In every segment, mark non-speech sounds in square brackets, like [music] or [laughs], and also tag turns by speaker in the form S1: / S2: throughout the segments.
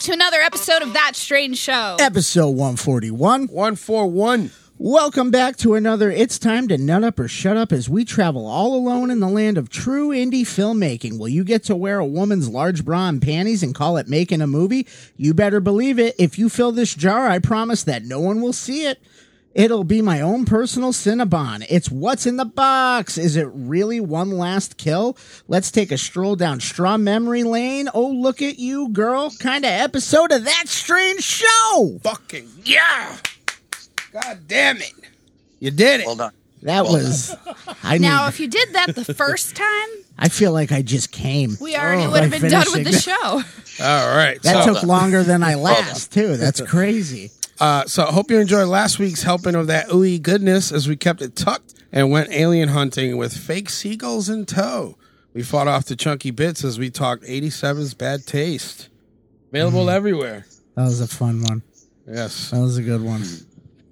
S1: to another episode of That Strange Show.
S2: Episode 141.
S3: 141.
S2: Welcome back to another It's Time to Nut Up or Shut Up as we travel all alone in the land of true indie filmmaking. Will you get to wear a woman's large bra and panties and call it making a movie? You better believe it. If you fill this jar, I promise that no one will see it. It'll be my own personal Cinnabon. It's what's in the box. Is it really one last kill? Let's take a stroll down straw memory lane. Oh, look at you, girl. Kind of episode of that strange show.
S3: Fucking yeah. God damn it. You did it.
S4: Well done.
S2: That was. I mean,
S1: Now, if you did that the first time,
S2: I feel like I just came.
S1: we already would have
S2: By
S1: been done with the
S2: Oh, finishing
S1: show.
S3: All right.
S2: [laughs] That
S3: so,
S2: took longer than I last, too. That's crazy.
S3: uh, so I hope you enjoyed last week's helping of that ooey goodness as we kept it tucked and went alien hunting with fake seagulls in tow. We fought off the chunky bits as we talked 87's bad taste. Available
S2: Mm-hmm.
S3: everywhere.
S2: That was a fun one.
S3: Yes.
S2: That was a good one.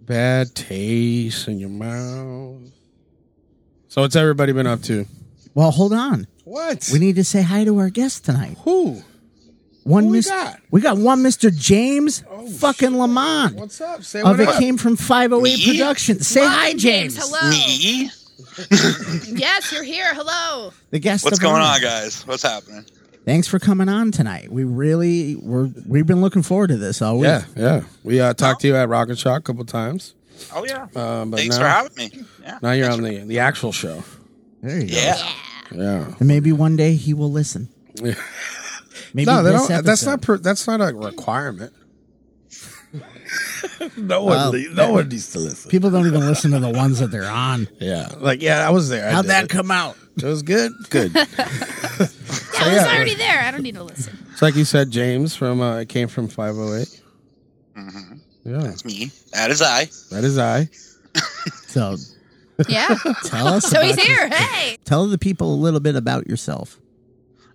S3: Bad taste in your mouth. So what's everybody been up to?
S2: Well, hold on.
S3: What?
S2: We need to say hi to our guest tonight.
S3: Who?
S2: One
S3: Who we
S2: Mr.
S3: got? Oh,
S2: We got one Mr. James Oh, fucking Lamont.
S3: What's up? Say
S2: of
S3: what
S2: it
S3: up.
S2: came from 508
S4: Me?
S2: Productions. [laughs] Say hi, James.
S1: Hello.
S4: [laughs] Me?
S1: Yes, you're here. Hello.
S2: The guest.
S4: What's
S2: of
S4: going
S2: honor.
S4: on, guys? What's happening?
S2: Thanks for coming on tonight. We really we're we've been looking forward to this all week.
S3: Yeah, yeah. We uh, talked to you at Rock and Shock a couple times.
S4: Oh yeah.
S3: Um, but
S4: Thanks
S3: now,
S4: for having me. Yeah.
S3: Now you're on the the actual show.
S2: There you go.
S4: Yeah.
S3: Yeah.
S2: And maybe one day he will [laughs] listen.
S3: Yeah.
S2: Maybe
S3: No, they
S2: this
S3: don't, that's
S2: episode.
S3: not per, that's not a requirement. [laughs] no one,
S2: Well,
S3: le- no one needs to listen.
S2: People don't even listen to the ones that they're on.
S3: Yeah, like yeah, I was there. I
S2: [laughs] How'd
S3: did
S2: that
S3: it.
S2: come out?
S3: It was good. Good.
S1: Yeah, I was
S3: yeah.
S1: already there. I don't need to
S2: [laughs]
S1: listen.
S3: it's like you said, James from uh, it came from 508.
S4: Mhm.
S3: Yeah,
S4: It's me. That is I.
S3: that is I.
S2: So
S1: Yeah.
S2: tell us.
S1: [laughs] so he's
S2: about
S1: here.
S2: your-
S1: Hey.
S2: Tell the people a little bit about yourself.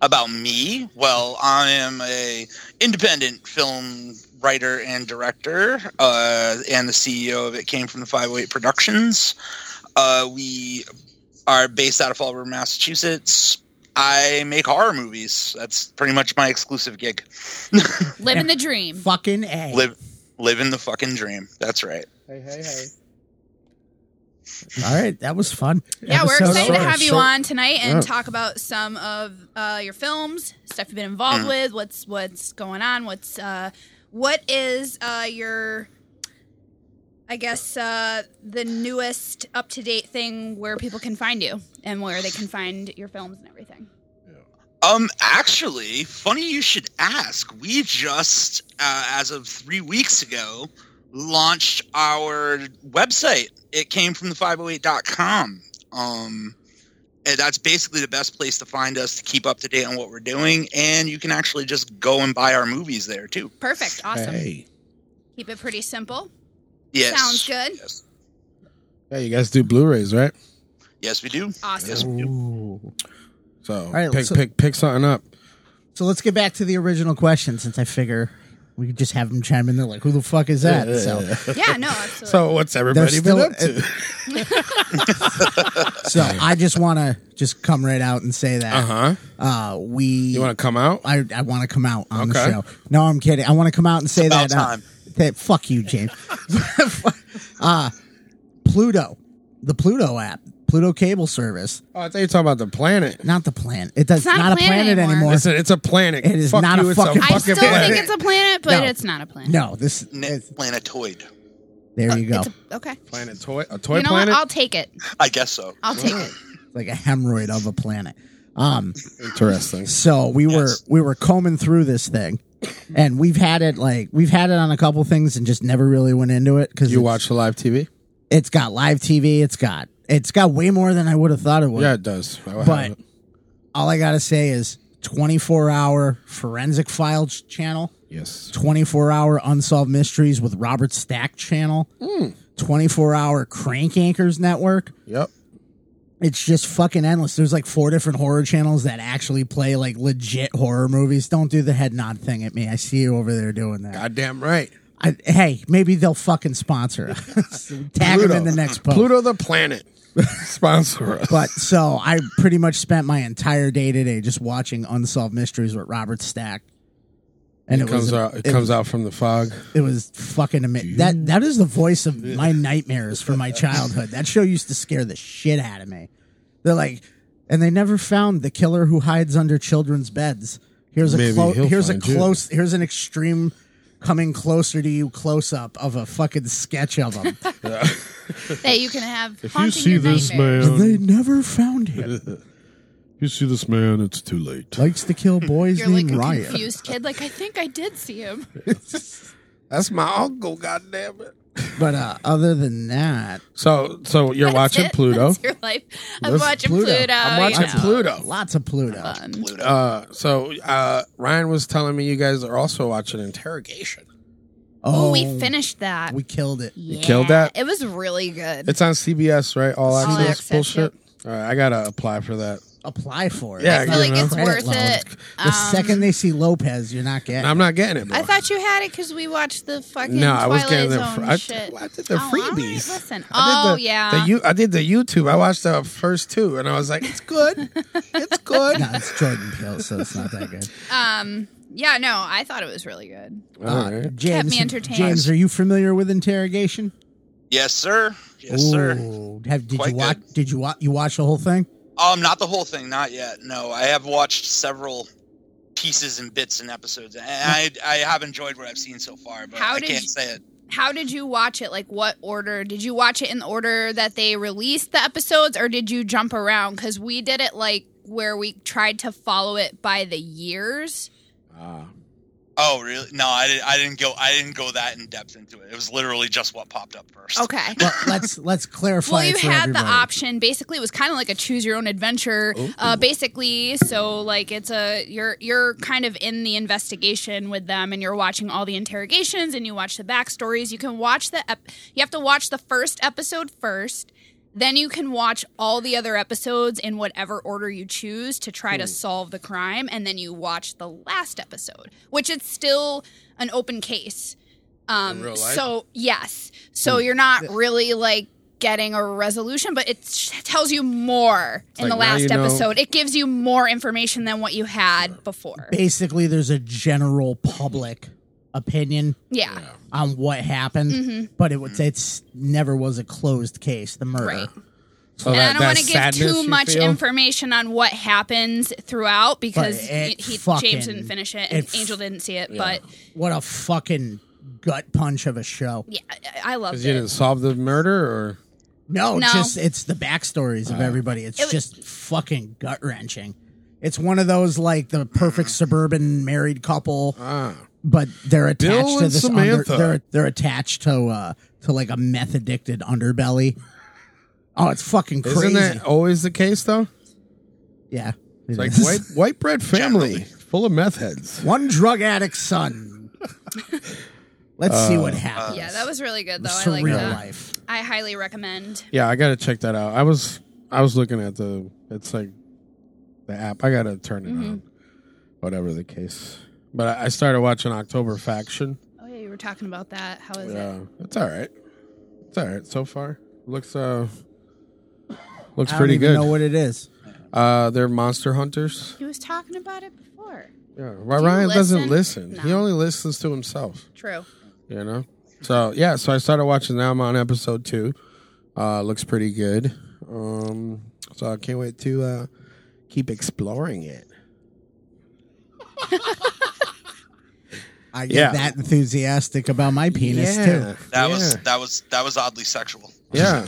S4: About me? Well, I am a independent film writer and director, uh, and the CEO of it came from the 508 Productions. Uh, we are based out of Fall River, Massachusetts. I make horror movies. That's pretty much my exclusive gig.
S1: Living the dream.
S2: Fucking A.
S4: Live, live in the fucking dream. That's right.
S3: Hey, hey, hey.
S2: All right, that was fun.
S1: Yeah, we're
S2: Episode
S1: excited to
S2: short.
S1: have you on tonight and
S3: Yeah.
S1: talk about some of uh, your films, stuff you've been involved
S4: Mm.
S1: with, what's what's going on, what's uh, what is uh, your, I guess uh, the newest up to date thing where people can find you and where they can find your films and everything.
S4: Um, actually, funny you should ask. We just, uh, as of three weeks ago, launched our website. It came from the 508.com. Um, and that's basically the best place to find us to keep up to date on what we're doing. And you can actually just go and buy our movies there, too.
S1: Perfect, awesome.
S3: Hey.
S1: Keep it pretty simple.
S4: Yes.
S1: Sounds good.
S4: Yes,
S3: Yeah, you guys do Blu-rays, right?
S4: yes we do. Yes,
S1: Awesome.
S4: we do.
S2: Ooh.
S3: So
S2: right,
S3: pick
S2: so-
S3: pick pick something up.
S2: So let's get back to the original question since I figure we could just have them chime in. They're like, who the fuck is that? [laughs] So,
S1: Yeah, no, absolutely.
S3: So what's everybody
S2: There's still-
S3: been up to?
S2: so I just want to just come right out and say
S3: Uh
S2: that
S3: huh.
S2: uh, we.
S3: You want to come out?
S2: I, I want to come out on the
S3: Okay.
S2: show. No, I'm kidding. I want to come out and say
S4: about
S2: that, uh,
S4: time.
S2: that. Fuck you, James. [laughs] uh, Pluto, the Pluto app, Pluto cable service,
S3: Oh, I thought you were talking about the planet.
S2: not the planet. It does
S1: not a
S2: not, a
S1: planet
S2: planet,
S1: anymore.
S2: anymore.
S3: It's a, it's a planet.
S2: It is
S3: Fuck
S2: not
S3: you,
S2: a
S3: it's
S2: fucking- I
S1: I still
S3: planet.
S1: think it's a planet, but
S2: No.
S1: it's not a planet.
S2: [laughs] no, this.
S4: Na-
S2: It's,
S4: planetoid.
S2: there you go.
S1: It's a, okay.
S3: planet toy. A toy
S1: you know
S3: planet.
S1: what? I'll take it.
S4: I guess so.
S1: I'll
S3: [laughs]
S1: take it.
S2: like a hemorrhoid of a planet. Um,
S3: Interesting.
S2: so we
S4: Yes.
S2: were we were combing through this thing, and we've had it like we've had it on a couple things and just never really went into it because
S3: You watch the live TV?
S2: It's got live TV. It's got it's got way more than I would have thought it would.
S3: Yeah, it does. I will
S2: But
S3: have it.
S2: all I gotta say is twenty four hour forensic files channel,
S3: yes,
S2: twenty four hour unsolved mysteries with Robert Stack channel,
S3: Hmm.
S2: twenty four hour Crank Anchors network.
S3: yep.
S2: It's just fucking endless. There's like four different horror channels that actually play like legit horror movies. Don't do the head nod thing at me. I see you over there doing that.
S3: Goddamn right.
S2: I, hey, maybe they'll fucking sponsor us.
S3: [laughs]
S2: Tag them
S3: Pluto.
S2: in the next post.
S3: Pluto the planet [laughs] sponsor us.
S2: But so I pretty much spent my entire day today just watching Unsolved Mysteries with Robert Stack and
S3: it, comes out. It, comes out from the fog.
S2: It was fucking amazing. That that is the voice of my nightmares from my childhood. That show used to scare the shit out of me. They're like, and they never found the killer who hides under children's beds. Here's a
S3: Maybe
S2: close.
S3: he'll
S2: Here's a
S3: find you.
S2: close. Here's an extreme coming closer to you close up of a fucking sketch of him.
S1: that you can have.
S5: If you
S1: haunting
S5: see
S1: your
S5: this
S1: nightmares.
S5: man,
S2: [laughs] they never found him.
S5: if [laughs] you see this man, it's too late.
S2: Likes to kill boys
S1: You're like
S2: named
S1: a
S2: Ryan.
S1: confused kid. Like I think I did see him.
S3: That's my uncle. God damn it.
S2: But uh, other than that,
S3: So, so you're
S1: That's
S3: watching
S1: it.
S3: Pluto.
S1: That's your life. I'm
S3: That's
S1: watching
S3: Pluto.
S1: Pluto. Um,
S3: I'm watching
S1: you know.
S3: Pluto.
S2: lots of Pluto.
S1: Fun.
S3: Uh, so uh, Ryan was telling me you guys are also watching Interrogation.
S1: Oh, we finished that.
S2: We killed it.
S1: yeah.
S3: killed that?
S1: It was really good.
S3: It's on CBS, right? All
S1: All
S3: access,
S1: access,
S3: bullshit.
S1: yep.
S3: All right, I gotta apply for that.
S2: Apply for it.
S3: Yeah,
S1: I feel
S3: you
S1: like
S3: know.
S1: it's
S2: Credit
S1: worth
S2: loan.
S1: it. Um,
S2: The second they see Lopez, you're not getting.
S3: I'm not getting it. Bro.
S1: I thought you had it because we watched the fucking
S3: no, I was
S1: Twilight
S3: getting the.
S1: Zone
S3: fr- I,
S1: shit.
S3: I did the
S1: Oh, all right,
S3: freebies.
S1: listen.
S3: I did
S1: Oh,
S3: the-
S1: yeah.
S3: The, you- I did the YouTube. I watched the first two, and I was like, it's good.
S1: [laughs]
S3: it's good.
S2: No, it's Jordan Peele, so it's
S5: [laughs]
S2: not that good.
S1: um, yeah, no, I thought it was really good.
S3: All right.
S2: Uh, James,
S1: me entertained.
S2: James, are you familiar with interrogation?
S4: Yes, sir. Yes, sir.
S2: Ooh, Have did
S4: Quite
S2: you watch? Did you watch? You watch the whole thing?
S4: Um, not the whole thing, not yet. No, I have watched several pieces and bits and episodes, and I I have enjoyed what I've seen so far. But
S1: How
S4: I
S1: did
S4: can't
S1: you-
S4: say it.
S1: How did you watch it? Like, what order? Did you watch it in the order that they released the episodes, or did you jump around? Because we did it like where we tried to follow it by the years.
S4: Oh, really? No, I didn't. I didn't go. I didn't go that in depth into it. It was literally just what popped up first.
S1: Okay.
S2: Well, let's let's clarify.
S1: Well,
S2: it
S1: you
S2: for
S1: had
S2: everybody.
S1: the option. Basically, it was kind of like a choose your own adventure. Uh, basically, so like it's a you're you're kind of in the investigation with them, and you're watching all the interrogations, and you watch the backstories. You can watch the ep- you have to watch the first episode first. Then you can watch all the other episodes in whatever order you choose to try
S3: Hmm.
S1: to solve the crime, and then you watch the last episode, which it's still an open case. Um,
S3: real life? Hmm.
S1: So yes, so you're not really like getting a resolution, but it sh- tells you more
S3: like,
S1: in the
S3: now you
S1: last
S3: know-
S1: episode. It gives you more information than what you had before.
S2: Basically, there's a general public opinion
S1: Yeah,
S2: on what happened,
S1: Mm-hmm.
S2: but it was it's never was a closed case. The murder.
S1: right.
S3: So
S1: and I don't want to
S3: Oh, sadness
S1: give too
S3: you
S1: much
S3: feel?
S1: information on what happens throughout because
S2: it
S1: he, he-
S2: fucking-
S1: James didn't finish it and
S2: it f-
S1: Angel didn't see it. But
S2: What a fucking gut punch of a show.
S1: yeah, I- I love
S3: Because you
S1: it.
S3: didn't solve the murder, or
S2: No,
S1: No.
S2: just it's the backstories
S3: Uh,
S2: of everybody. It's
S1: It was-
S2: just fucking gut wrenching. It's one of those like the perfect suburban married couple,
S3: ah,
S2: but they're attached to
S3: and
S2: this.
S3: Samantha.
S2: they're they're attached to uh to like a meth addicted underbelly. Oh, it's fucking crazy.
S3: isn't that always the case though?
S2: yeah,
S3: It's
S2: [laughs]
S3: like white white bread family full of meth heads.
S2: one drug addict's son. Let's see
S3: Uh,
S2: what happens.
S1: Yeah, that was really good though. I like
S2: surreal
S1: that.
S2: life.
S1: I highly recommend.
S3: Yeah, I gotta check that out. I was I was looking at the it's like the app. I gotta turn it
S2: Mm-hmm.
S3: on, whatever the case. But I, I started watching October Faction.
S1: Oh yeah, you were talking about that. How is it?
S3: Yeah, it's all right. It's all right so far. Looks uh looks
S2: I
S3: pretty
S2: don't even know
S3: good.
S2: what it is.
S3: Uh, they're monster hunters.
S1: He was talking about it before.
S3: Yeah, Ryan doesn't
S1: listen?
S3: listen. He
S1: No.
S3: only listens to himself.
S1: True.
S3: you know so yeah so i started watching now i'm on episode two uh looks pretty good um so i can't wait to uh keep exploring it
S2: I get
S3: Yeah.
S2: that enthusiastic about my penis too.
S4: That
S3: yeah.
S4: was that was that was oddly sexual. [laughs]
S3: yeah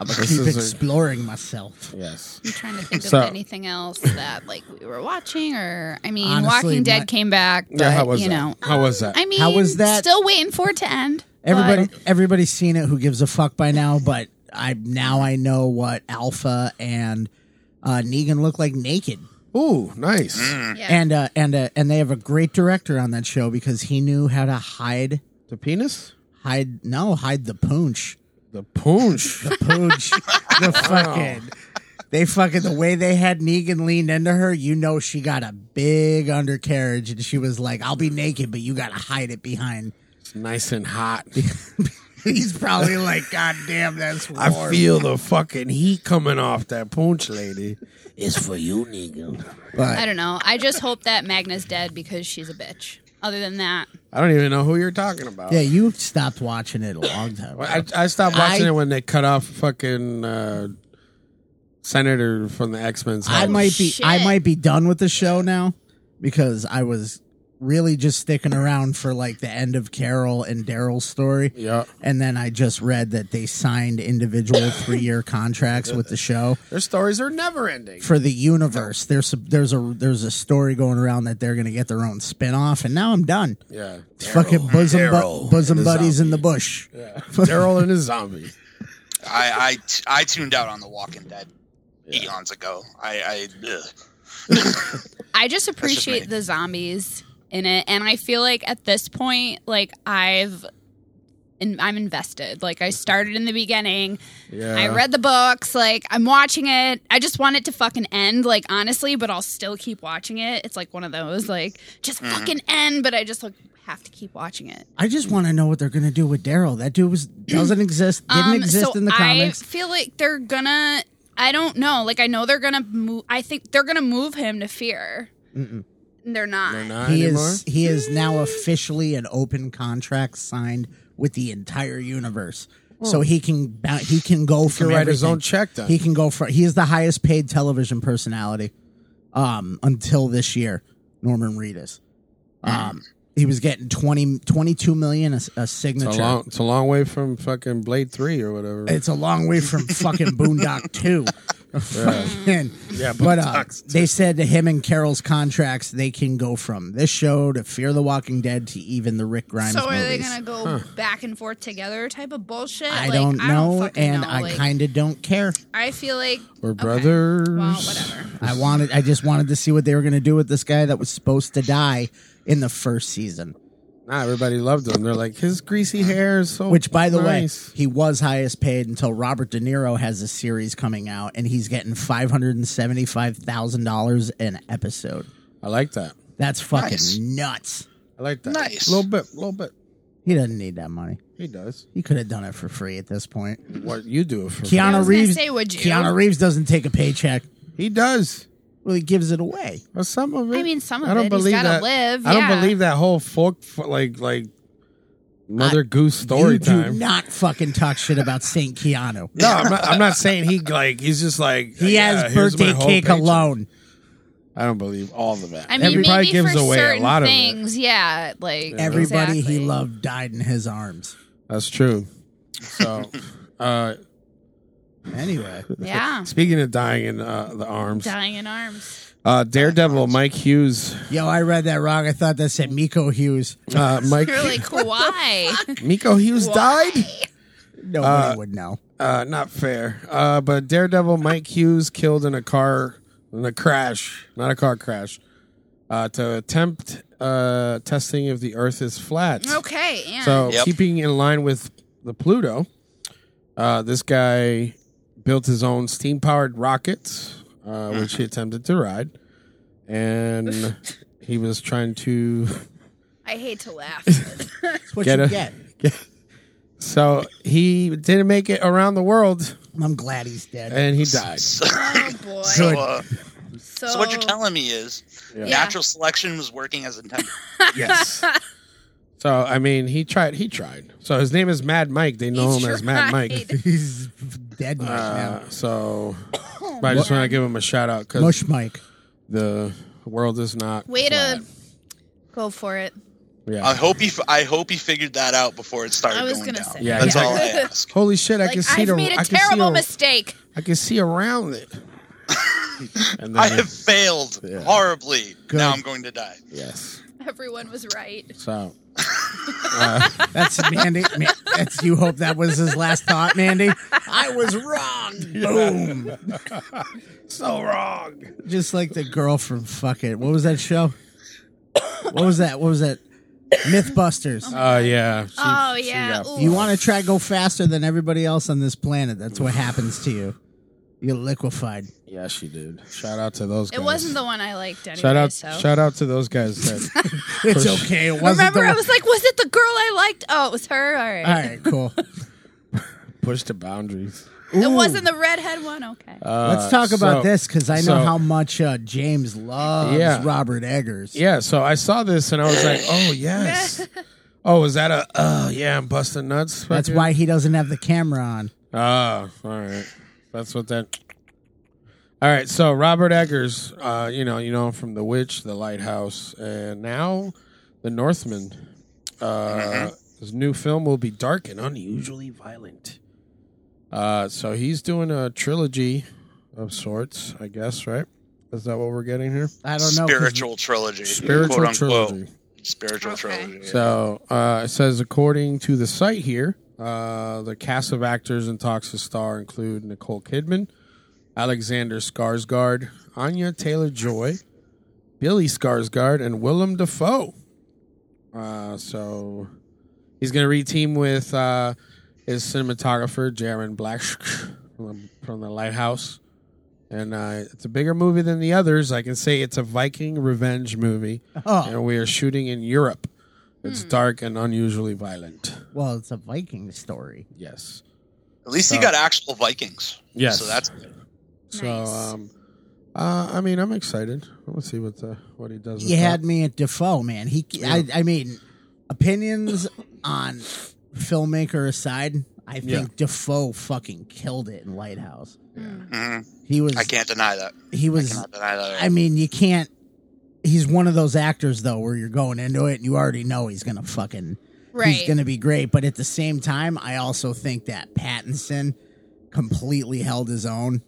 S2: I'm
S3: This
S2: gonna keep
S3: is a-
S2: exploring myself.
S3: yes
S1: I'm trying to think
S3: So-
S1: of anything else that like we were watching, or I mean,
S2: Honestly,
S1: Walking Dead
S2: my-
S1: came back. But,
S3: yeah how was
S1: you
S3: that
S1: know,
S3: how was that
S1: I mean,
S2: How was that?
S1: Still waiting for it to end. but-
S2: Everybody, everybody's seen it. Who gives a fuck by now? But I now I know what Alpha and uh, Negan look like naked,
S3: ooh nice
S4: Mm.
S1: yeah.
S2: and uh, and uh, and they have a great director on that show because he knew how to hide
S3: the penis
S2: hide no hide the punch
S3: the punch
S2: [laughs] the
S1: [laughs]
S2: punch the
S3: [laughs] Oh.
S2: fucking they fucking the way they had Negan leaned into her. You know she got a big undercarriage and she was like, "I'll be naked, but you got to hide it behind."
S3: it's nice and hot
S2: [laughs] He's probably like, God damn, that's warm.
S3: I feel the fucking heat coming off that punch lady.
S2: it's for you, nigga.
S1: I
S3: But
S1: don't know. I just hope that Magna's dead because she's a bitch. Other than that,
S3: I don't even know who you're talking about.
S2: Yeah, you stopped watching it a long time. ago.
S3: I, I stopped watching
S2: I-
S3: it when they cut off fucking uh, senator from the X Men's.
S2: I might be I
S1: shit.
S2: might be done with the show now because I was really just sticking around for like the end of Carol and Daryl's story.
S3: Yeah,
S2: And then I just read that they signed
S3: [coughs]
S2: individual three year contracts with the show
S3: their stories are never ending.
S2: for the universe. There's a, there's a there's a story going around that they're gonna get their own spin off and now I'm done.
S3: Yeah,
S2: It's fucking bosom bu-
S3: Daryl
S2: bosom
S3: and the
S2: buddies in the
S3: zombie.
S2: bush.
S3: Yeah. Daryl and his zombie.
S4: I I t- I tuned out on The Walking Dead eons ago. I, I ugh.
S1: I just
S4: just me.
S1: appreciate the zombies in it, and I feel like at this point, like I've. And I'm invested. Like I started in the beginning.
S3: Yeah,
S1: I read the books. Like I'm watching it. I just want it to fucking end. Like honestly, but I'll still keep watching it. It's like one of those like just fucking end. But I just like have to keep watching it.
S2: I just want to know what they're gonna do with Daryl. That dude was doesn't exist, didn't
S1: Um,
S2: exist
S1: so
S2: in the comics.
S1: I feel like they're gonna. I don't know. Like I know they're gonna move. I think they're gonna move him to fear. And They're not.
S3: They're not
S2: he
S3: anymore.
S2: is he is now officially an open contract signed with the entire universe.
S1: Oh.
S2: So he can ba- he can go for
S3: write his
S2: everything.
S3: own check then.
S2: He can go for he is the highest paid television personality um until this year, Norman Reedus. Um he was getting 20 22 million a, s- a signature.
S3: It's a long, it's a long way from fucking Blade Three or whatever.
S2: It's a long
S3: [laughs]
S2: way from fucking Boondock Two. [laughs] Fucking-
S3: Yeah,
S2: but uh,
S3: Boondocks
S2: they said to him and Carol's contracts, they can go from this show to Fear the Walking Dead to even the Rick Grimes.
S1: So are
S2: movies.
S1: they gonna go back and forth together type of bullshit?
S2: I
S1: Like,
S2: don't know,
S1: fucking
S2: and
S1: know.
S2: I
S1: Like,
S2: kind of don't care.
S1: I feel like
S3: We're
S1: okay.
S3: brothers.
S1: Well, whatever.
S2: I wanted, I just wanted to see what they were gonna do with this guy that was supposed to die in the first season.
S3: Nah, everybody loved him. They're like his greasy hair is so.
S2: Which, by the
S3: nice.
S2: way, he was highest paid until Robert De Niro has a series coming out, and he's getting five hundred and seventy-five thousand dollars an episode.
S3: I like that.
S2: That's fucking
S4: Nice.
S2: nuts.
S3: I like that.
S4: Nice.
S3: A little bit. A little bit.
S2: He doesn't need that money.
S3: He does.
S2: He could have done it for free at this point.
S3: What you do it for?
S1: I
S2: Keanu
S1: was gonna
S2: Reeves.
S1: say, would you?
S2: Keanu Reeves doesn't take a paycheck.
S3: He does.
S2: Well, he gives it away.
S3: Well, some of it.
S1: I mean, some of
S3: I don't
S1: it. He's
S3: believe
S1: gotta
S3: that.
S1: live,
S3: I don't
S1: yeah.
S3: believe that whole folk f- like like Mother Goose story
S2: you
S3: time.
S2: do not fucking talk shit about Saint Keanu.
S3: no, I'm not, I'm not saying he like. He's just like
S2: He
S3: yeah,
S2: has
S3: here's my
S2: birthday
S3: whole
S2: cake
S3: paycheck.
S2: alone.
S3: I don't believe all of that.
S1: I mean,
S3: Everybody
S1: maybe
S3: gives
S1: for
S3: away
S1: certain
S3: a lot of it.
S1: things. Yeah, like
S2: Everybody
S1: exactly.
S2: he loved died in his arms.
S3: That's true. So, [laughs] uh,
S2: Anyway,
S1: Yeah,
S3: speaking of dying in uh, the arms,
S1: dying in arms.
S3: uh, Daredevil Mike Hughes.
S2: yo, I read that wrong. I thought that said Miko Hughes.
S3: [laughs]
S2: Um,
S3: Uh, Mike
S1: [laughs] You're like, why? [laughs]
S3: Miko Hughes died.
S2: Nobody would know.
S3: Uh, not fair. Uh, but Daredevil Mike Hughes killed in a car in a crash, not a car crash, uh, to attempt uh, testing if the Earth is flat.
S1: Okay, and
S3: So
S4: Yep.
S3: keeping in line with the Pluto, uh, this guy built his own steam-powered rockets, uh, which he attempted to ride, and he was trying to. [laughs]
S1: I hate to laugh.
S2: That's what
S3: Get
S2: you
S3: a-
S2: get.
S3: So he didn't make it around the world,
S2: I'm glad he's dead.
S3: and he died.
S4: [laughs] So,
S3: [laughs]
S1: oh boy.
S4: so, uh,
S1: So,
S4: so what you're telling me is
S1: Yeah.
S4: natural selection was working as intended.
S3: Yes. [laughs] so I mean, he tried. He tried. So his name is Mad Mike. They know
S1: He's
S3: him as Mad
S1: tried. [laughs]
S3: Mike.
S2: He's dead Mike now.
S3: Uh, so, but I just want to give him a shout out because
S2: Mush Mike.
S3: the world is not.
S1: Way to
S3: flat.
S1: go for it.
S3: Yeah.
S4: I hope he f- I hope he figured that out before it started
S1: I was
S4: going
S1: gonna
S4: down.
S1: say.
S3: Yeah,
S4: That's
S3: yeah.
S4: all I
S3: [laughs]
S4: ask.
S3: Holy shit! I
S1: Like
S3: can see
S1: I've
S3: the.
S1: made
S3: I
S1: a
S3: can see
S1: terrible
S3: a-
S1: mistake. [laughs]
S3: I can see around [laughs] it. and then
S4: I have failed horribly. Now
S2: Good.
S4: I'm going to die.
S3: yes.
S1: Everyone was right.
S3: So [laughs]
S2: That's Mandy. Ma- that's you. Hope that was his last thought, Mandy. I
S3: [laughs]
S2: was wrong. Boom.
S3: so wrong.
S2: Just like the girl from fucking what was that show? What was that? What
S3: [coughs]
S2: was that? Mythbusters.
S3: Oh yeah. She-
S1: Oh,
S3: she
S1: yeah.
S3: got-
S1: Ooh.
S2: You want to try to go faster than everybody else on this planet. That's what happens to you. You get liquefied.
S3: Yes, she did. Shout out to those. guys.
S1: It wasn't the one I liked anyway.
S3: Shout out!
S1: so.
S3: Shout out to those guys.
S1: [laughs]
S3: That
S2: It's
S3: Push.
S2: okay. It wasn't
S1: Remember,
S2: the
S1: I was like, was it the girl I liked? Oh, it was her. All right.
S2: [laughs] All right, cool.
S3: Uh, pushed the boundaries.
S1: It wasn't the redhead one. Okay.
S3: Uh,
S2: Let's talk
S3: so-
S2: about this 'cause this because I know
S3: so-
S2: how much uh, James loves
S3: Yeah.
S2: Robert Eggers.
S3: Yeah, so I saw this and I was like,
S2: [laughs]
S3: oh yes. Oh, is that a? Oh yeah, I'm busting nuts.
S2: That's
S3: fucker?
S2: why he doesn't have the camera on.
S3: Oh, all right. That's what that. All right. So Robert Eggers, uh, you know, you know him from The Witch, The Lighthouse, and now The Northman. Uh, his new film will be dark and unusually violent. Uh, so he's doing a trilogy of sorts, I guess. Right? Is that what we're getting here?
S2: I don't know. 'cause-
S4: Spiritual trilogy.
S3: Spiritual
S4: quote unquote.
S3: trilogy.
S4: Spiritual
S1: Okay.
S4: trilogy. yeah.
S3: So uh, it says, according to the site here, uh, the cast of actors in Toxic Star include Nicole Kidman, Alexander Skarsgård, Anya Taylor Joy, Billy Skarsgård, and Willem Dafoe. Uh, so he's going to reteam with uh, his cinematographer, Jaron Black, from the, from the Lighthouse. And uh, it's a bigger movie than the others. I can say it's a Viking revenge movie
S2: Oh,
S3: and we are shooting in Europe. It's
S1: Hmm.
S3: dark and unusually violent.
S2: well, it's a Viking story.
S3: Yes.
S4: At least he
S3: so-
S4: got actual Vikings.
S3: Yes.
S4: So that's
S3: So,
S1: Nice.
S3: um, uh, I mean, I'm excited. I'm gonna see what uh what he does.
S2: You
S3: with
S2: had
S3: that.
S2: me at Defoe, man. He, I, I mean, opinions on filmmaker aside, I
S3: Yeah.
S2: think Defoe fucking killed it in Lighthouse.
S1: Hmm.
S4: mhm.
S2: He was,
S4: I can't deny that.
S2: he was.
S4: Cannot deny that.
S2: I mean, you can't. He's one of those actors though, where you're going into it and you already know he's gonna fucking he's
S1: Right.
S2: gonna be great. But at the same time, I also think that Pattinson completely held his own.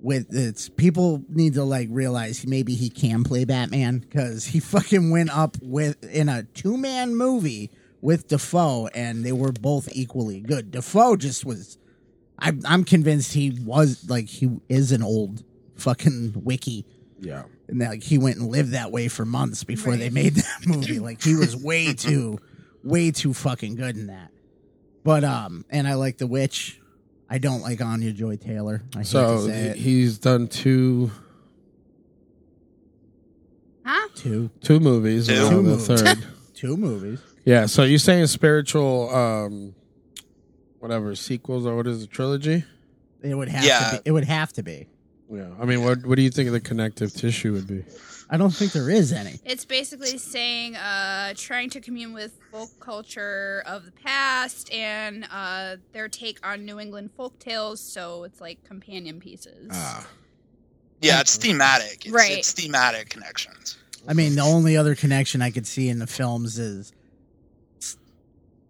S2: With it's people need to like realize maybe he can play Batman because he fucking went up with in a two man movie with Defoe and they were both equally good. Defoe just was. I'm I'm convinced he was like he is an old fucking wiki
S3: yeah.
S2: and that, like he went and lived that way for months before they
S1: Right.
S2: made that [laughs] movie. Like he was
S3: [laughs]
S2: way too, way too fucking good in that. But um, and I like the witch. I don't like Anya Joy Taylor. I hate
S3: So
S2: to say
S3: he-
S2: it.
S3: he's done two
S1: huh?
S2: two
S3: two movies.
S4: Two.
S3: and now
S2: Two
S3: the
S2: movies.
S4: [laughs]
S3: third.
S2: two movies.
S3: yeah. So you're saying spiritual, um, whatever sequels or what is the trilogy?
S2: It would have
S4: Yeah.
S2: to be. It would have to be.
S3: Yeah. I mean, what what do you think the connective tissue would be?
S2: I don't think there is any.
S1: It's basically saying uh, trying to commune with folk culture of the past and uh, their take on New England folk tales. So it's like companion pieces.
S3: Ah.
S4: Ah. yeah, it's thematic. It's,
S1: Right.
S4: it's thematic connections.
S2: I mean, the only other connection I could see in the films is s-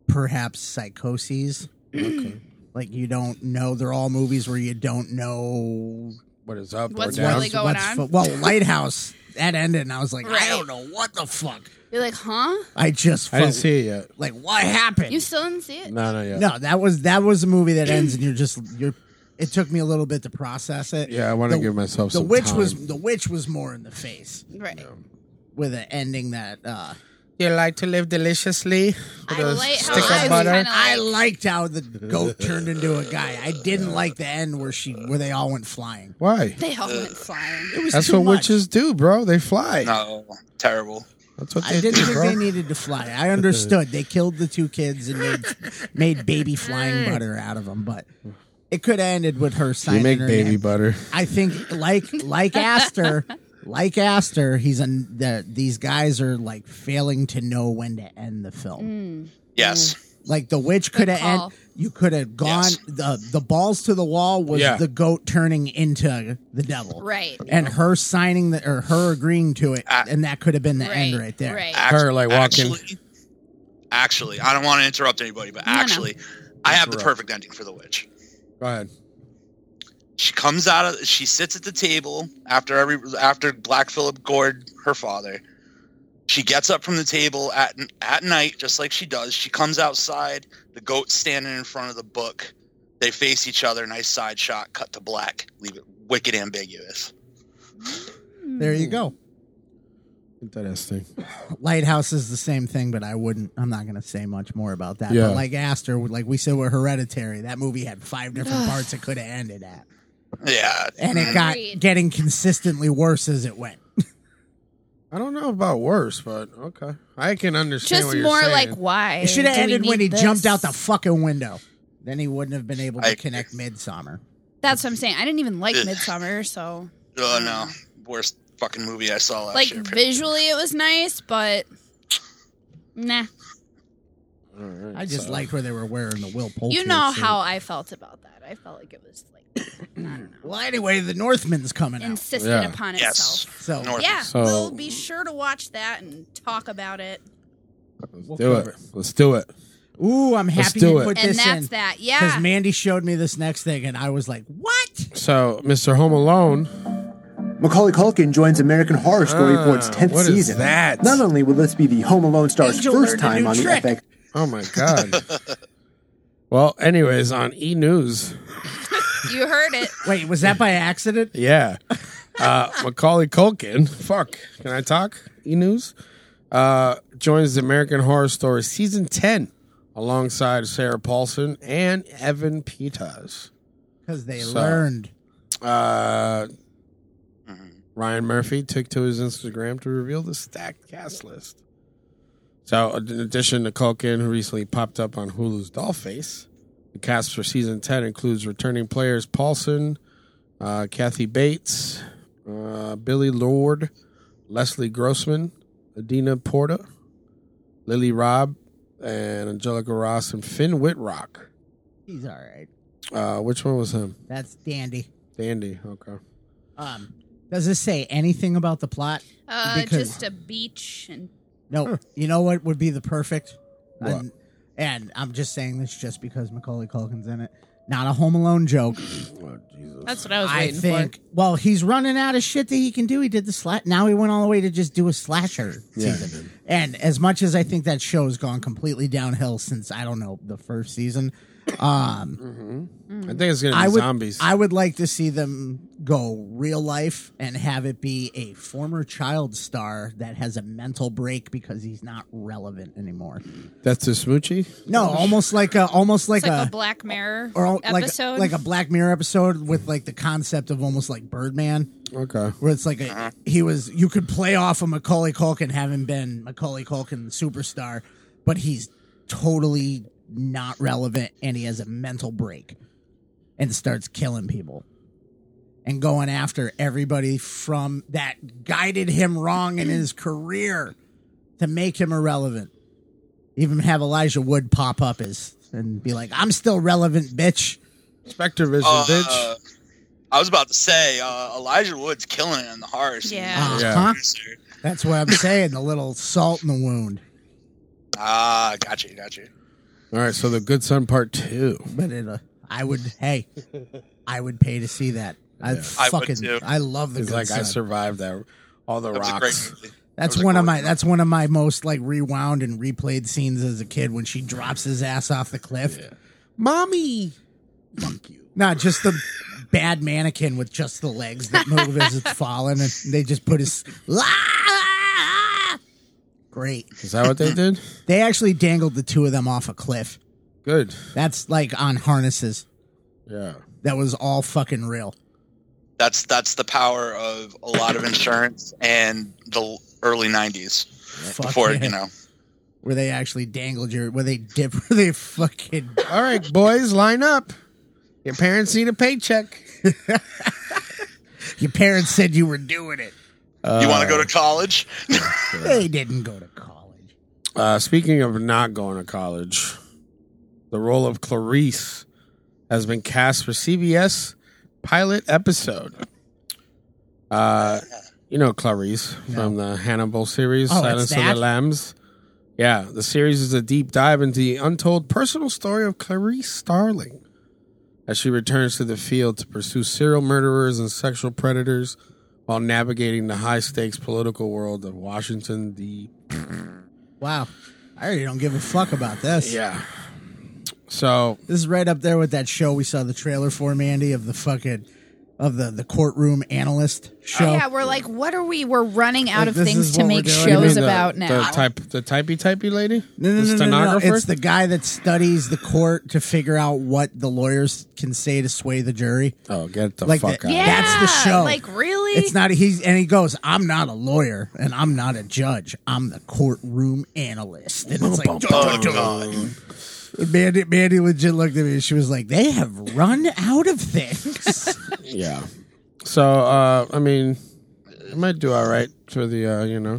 S2: perhaps psychoses.
S3: [clears throat] Okay.
S2: Like you don't know. They're all movies where you don't know
S3: What is up
S1: What's
S3: or down?
S1: really going on?
S2: fu- well, Lighthouse that ended, and I was like, I
S1: Right.
S2: don't know what the fuck.
S1: You're like, huh?
S2: I just
S3: I
S2: felt,
S3: didn't see it yet.
S2: like what happened.
S1: You still didn't see it?
S3: No, no, yeah.
S2: no, that was that was a movie that ends, and you're just you're. It took me a little bit to process it.
S3: Yeah, I want to
S2: The-
S3: give myself
S2: The
S3: some
S2: witch
S3: time.
S2: was the witch was more in the face
S1: Right.
S2: with an ending that uh,
S3: You like to live deliciously
S1: I like how
S3: stick of
S1: I was
S3: butter.
S1: kind of
S2: I
S1: like,
S2: liked how
S3: [laughs]
S2: the goat turned into a guy. I didn't like the end where she where they all went flying.
S3: Why?
S1: [laughs] they all went flying.
S2: It was
S3: That's
S2: too
S3: what
S2: much.
S3: witches do, bro. They fly.
S4: No, terrible.
S3: That's what they
S2: I didn't
S3: do,
S2: think
S3: bro.
S2: they needed to fly. I understood they killed the two kids and made made baby flying butter out of them, but it could have ended with her
S3: you
S2: signing
S3: make
S2: her
S3: baby
S2: name.
S3: butter.
S2: I think like like Aster, like Aster, he's an the, these guys are like failing to know when to end the film.
S1: Mm.
S4: Yes.
S2: Like the witch could have
S1: call.
S2: end. You could have gone
S4: Yes.
S2: the the balls to the wall was
S3: Yeah.
S2: the goat turning into the devil,
S1: Right.
S2: and her signing the or her agreeing to it,
S4: Ah.
S2: and that could have been the
S1: right.
S2: end right there.
S1: Right.
S4: Act-
S3: Her, like, walking.
S4: Actually, actually, I don't want to interrupt anybody, but
S1: No, no.
S4: actually, I have the
S3: Interrupt.
S4: perfect ending for the witch.
S3: Go ahead.
S4: She comes out of. She sits at the table after every after Black Phillip gored her father. She gets up from the table at at night, just like she does. She comes outside. The goat's standing in front of the book. They face each other. Nice side shot. Cut to black. Leave it wicked ambiguous.
S1: Mm.
S2: There
S3: Mm-hmm.
S2: you go.
S3: Interesting.
S2: Lighthouse is the same thing, but I wouldn't. I'm not going to say much more about that.
S3: Yeah.
S2: But like Aster, like we said, with Hereditary, that movie had five different parts it could have ended at.
S4: Yeah. Mm-hmm.
S2: and it got
S1: Agreed.
S2: getting consistently worse as it went.
S3: I don't know about worse, but okay. I can understand.
S1: Just
S3: what you're
S1: more
S3: saying.
S1: like why?
S2: It should have
S1: do we
S2: ended when
S1: need
S2: he jumped
S1: this?
S2: out the fucking window. Then he wouldn't have been able to
S4: I-
S2: connect midsummer.
S1: That's what I'm saying. I didn't even like Midsummer, so
S4: Oh no, worst fucking movie I saw last
S1: like
S4: year.
S1: visually it was nice, but nah.
S3: All right,
S2: I just
S3: so-
S2: liked where they were wearing the Will Poulter.
S1: You know
S2: suit.
S1: how I felt about that. I felt like it was like
S2: Well, anyway, the Northman's coming out.
S1: insisted
S3: Yeah.
S1: upon
S4: Yes.
S1: itself.
S2: So
S4: North-
S1: Yeah,
S3: So-
S1: we'll be sure to watch that and talk about it.
S3: Let's
S2: We'll
S3: do
S2: cover
S3: it. Let's do it.
S2: ooh, I'm
S3: Let's
S2: happy
S3: do
S2: you
S3: it.
S2: put
S1: And
S2: this
S1: that's
S2: in
S1: that.
S2: because
S1: Yeah.
S2: Mandy showed me this next thing, and I was like, "What?"
S3: So, Mr. Home Alone.
S6: Macaulay Culkin joins American Horror Story for its
S3: Ah,
S6: 10th
S3: what is
S6: season.
S3: that?
S6: Not only will this be the Home Alone star's
S2: Angel learned
S6: first
S2: a
S6: time
S2: new
S6: on the
S2: trick.
S6: FX,
S3: Oh my
S4: [laughs]
S3: god. well, anyways, on E News.
S1: you heard it.
S2: Wait, was that
S3: [laughs]
S2: by accident?
S3: Yeah. Uh, Macaulay Culkin. Fuck. Can I talk? E News. Uh, joins the American Horror Story season ten, alongside Sarah Paulson and Evan Peters.
S2: Because they
S3: So-
S2: learned.
S3: Uh, Ryan Murphy took to his Instagram to reveal the stacked cast list. So, in addition to Culkin, who recently popped up on Hulu's Dollface, the cast for season 10 includes returning players Paulson, uh, Kathy Bates, uh, Billy Lord, Leslie Grossman, Adina Porter, Lily Robb, and Angelica Ross, and Finn Whitrock.
S2: He's all right.
S3: Uh, which one was him?
S2: That's dandy.
S3: Dandy. Okay.
S2: Um, does this say anything about the plot?
S1: Uh,
S2: Because-
S1: just a beach and
S2: No. You know what would be the perfect?
S3: What?
S2: And, and I'm just saying this just because Macaulay Culkin's in it. Not a Home Alone joke.
S3: [sniffs] Oh, Jesus.
S1: that's what I was
S2: I
S1: waiting
S2: think. Well, he's running out of shit that he can do. He did the slat. Now he went all the way to just do a slasher
S3: Yeah.
S2: season. And as much as I think that show has gone completely downhill since I don't know the first season, um,
S3: I think it's gonna be
S2: I would,
S3: zombies.
S2: I would like to see them go real life and have it be a former child star that has a mental break because he's not relevant anymore.
S3: That's the smoochie.
S2: No, almost like a almost like,
S1: Oh. It's like a,
S2: a,
S1: Black Mirror
S2: or al- like a,
S1: episode.
S2: like a Black Mirror episode with like the concept of almost like Birdman,
S3: Okay.
S2: where it's like a he was you could play off of Macaulay Culkin having been Macaulay Culkin superstar, but he's totally not relevant and he has a mental break and starts killing people and going after everybody from that guided him wrong in his career to make him irrelevant. Even have Elijah Wood pop up as and be like, "I'm still relevant, bitch."
S3: Spectre Vision,
S4: Uh,
S3: bitch.
S4: I was about to say uh, Elijah Wood's killing it in the horror scene.
S1: Yeah.
S3: Yeah.
S2: Uh-huh.
S4: Producer.
S2: That's what I'm saying. The little salt in the wound,
S4: Ah, got you, got you.
S3: All right, so the Good Son Part Two.
S2: but it, uh, I would. Hey, I would pay to see that. I
S4: I would
S2: fucking, I,
S4: too.
S2: love the
S3: It's
S2: good
S3: like I
S2: Son.
S3: survived that. All the
S4: That was a
S3: rocks.
S4: great movie.
S2: That's
S4: That was a
S2: one of
S4: great
S2: my that's one of my most like rewound and replayed scenes as a kid when she drops his ass off the cliff.
S3: Mommy. Fuck you.
S2: Not just the bad mannequin with just the legs that move as it's falling, and they just put his la. Great.
S3: Is that what they [laughs] did?
S2: They actually dangled the two of them off a cliff.
S3: Good.
S2: That's like on harnesses.
S3: Yeah.
S2: That was all fucking real.
S4: That's that's the power of a lot of insurance and the early '90s
S2: Fuck
S4: before
S2: yeah.
S4: you know.
S2: where they actually dangled your where they dip [laughs] where they fucking
S3: All right, boys, line up. Your parents need a paycheck.
S2: your parents said you were doing it.
S4: you want to go to college?
S2: They didn't go to college.
S3: Uh, speaking of not going to college, the role of Clarice has been cast for CBS pilot episode. Uh, you know Clarice from the Hannibal series,
S2: Oh, it's
S3: Silence of the
S2: that?
S3: Lambs. Yeah, the series is a deep dive into the untold personal story of Clarice Starling as she returns to the field to pursue serial murderers and sexual predators while navigating the high stakes political world of Washington, D.
S2: Wow. I already don't give a fuck about this.
S3: Yeah. So
S2: This is right up there with that show we saw the trailer for, Mandy, of the fucking of the the courtroom analyst show.
S1: Oh, yeah, we're like, what are we? We're running out
S2: Like,
S1: of
S2: this
S1: things
S2: is
S1: to
S2: what we're
S1: make
S2: doing.
S3: You mean
S1: shows
S3: the-
S1: about now.
S3: The type, the typey typey lady,
S2: No,
S3: the
S2: no, no, no, no, no.
S3: stenographer.
S2: It's the guy that studies the court to figure out what the lawyers can say to sway the jury.
S3: oh, get the
S2: like
S3: fuck
S2: the-
S3: out!
S1: yeah,
S2: That's the show.
S1: Like really?
S2: It's not he's and he goes, I'm not a lawyer and I'm not a judge. I'm the courtroom analyst. And it's like
S4: Um,
S2: duh,
S3: Uh,
S2: duh, duh. Mandy, Mandy legit looked at me and she was like, They have run out
S3: [laughs]
S2: of things.
S3: Yeah. So uh, I mean, it might do all right for the uh, you know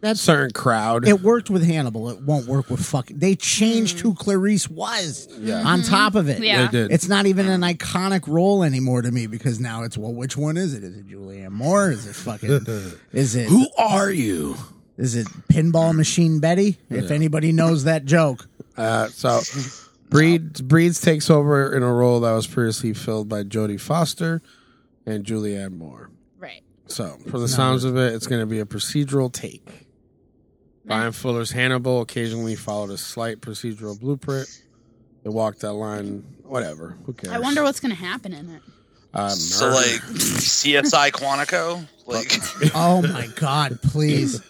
S3: that certain crowd.
S2: it worked with Hannibal. It won't work with fucking they changed who Clarice was on top of it.
S1: Yeah.
S3: They did.
S2: It's not even an iconic role anymore to me because now it's well, which one is it? Is it Julianne Moore? Is
S3: [laughs]
S2: it fucking? is it
S3: Who are you?
S2: is it Pinball Machine Betty? If anybody knows
S3: [laughs]
S2: that joke,
S3: Uh, so Breed Breeds takes over in a role that was previously filled by Jodie Foster and Julianne Moore.
S1: right.
S3: So, from the sounds of it, it's going to be a procedural take. Brian Fuller's Hannibal occasionally followed a slight procedural blueprint. They walked that line, whatever. Who cares?
S1: I wonder what's gonna happen in it.
S3: Uh,
S4: So
S3: murder.
S4: like CSI Quantico, like
S2: oh my god, please!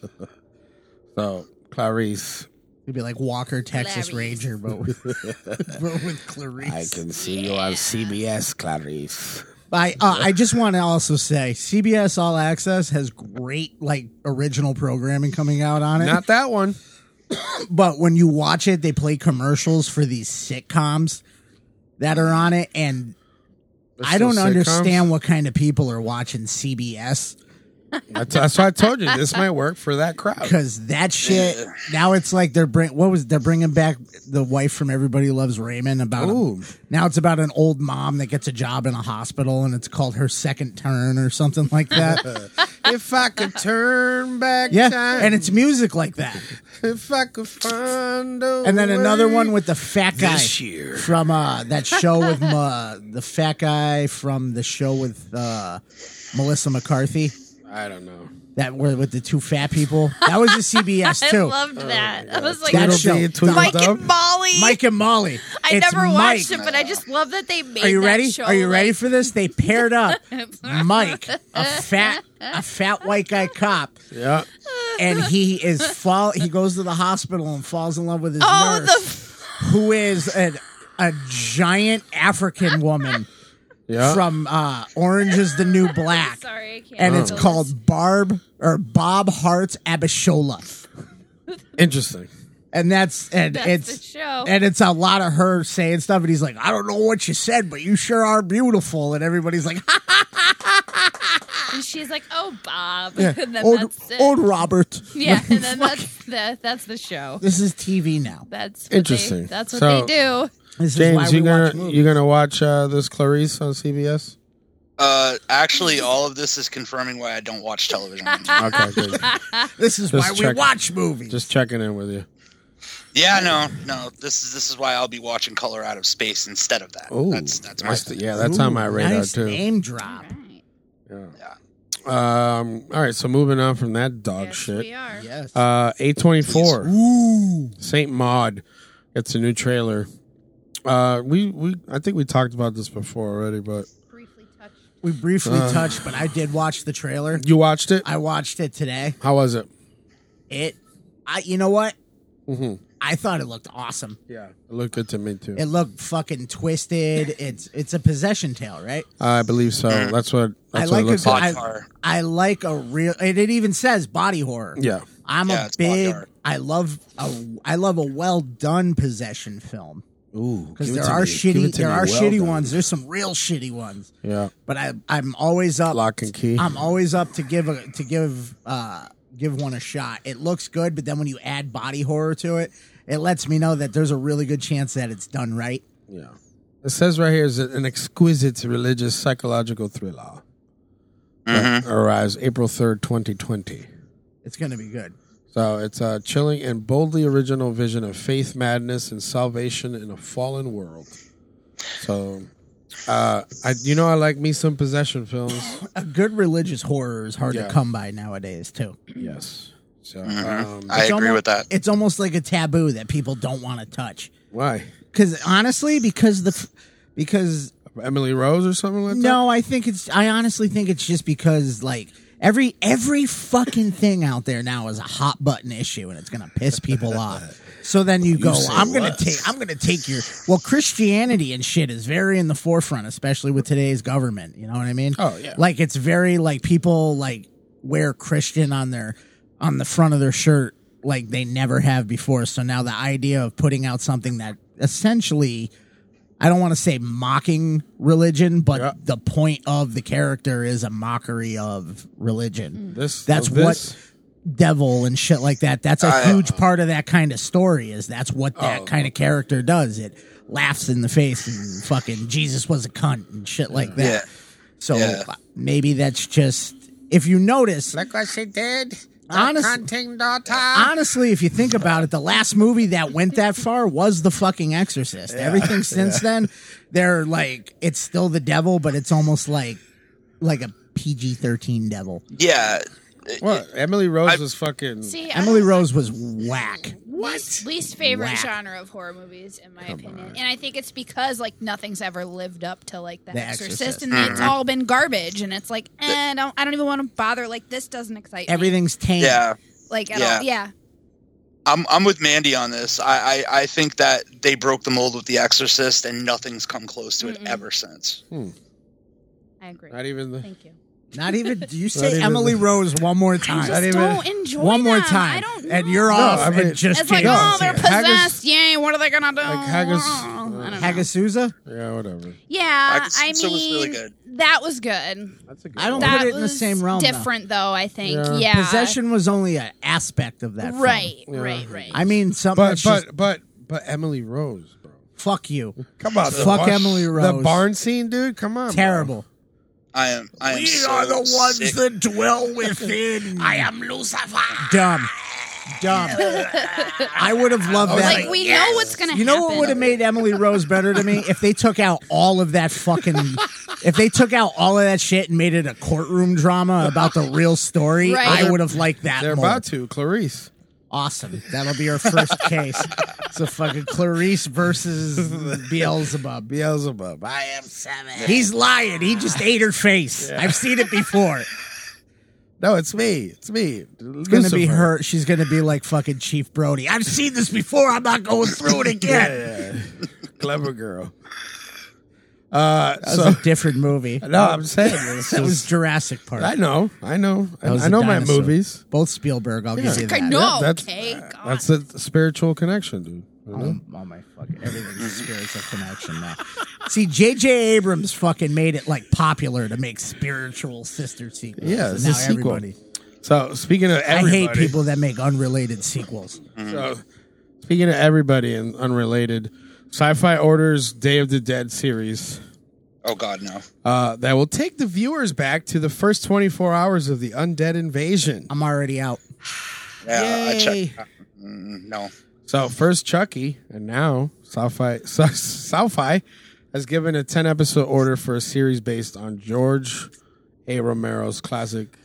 S3: so Clarice,
S2: It'd be like Walker Texas
S1: Clarice.
S2: Ranger, but with, [laughs] but with Clarice. I,
S3: see you on CBS, Clarice.
S2: uh, I just want to also say CBS All Access has great like original programming coming out on it.
S3: Not that one.
S2: but when you watch it, they play commercials for these sitcoms that are on it, and
S3: There's
S2: I don't
S3: still sitcoms.
S2: understand what kind of people are watching CBS
S3: That's, that's why I told you this might work for that crowd.
S2: [laughs] because that shit. Now it's like they're bring what was they're bringing back the wife from Everybody Loves Raymond about. a-
S3: Ooh.
S2: now it's about an old mom that gets a job in a hospital, and it's called her second turn or something like
S3: [laughs]
S2: that.
S3: if I could turn back
S2: yeah,
S3: time,
S2: and it's music like that.
S3: if I could find a
S2: And then another
S3: way.
S2: one with the fat guy
S3: This year.
S2: from uh, that show with uh, the fat guy from the show with uh, Melissa McCarthy.
S3: I don't know.
S2: That were with the two fat people. That was
S1: [laughs]
S2: a CBS
S1: I
S2: too.
S1: loved that. I was like,
S2: That
S3: Tweedledee
S2: show.
S3: and Tweedledum.
S1: Mike and Molly.
S2: Mike and Molly.
S1: I
S2: It's
S1: never watched
S2: Mike.
S1: it, but I just love that they made.
S2: Are you
S1: that
S2: ready?
S1: Show,
S2: Are you
S1: like-
S2: ready for this? They
S1: [laughs]
S2: paired up Mike, a fat, a fat white guy cop,
S3: Yeah.
S2: and he is fall. He goes to the hospital and falls in love with his
S1: Oh,
S2: nurse,
S1: the
S2: who is an, a giant African woman.
S3: Yeah.
S2: from uh, Orange is the New Black.
S1: Sorry, I can't.
S2: And it's
S3: Oh.
S1: handle this.
S2: called Barb or Bob Hart's Abishola.
S3: Interesting.
S2: And that's and
S1: That's
S2: it's
S1: the show.
S2: and it's a lot of her saying stuff and he's like, I don't know what you said, but you sure are beautiful. And everybody's like, ha,
S1: And she's like, "Oh, Bob." [laughs] and then
S2: old,
S1: that's it.
S2: old Robert.
S1: yeah,
S2: [laughs]
S1: and then that's the, that's the show.
S2: This is TV now.
S1: That's what
S3: Interesting.
S1: They, that's what
S3: So-
S1: they do.
S2: This is why
S3: James,
S2: we
S3: you
S2: watch
S3: gonna
S2: movies.
S3: you gonna watch uh, this Clarice on CBS?
S4: uh, actually, all of this is confirming why I don't watch
S2: [laughs]
S4: television. anymore.
S3: Okay, good.
S2: this is
S3: Just
S2: why we
S3: check-
S2: watch movies.
S3: Just checking in with you.
S4: yeah, no, no. This is this is why I'll be watching Color Out of Space instead of that.
S3: Oh,
S4: that's that's my thing.
S3: yeah, that's on my
S2: Ooh,
S3: radar
S2: nice
S3: too.
S2: Name drop.
S3: Um, all right, so moving on from that dog
S1: Yes, we
S3: shit.
S1: are.
S2: Yes.
S3: Uh, eight twenty four,
S2: Ooh.
S3: Saint Maud. It's a new trailer. Uh, we we I think we talked about this before already, but
S1: Briefly touched.
S2: We briefly
S3: uh.
S2: touched, but I did watch the trailer.
S3: you watched it.
S2: I watched it today.
S3: How was it?
S2: It, I, you know what?
S3: Mm-hmm.
S2: I thought it looked awesome.
S3: Yeah, it looked good to me too.
S2: It looked fucking twisted. It's it's a possession tale, right?
S3: I believe so. That's what that's what
S2: I like
S3: it looks
S2: a-
S3: like.
S2: I-
S4: Body horror.
S2: I like a real, and it even says body horror.
S3: Yeah,
S2: I'm
S4: Yeah,
S2: a
S4: it's body
S2: big.
S4: horror.
S2: I love a I love a well done possession film
S3: ooh,
S2: because there are shitty there are shitty ones. There's some real shitty ones,
S3: Yeah,
S2: but I I'm always up.
S3: lock and key.
S2: I'm always up to give a to give uh give one a shot. It looks good, but then when you add body horror to it, it lets me know that there's a really good chance that it's done right.
S3: Yeah. It says right here is an exquisite religious psychological thriller. That arrives April 3rd, 2020.
S2: It's gonna be good.
S3: So it's a chilling and boldly original vision of faith, madness, and salvation in a fallen world. So, uh, I, you know, I like me some possession films.
S2: A good religious horror is hard
S3: Yeah.
S2: to come by nowadays too.
S3: yes. So, um,
S4: I agree
S2: almo-
S4: with that.
S2: It's almost like a taboo that people don't want to touch.
S3: why?
S2: Because honestly, because the f- because
S3: Emily Rose or something like that?
S2: No, I think it's. I honestly think it's just because like every every fucking thing out there now is a hot button issue, and it's gonna piss people
S3: [laughs]
S2: off. So then you go,
S3: say
S2: I'm gonna
S3: what?
S2: take, I'm gonna take your. Well, Christianity and shit is very in the forefront, especially with today's government. You know what I mean?
S3: Oh, yeah.
S2: Like it's very like people like wear Christian on their on the front of their shirt like they never have before. So now the idea of putting out something that essentially I don't want to say mocking religion, but
S3: Yeah.
S2: the point of the character is a mockery of religion.
S3: This
S2: That's
S3: this-
S2: what devil and shit like that. That's a
S4: I- uh, Oh.
S2: huge part of that kind of story is that's what that kind of character does. It laughs in the face and fucking Jesus was a cunt and shit like that.
S4: Yeah.
S2: So uh,
S4: Yeah.
S2: maybe that's just if you notice
S3: Look what she did.
S2: Honest- uh,
S3: Hunting daughter.
S2: honestly, if you think about it, the last movie that went that far was The Fucking Exorcist.
S4: [laughs]
S2: Everything since then, they're like, it's still the devil, but it's almost like like a PG thirteen devil.
S4: Yeah.
S3: What? Emily Rose was fucking.
S1: See,
S2: Emily Rose was whack.
S1: Least, least favorite
S2: Whack.
S1: genre of horror movies, in my opinion, and I think it's because like nothing's ever lived up to like The,
S2: The
S1: Exorcist, Mm-hmm.
S2: Exorcist.
S1: and it's all been garbage. And it's like, eh, I don't, I don't even want to bother. Like this doesn't excite me.
S2: Everything's tainted.
S4: Yeah.
S1: Like at
S4: Yeah.
S1: all. Yeah.
S4: I'm I'm with Mandy on this. I, I, I think that they broke the mold with The Exorcist, and nothing's come close to it
S1: Mm-mm.
S4: ever since.
S1: I agree.
S3: Not even the.
S1: Thank you.
S2: Not even.
S1: [laughs]
S2: Do you
S3: Not
S2: say
S3: even
S2: Emily
S3: the-
S2: Rose one more
S1: I
S2: time?
S1: just
S3: even-
S1: don't enjoy
S2: one more
S1: them.
S2: time,
S1: I don't
S2: and
S1: know.
S2: you're off.
S3: I mean-
S2: and just
S1: It's like,
S2: came
S1: oh,
S2: off.
S1: they're
S3: Haggis-
S1: possessed. Yay, what are they gonna do? Oh,
S3: Like Haggis-
S1: I don't know.
S2: Hagasusa?
S3: Yeah, whatever.
S1: Yeah,
S4: Haggis
S1: I mean,
S4: Sousa was really good.
S1: that was good.
S3: That's a good.
S2: I
S3: one.
S2: don't
S1: that
S2: put it in the
S1: was
S2: same realm, though.
S1: Different though, I think.
S3: Yeah.
S1: Yeah,
S2: Possession was only an aspect of that. film.
S1: Right,
S3: Yeah.
S1: right, right.
S2: I mean, something.
S3: But
S2: that's just-
S3: but but but Emily Rose, bro.
S2: fuck you.
S3: Come on,
S2: Fuck Emily Rose.
S3: The barn scene, dude. Come on, bro.
S2: Terrible.
S4: I am I am so sick.
S2: that dwell within. [laughs] I am Lucifer. Dumb.
S1: [laughs]
S2: Dumb. I would have loved that.
S1: like we know what's gonna.
S2: you know what would have
S1: happen.
S2: made Emily Rose better to me?
S1: [laughs]
S2: If they took out all of that fucking. if they took out all of that shit and made it a courtroom drama about the real story,
S1: Right.
S2: I would have liked that
S3: They're
S2: more.
S3: about to Clarice.
S2: Awesome. That'll be our first case. It's a fucking Clarice versus Beelzebub.
S3: Beelzebub. I am seven.
S2: He's lying. He just ate her face. I've seen it before.
S3: No, it's me. It's me. It's
S2: It's gonna be her. She's gonna be like fucking Chief Brody. I've seen this before. I'm not going through it
S3: Yeah,
S2: again.
S3: yeah, yeah. clever girl. Uh,
S2: That was
S3: so
S2: a different movie.
S3: no, I'm saying [laughs] it's
S2: That was
S3: just-
S2: Jurassic Park.
S3: I know, I know, I,
S2: That was
S3: I
S2: a
S3: know my
S2: dinosaur.
S3: movies.
S2: Both Spielberg. I'll give you
S1: Okay,
S2: that.
S1: no,
S3: Yeah, that's-
S1: okay, God.
S3: That's a spiritual connection, dude. You know?
S2: Oh, oh my fucking everything's a spiritual connection now. [laughs] See, J.J. Abrams fucking made it like popular to make spiritual sister sequels.
S3: Yeah,
S2: And
S3: it's a
S2: now
S3: sequel.
S2: everybody.
S3: So speaking of everybody,
S2: I hate people that make unrelated sequels.
S3: So, speaking of everybody and unrelated, Sci-Fi orders Day of the Dead series
S4: Oh God, no.
S3: uh, that will take the viewers back to the first 24 hours of the undead invasion.
S2: I'm already out.
S4: Yeah, I
S2: Yay.
S4: checked. Mm, No.
S3: So first Chucky, and now Sci-Fi Sci- Sci-Fi has given a 10 episode order for a series based on George A. Romero's classic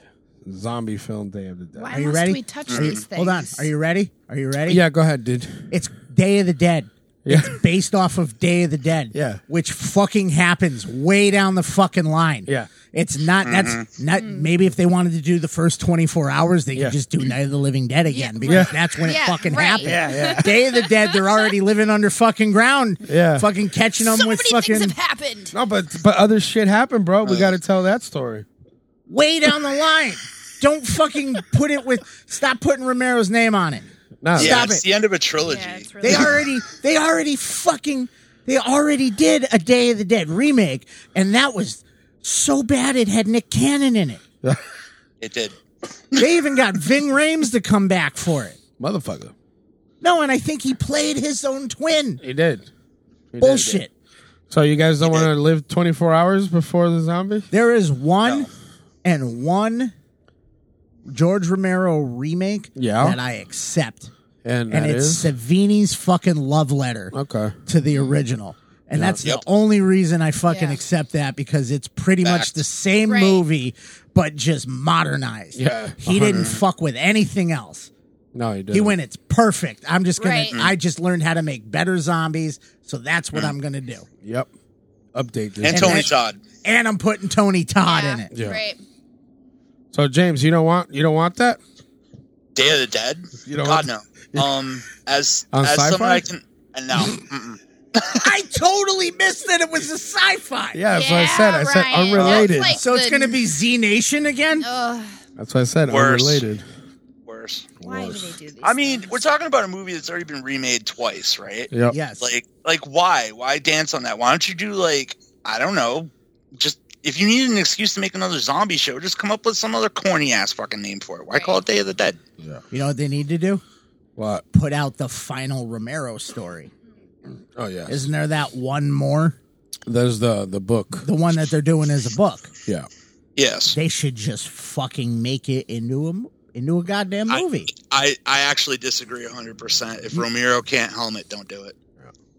S3: zombie film Day of the Dead.
S1: Why
S2: Are you
S1: must
S2: ready?
S1: we touch
S2: Are you-
S1: these things?
S2: Hold on. Are you ready? Are you ready?
S3: Yeah, go ahead, dude.
S2: It's Day of the Dead. [laughs]
S3: Yeah.
S2: It's based off of Day of the Dead.
S3: Yeah.
S2: Which fucking happens way down the fucking line.
S3: Yeah.
S2: It's not
S1: Mm-hmm.
S2: that's not maybe if they wanted to do the first twenty four hours, they
S3: Yeah.
S2: could just do Night of the Living Dead again because
S3: Yeah.
S2: that's when
S1: Yeah,
S2: it fucking
S1: right.
S2: happened.
S1: Yeah,
S2: Day of the Dead, they're already living under fucking ground.
S3: Yeah.
S2: Fucking catching them
S1: so many
S2: with fucking
S1: things have happened.
S3: No, but but other shit happened, bro.
S2: Uh,
S3: We got to tell that story.
S2: way down the line. Don't fucking put it with stop putting Romero's name on it.
S3: No,
S4: Yeah,
S2: Stop
S4: it's
S2: it.
S4: the end of a trilogy.
S1: Yeah, it's really
S2: They already they already fucking they already did a Day of the Dead remake, and that was so bad it had Nick Cannon in it.
S4: It did.
S2: They even got Ving Rhames to come back for it.
S3: motherfucker.
S2: No, and I think he played his own twin.
S3: He did.
S2: Bullshit.
S3: So you guys don't want to live 24 hours before the zombie?
S2: There is one and one George Romero remake
S3: Yeah.
S2: that I accept.
S3: And,
S2: And
S3: that
S2: it's
S3: is- Oh,
S2: Savini's fucking love letter.
S3: okay.
S2: to the original. And that's
S4: Yep.
S2: the only reason I fucking
S1: Yeah.
S2: accept that because it's pretty much
S4: Fact.
S2: the same
S1: Right.
S2: movie, but just modernized.
S3: Yeah,
S2: He didn't fuck with anything else.
S3: No, he did.
S2: He went, it's perfect. I'm just gonna,
S1: Right.
S3: Mm.
S2: I just learned how to make better zombies. So that's what I'm gonna do.
S3: Yep. update this.
S4: and Tony
S2: that-
S4: Todd.
S2: and I'm putting Tony Todd in it. [laughs]
S3: Yeah.
S1: Right.
S3: so James, you don't want you don't want that?
S4: Day of the Dead.
S3: You don't
S4: God
S3: want-
S4: no. Um, as
S3: On
S4: as something
S3: sci-fi?
S4: I can. uh, No. Mm-mm.
S2: I totally missed that it was a sci-fi.
S3: Yeah, that's what I said. I said
S1: Ryan, that's
S3: unrelated.
S1: like
S2: So it's
S1: the-
S2: going to be Z Nation again?
S1: Ugh,
S3: That's what I said.
S4: Worse.
S3: Unrelated.
S4: Worse.
S1: why do they do these?
S4: I mean,
S1: things?
S4: we're talking about a movie that's already been remade twice, right?
S3: Yep.
S2: Yes.
S4: Like, like why? Why dance on that? Why don't you do like I don't know? Just if you need an excuse to make another zombie show, just come up with some other corny ass fucking name for it. Why call it Day of the Dead?
S3: Yeah.
S2: you know what they need to do?
S3: What?
S2: Put out the final Romero story.
S3: Oh yeah.
S2: Isn't there that one more?
S3: There's the the book.
S2: The one that they're doing as a book.
S3: Yeah.
S4: Yes,
S2: They should just fucking make it into a mo- into a goddamn
S4: I-
S2: movie.
S4: I I actually disagree 100. percent If Romero can't helm it, don't do it.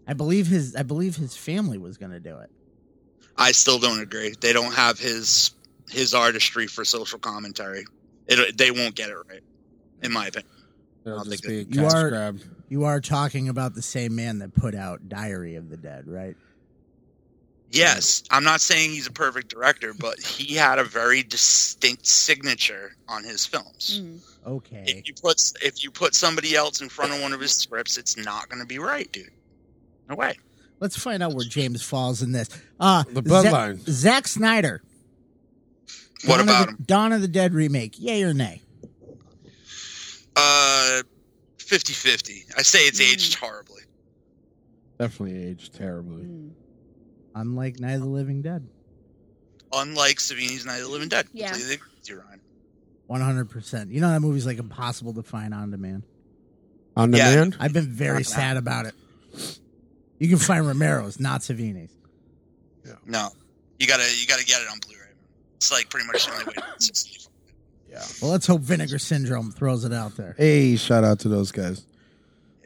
S2: I, believe his I believe his family was going to do it.
S4: I still don't agree. They don't have his his artistry for social commentary. It, they won't get it right, in my opinion.
S3: It'll
S4: I'll
S3: just
S4: take
S3: be a
S2: You
S3: cash
S2: are-
S3: grab.
S2: You are talking about the same man that put out Diary of the Dead, right?
S4: Yes, I'm not saying he's a perfect director, but he had a very distinct signature on his films.
S1: Mm.
S2: Okay.
S4: If you put if you put somebody else in front of one of his scripts, it's not going to be right, dude. No way.
S2: Let's find out where James falls in this. Uh,
S3: The
S2: Zack-
S3: bloodline.
S2: Zack Snyder.
S4: What
S2: Dawn
S4: about
S2: of
S4: him?
S2: the, Dawn of the Dead remake? Yay or nay?
S4: Uh, 50-50. I say it's
S1: Mm.
S4: aged horribly.
S3: Definitely aged terribly.
S2: Unlike Night of the Living Dead,
S4: Unlike Savini's Night of the Living Dead.
S1: Yeah.
S4: Completely agree with you, Ryan.
S2: one hundred percent. You know that movie's like impossible to find on demand.
S3: On
S4: Yeah.
S3: demand.
S2: I've been very sad about it. You can find Romero's, not Savini's.
S4: No, you gotta you gotta get it on Blu-ray. It's like pretty much the only way. To
S2: Well, let's hope Vinegar Syndrome throws it out there.
S3: Hey, shout out to those guys.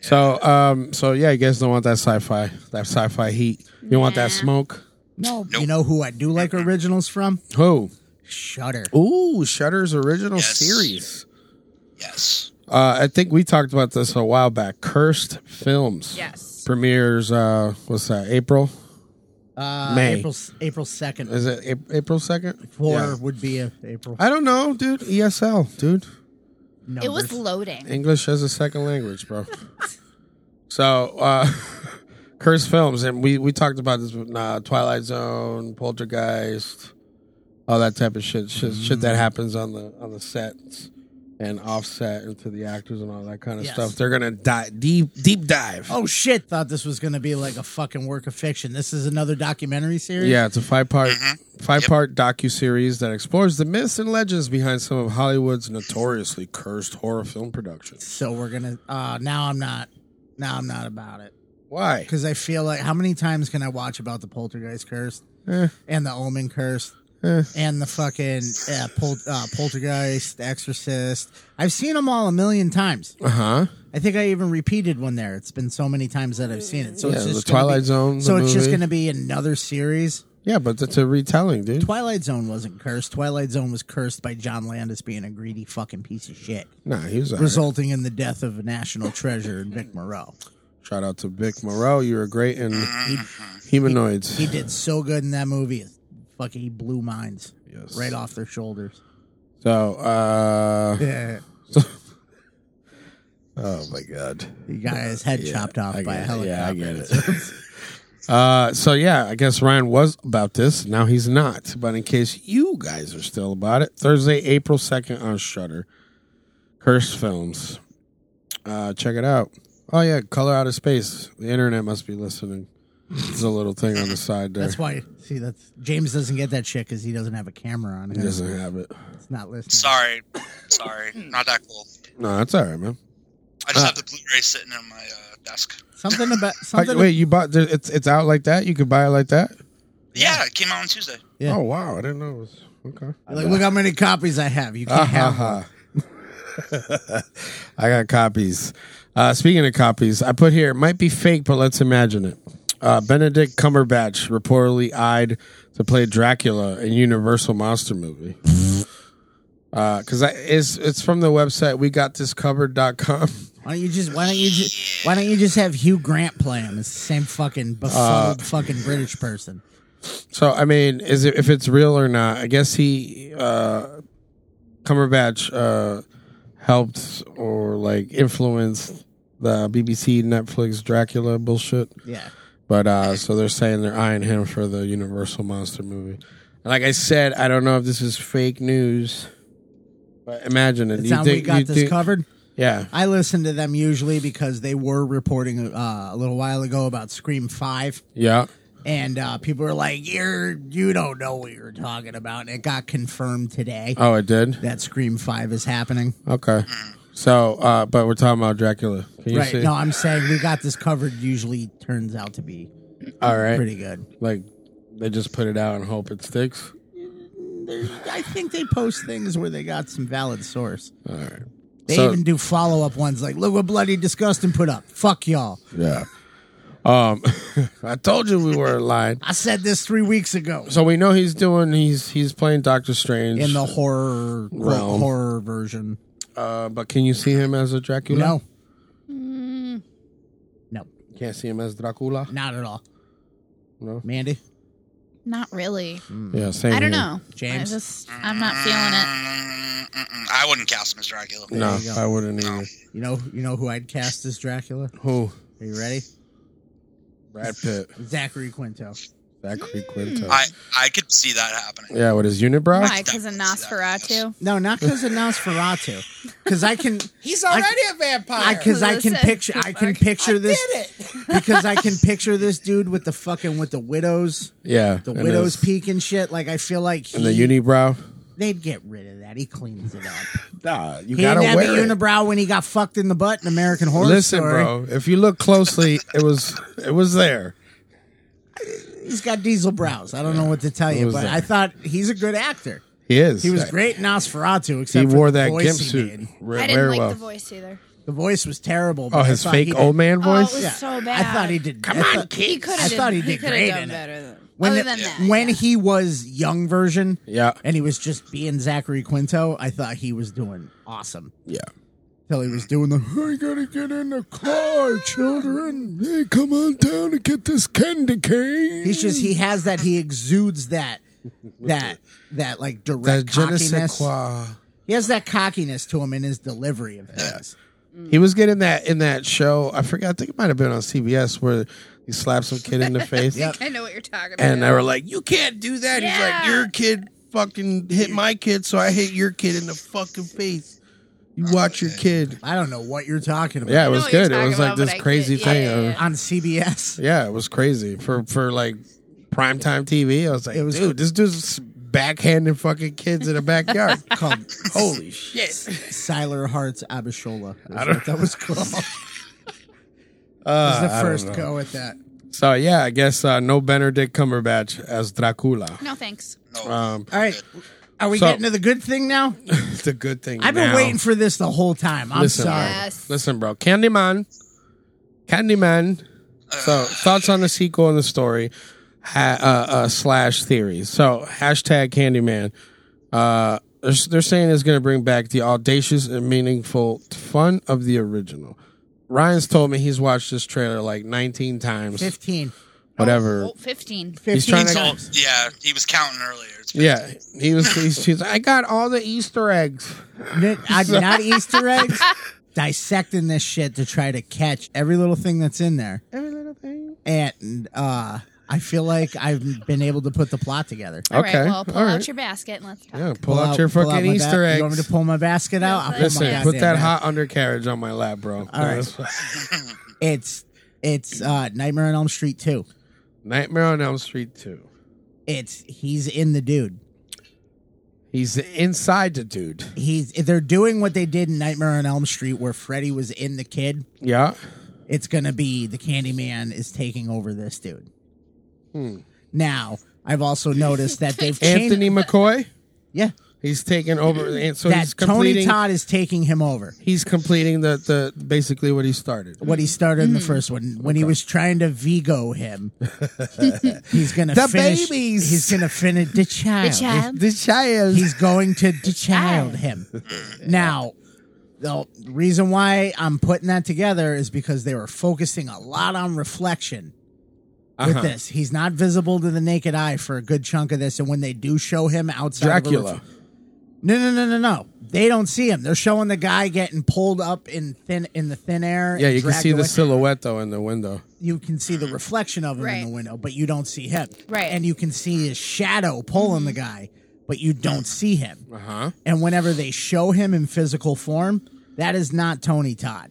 S3: So, um, so yeah, you guys don't want that sci-fi, that sci-fi heat. You don't want that
S1: Nah.
S3: smoke.
S2: No,
S4: Nope.
S2: you know who I do like originals from?
S3: Who?
S2: Shudder.
S3: Ooh, Shutter's original
S4: Yes.
S3: series.
S4: yes.
S3: Uh, I think we talked about this a while back. Cursed Films.
S1: Yes.
S3: Premieres. Uh, what's that? April?
S2: Uh,
S3: May.
S2: April April second.
S3: Is it Ap- April second?
S2: Four would be a April.
S3: I don't know, dude. ESL, dude.
S1: It was
S2: numbers.
S1: loading.
S3: English as a second language, bro. so, uh, [laughs] Curse Films, and we, we talked about this with uh, Twilight Zone, Poltergeist, all that type of shit, shit, shit that happens on the on the sets and offset and to the actors and all that kind of
S2: Yes.
S3: stuff. They're gonna di- deep deep dive.
S2: Oh shit! Thought this was gonna be like a fucking work of fiction. This is another documentary series.
S3: Yeah, it's a five part five part docu series that explores the myths and legends behind some of Hollywood's notoriously cursed horror film productions.
S2: So we're gonna. Uh, now I'm not. Now I'm not about it
S3: Why?
S2: because I feel like how many times can I watch about the Poltergeist curse
S3: Eh.
S2: and the Omen curse
S3: Eh.
S2: and the fucking uh, Pol- uh, Poltergeist, Exorcist? I've seen them all a million times.
S3: Uh huh.
S2: I think I even repeated one there. It's been so many times that I've seen it. So it's
S3: Yeah,
S2: just
S3: the
S2: gonna
S3: Twilight
S2: be-
S3: Zone, the
S2: So it's just
S3: movie.
S2: gonna be another series.
S3: Yeah, but that's a retelling, dude.
S2: Twilight Zone wasn't cursed. Twilight Zone was cursed by John Landis being a greedy fucking piece of shit,
S3: Nah, he was all right.
S2: resulting in the death of a national treasure and Vic Moreau.
S3: Shout out to Vic Moreau. You were great in
S2: He,
S3: Humanoids.
S2: he did so good in that movie. It fucking he blew minds
S3: Yes.
S2: right off their shoulders.
S3: So, uh,
S2: Yeah.
S3: oh my god,
S2: He got his head chopped off
S3: I
S2: by a
S3: get it.
S2: helicopter.
S3: Yeah, I get
S2: [laughs]
S3: it. uh, so yeah, I guess Ryan was about this. Now he's not. But in case you guys are still about it, Thursday, April second on Shutter, Curse Films. Uh, check it out. Oh yeah, Color Out of Space. The internet must be listening. There's a little thing on the side there.
S2: That's why. See, that's James doesn't get that shit because he doesn't have a camera on
S3: he
S2: him.
S3: doesn't have it.
S2: It's not listening.
S4: Sorry, sorry,
S1: Hmm.
S4: not that cool.
S3: No, that's all right, man.
S4: I just
S3: Uh.
S4: have the Blu-ray sitting on my uh, desk.
S2: Something about
S3: Like, [laughs]
S2: something.
S3: wait, you bought there- it's it's out like that? You could buy it like that?
S4: Yeah, it came out on Tuesday.
S2: Yeah.
S3: Oh wow, I didn't know it was okay.
S2: like, look how many copies I have. You can't have.
S3: Ah, ha,
S2: one.
S3: ha. [laughs] I got copies. Uh, speaking of copies, I put here it might be fake, but let's imagine it. Uh, Benedict Cumberbatch reportedly eyed to play Dracula in Universal Monster
S2: [laughs]
S3: movie. Because I it's it's from the website we got this covered.com.
S2: Why don't you just why don't you
S3: Uh,
S2: just why don't you just have Hugh Grant play him? It's the same fucking befuddled fucking British person.
S3: So I mean, is it if it's real or not? I guess he uh, Cumberbatch uh, helped or like influenced the BBC Netflix Dracula bullshit.
S2: Yeah.
S3: But uh, so they're saying they're eyeing him for the Universal monster movie. And like I said, I don't know if this is fake news, but imagine it.
S2: It
S3: You
S2: sounds
S3: think-
S2: we got
S3: you
S2: this
S3: think-
S2: covered.
S3: Yeah,
S2: I listen to them usually because they were reporting uh, a little while ago about Scream Five,
S3: yeah.
S2: and uh, people were like, "You're you don't know what you're talking about." And it got confirmed today
S3: Oh, it did.
S2: that Scream Five is happening.
S3: Okay. So, uh, but we're talking about Dracula. Can you
S2: Right?
S3: see?
S2: No, I'm saying we got this covered. Usually turns out to be
S3: All right.
S2: pretty good.
S3: Like they just put it out and hope it sticks.
S2: I think they post things where they got some valid source.
S3: All right.
S2: They
S3: So-
S2: even do follow up ones like, "Look what bloody disgusting put up." Fuck y'all.
S3: Yeah. Um, [laughs] I told you we were lying.
S2: I said this three weeks ago
S3: So we know he's doing. He's he's playing Doctor Strange.
S2: in the horror quote,
S3: Realm.
S2: horror version.
S3: uh, but can you see him as a Dracula?
S2: No,
S1: Mm,
S2: no,
S3: Can't see him as Dracula.
S2: not at all.
S3: No.
S2: Mandy,
S1: Not really.
S3: Yeah. Same.
S1: I don't
S3: here.
S1: know.
S2: James?
S1: I just, I'm not feeling it.
S4: Mm, mm-mm. I wouldn't cast him as Dracula.
S3: No,
S2: you go.
S3: I wouldn't either.
S2: you know, you know who I'd cast as Dracula.
S3: Who?
S2: Are you ready?
S3: Brad Pitt.
S2: Zachary Quinto.
S3: Zachary
S1: Hmm.
S3: Quinto.
S4: I, I could see that happening.
S3: yeah, with his unibrow.
S1: Why? Because of Nosferatu.
S2: No, not because of Nosferatu. Because I can.
S7: [laughs] He's
S2: I-
S7: already a vampire.
S2: Because I, can
S1: Listen,
S2: picture. I can
S1: Mark.
S2: picture this.
S7: did it.
S2: Because I can picture this dude with the fucking with the widows,
S3: Yeah.
S2: the
S3: and
S2: widows
S3: his-
S2: peak and shit. Like I feel like he,
S3: And the unibrow.
S2: they'd get rid of that. He cleans it up.
S3: Nah, [laughs] you
S2: He
S3: gotta
S2: didn't have
S3: wear
S2: a
S3: it.
S2: unibrow when he got fucked in the butt in American Horror
S3: Listen,
S2: Story.
S3: bro. If you look closely, it was it was there.
S2: He's got diesel brows. I don't know what to tell you,
S3: was
S2: but
S3: that?
S2: I thought he's a good actor.
S3: He is.
S2: He was
S3: Like,
S2: great in Nosferatu,
S3: He
S2: except for
S3: wore
S2: the
S3: that
S2: voice
S3: gimp
S2: he
S3: suit
S2: made.
S3: re- very
S1: I didn't like
S3: well.
S1: the voice either.
S2: The voice was terrible. but
S3: Oh,
S2: I
S3: his
S2: thought he
S3: fake
S2: did-
S3: old man
S1: Oh, it
S3: voice.
S1: was so bad.
S2: I thought he did. Come on,
S1: He could
S2: I
S1: have.
S2: thought he did
S1: could
S2: great
S1: have done
S2: in it.
S1: better. Than,
S2: When
S1: other
S2: the-
S1: than that,
S2: when
S1: yeah.
S2: he was young version,
S3: Yeah,
S2: and he was just being Zachary Quinto, I thought he was doing awesome.
S3: yeah.
S2: Till he was doing the.
S5: I gotta get in the car, children. Hey, come on down and get this candy cane.
S2: He's just he has that. He exudes that. That that like direct cockiness. He has that cockiness to him in his delivery of things.
S1: Mm.
S3: He was getting that in that show. I forgot. I think it might have been on CBS where he slapped some kid
S1: [laughs]
S3: in the face,
S1: I know what you're talking about.
S3: and they were like, "You can't do that." He's like,
S1: Yeah.
S3: "Your kid fucking hit my kid, so I hit your kid in the fucking face." You watch your kid.
S2: I don't know what you're talking about.
S3: Yeah, it
S1: know
S3: was
S1: what you're
S3: good. It
S1: talking
S3: was like
S1: about, but
S3: this
S1: I
S3: crazy
S1: get-
S3: thing.
S1: yeah,
S3: of-
S1: yeah,
S3: Yeah,
S1: yeah.
S2: on
S3: [laughs]
S2: CBS.
S3: it was crazy for for like primetime TV. I was like,
S2: It was-
S3: dude, this dude's backhanding fucking kids in the
S2: [laughs]
S3: backyard.
S2: called
S3: Um,
S2: [laughs]
S3: Holy shit!
S2: Siler Hearts Abishola. I
S3: I don't-
S2: what that
S3: [laughs]
S2: was called. it was
S3: Uh,
S2: the
S3: I don't
S2: first
S3: know.
S2: go at that.
S3: So yeah, I guess uh, no Benedict Cumberbatch as Dracula.
S1: no thanks.
S4: No.
S2: [laughs]
S3: Um,
S2: All right. Are we
S3: So-
S2: getting to the good thing now?
S3: it's a good thing.
S2: I've been
S3: now.
S2: waiting for this the whole time. I'm
S3: Listen,
S2: sorry.
S1: Yeah. Yes.
S3: Bro. Listen, bro. Candyman, Candyman. So thoughts on the sequel and the story, ha- uh, uh, slash theories. So hashtag Candyman. Uh, they're, they're saying it's going to bring back the audacious and meaningful fun of the original. Ryan's told me he's watched this trailer like 19 times.
S2: 15.
S3: Whatever.
S1: Oh, 15.
S2: 15
S3: He's trying to-
S4: It's all-
S2: times.
S4: yeah, he was counting earlier. It's
S3: Yeah, he was. He's, he's, I got all the Easter eggs.
S2: N- I did not
S3: [laughs]
S2: Easter eggs. Dissecting this shit to try to catch every little thing that's in there.
S3: Every little thing.
S2: And uh, I feel like I've been able to put the plot together.
S1: All right.
S3: Okay,
S1: Well, pull
S3: all
S1: out
S3: right.
S1: your basket and let's talk.
S3: Yeah, pull, out, your
S2: pull
S3: fucking
S2: my ba-
S3: Easter eggs.
S2: You want me to pull my basket out? I'll pull my
S3: Listen, put
S2: goddamn
S3: that
S2: basket.
S3: hot undercarriage on my lap, bro.
S2: All right. It's it's uh, Nightmare on Elm Street 2.
S3: Nightmare on Elm Street 2.
S2: It's he's in the dude.
S3: He's inside the dude.
S2: He's they're doing what they did in Nightmare on Elm Street where Freddy was in the kid.
S3: Yeah.
S2: It's gonna be the Candyman is taking over this dude.
S3: Hmm.
S2: Now I've also noticed that they've changed.
S3: [laughs] Anthony McCoy.
S2: yeah,
S3: He's taking over, and so
S2: that
S3: he's
S2: Tony
S3: completing.
S2: Todd is taking him over.
S3: he's completing the, the basically what he started.
S2: What he started in the first one when he was trying to Vigo him, he's gonna
S3: The
S2: finish.
S3: babies.
S2: He's gonna finish the child.
S1: The child.
S3: The child.
S2: He's going to the child him. Now, the reason why I'm putting that together is because they were focusing a lot on reflection
S3: Uh-huh.
S2: with this. He's not visible to the naked eye for a good chunk of this. And when they do show him outside, of a
S3: Dracula.
S2: ref- no, no, no, no, no. They don't see him. They're showing the guy getting pulled up in thin in the thin air.
S3: Yeah,
S2: and
S3: you can see the
S2: Dracula-
S3: silhouette though in the window.
S2: you can see the reflection of him in
S1: Mm-hmm. Right.
S2: the window, but you don't see him.
S1: Right. Mm-hmm.
S2: And you can see his shadow pulling the guy, but you don't see him.
S3: Uh huh.
S2: And whenever they show him in physical form, that is not Tony Todd.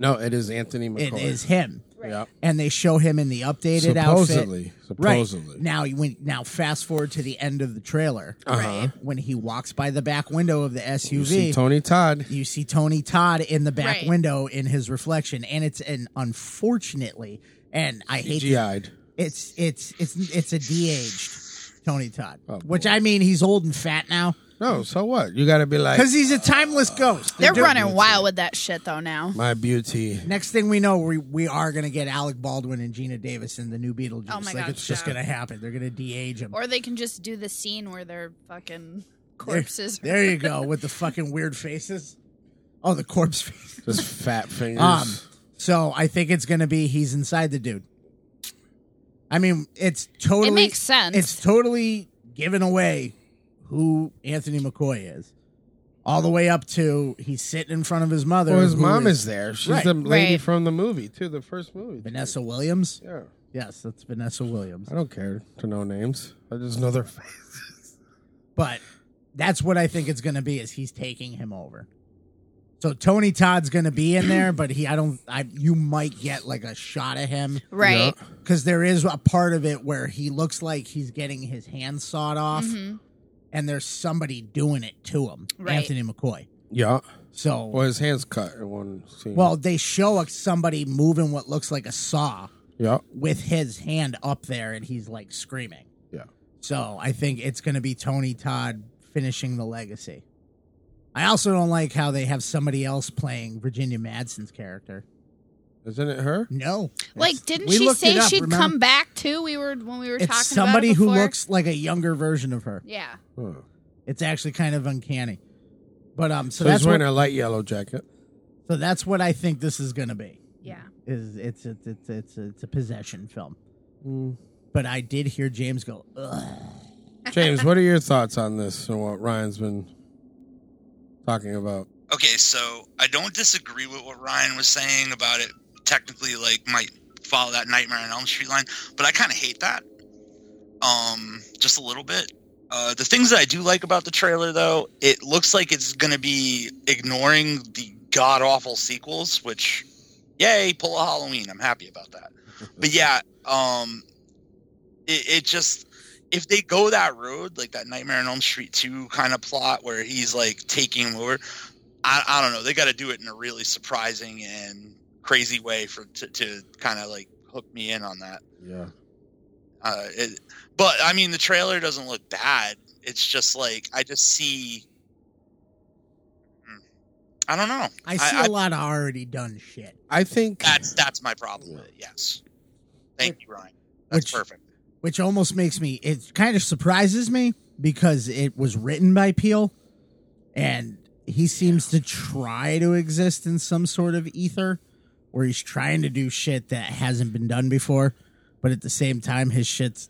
S3: No, it is Anthony
S2: It is
S3: McCoy.
S2: him.
S3: Yeah.
S2: And they show him in the updated outfit.
S3: Supposedly. Supposedly.
S2: Right. Now you went now fast forward to the end of the trailer.
S3: Uh-huh.
S2: When he walks by the back window of the SUV,
S3: You see Tony Todd.
S2: you see Tony Todd in the back
S1: Right.
S2: window in his reflection, and it's an unfortunately, and I hate to-
S3: CGI'd.
S2: it's it's it's it's a de-aged Tony Todd, which I mean he's old and fat now
S3: No, so what? You got to be like
S2: because he's a timeless ghost.
S1: They're
S2: do-
S1: running wild with that shit though now.
S3: my beauty.
S2: Next thing we know, we, we are going to get Alec Baldwin and Gina Davis in the new Beetlejuice.
S1: Oh my
S2: like
S1: God,
S2: it's just
S1: yeah.
S2: going to happen. They're going to de-age him.
S1: Or they can just do the scene where they're fucking corpses.
S2: [laughs] There you go with the fucking weird faces. Oh, the corpse [laughs] face.
S3: Just fat fingers.
S2: Um, so I think it's going to be he's inside the dude. I mean, it's totally
S1: makes sense.
S2: It's totally given away who Anthony McCoy is, all the way up to he's sitting in front of his mother.
S3: well, his
S2: who
S3: mom is there. She's the
S2: Right.
S3: lady
S1: Right.
S3: from the movie too, the first movie.
S2: Vanessa Williams.
S3: Yeah.
S2: Yes, that's Vanessa Williams.
S3: I don't care to know names. I just [laughs] know their face.
S2: But that's what I think it's going to be. Is he's taking him over. So Tony Todd's going to be in there, but he I don't I you might get like a shot of him.
S1: Right.
S2: because there is a part of it where he looks like he's getting his hand sawed off and there's somebody doing it to him
S1: Mm-hmm. Right.
S2: anthony mccoy
S3: Yeah.
S2: so
S3: Well, his hands cut in one scene.
S2: well they show a- somebody moving what looks like a saw
S3: yeah,
S2: with his hand up there and he's like screaming
S3: yeah.
S2: so i think it's going to be tony todd finishing the legacy i also don't like how they have somebody else playing virginia madsen's character
S3: Isn't it her?
S2: no
S1: Like,
S2: It's-
S1: didn't
S2: we
S1: she
S2: looked it
S1: say
S2: up,
S1: she'd
S2: remember?
S1: come back too? We were when we were talking
S2: it's
S1: about
S2: somebody
S1: it
S2: who
S1: before?
S2: looks like a younger version of her
S1: Yeah.
S3: Huh.
S2: It's actually kind of uncanny. But um, so
S3: So,
S2: that's
S3: he's
S2: what,
S3: wearing a light yellow jacket.
S2: so that's what I think this is going to be.
S1: Yeah.
S2: Is it's it's it's it's it's a possession film.
S3: Mm.
S2: But I did hear James go, Ugh.
S3: James, [laughs] what are your thoughts on this and what Ryan's been talking about?
S4: Okay, so I don't disagree with what Ryan was saying about it. Technically, like might follow that Nightmare on Elm Street line, but I kind of hate that. Um, just a little bit. Uh, the things that I do like about the trailer, though, it looks like it's going to be ignoring the god awful sequels, which, yay, pull a Halloween. I'm happy about that. But yeah, um, it, it just if they go that road, like that Nightmare on Elm Street two kind of plot where he's like taking him over, I, I don't know. They got to do it in a really surprising and crazy way for to, to kind of like hook me in on that.
S3: Yeah.
S4: Uh, it, but I mean, the trailer doesn't look bad. It's just like I just see. Hmm. I don't know.
S2: "I see
S4: I-
S2: a lot of already done shit."
S3: I think
S4: That's that's my problem. with it, Yes. Thank you, Ryan. That's
S2: Which-
S4: perfect.
S2: which almost makes me it kind of surprises me because it was written by Peel and he seems to try to exist in some sort of ether where he's trying to do shit that hasn't been done before but at the same time his shit's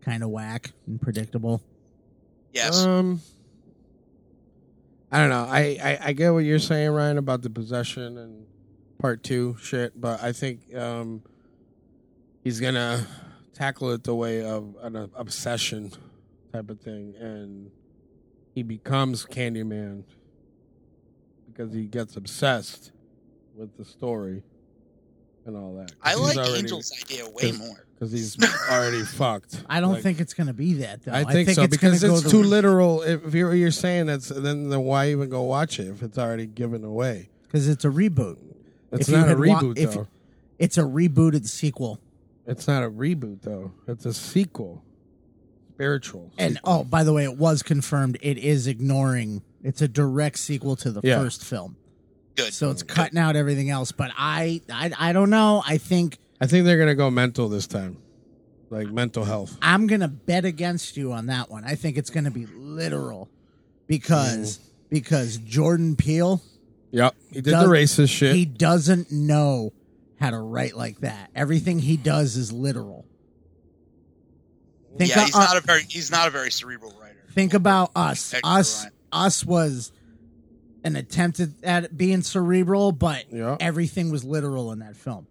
S2: kind of whack and predictable uh,
S4: Yes.
S3: Um, I don't know. I, I I get what you're saying, Ryan, about the possession and part two shit, but I think um, he's gonna tackle it the way of an obsession type of thing, and he becomes Candyman because he gets obsessed with the story and all that. 'Cause
S4: I
S3: he's
S4: like
S3: already- [laughs]
S4: Angel's idea way more.
S3: because
S4: [laughs]
S3: he's already fucked.
S2: i don't
S3: Like-
S2: think it's going to be that though
S3: I think, so
S2: it's
S3: because
S2: gonna
S3: it's
S2: go
S3: too
S2: the,
S3: literal. If you're, you're saying that's then then why even go watch it if it's already given away?
S2: because it's a reboot
S3: It's
S2: If you
S3: not a
S2: had wa-
S3: reboot
S2: if-
S3: though.
S2: it's a rebooted sequel
S3: It's not a reboot though. It's a sequel, spiritual.
S2: And
S3: sequel.
S2: oh, by the way, it was confirmed. It is ignoring. It's a direct sequel to the
S3: Yeah.
S2: first film,
S4: Good.
S2: so it's cutting out everything else. But I, I, I don't know. I think
S3: I think they're gonna go mental this time, like mental health.
S2: I'm gonna bet against you on that one. I think it's gonna be literal,
S4: Mm.
S2: because because Jordan Peele
S3: Yep, he did
S2: Does-
S3: the racist shit.
S2: he doesn't know how to write like that. Everything he does is literal. Think uh,
S4: yeah,
S2: of-
S4: he's not a very he's not a very cerebral writer.
S2: Think about us.
S4: Extra
S2: us
S4: line.
S2: us was an attempt at, at being cerebral, but
S3: Yeah.
S2: everything was literal in that film.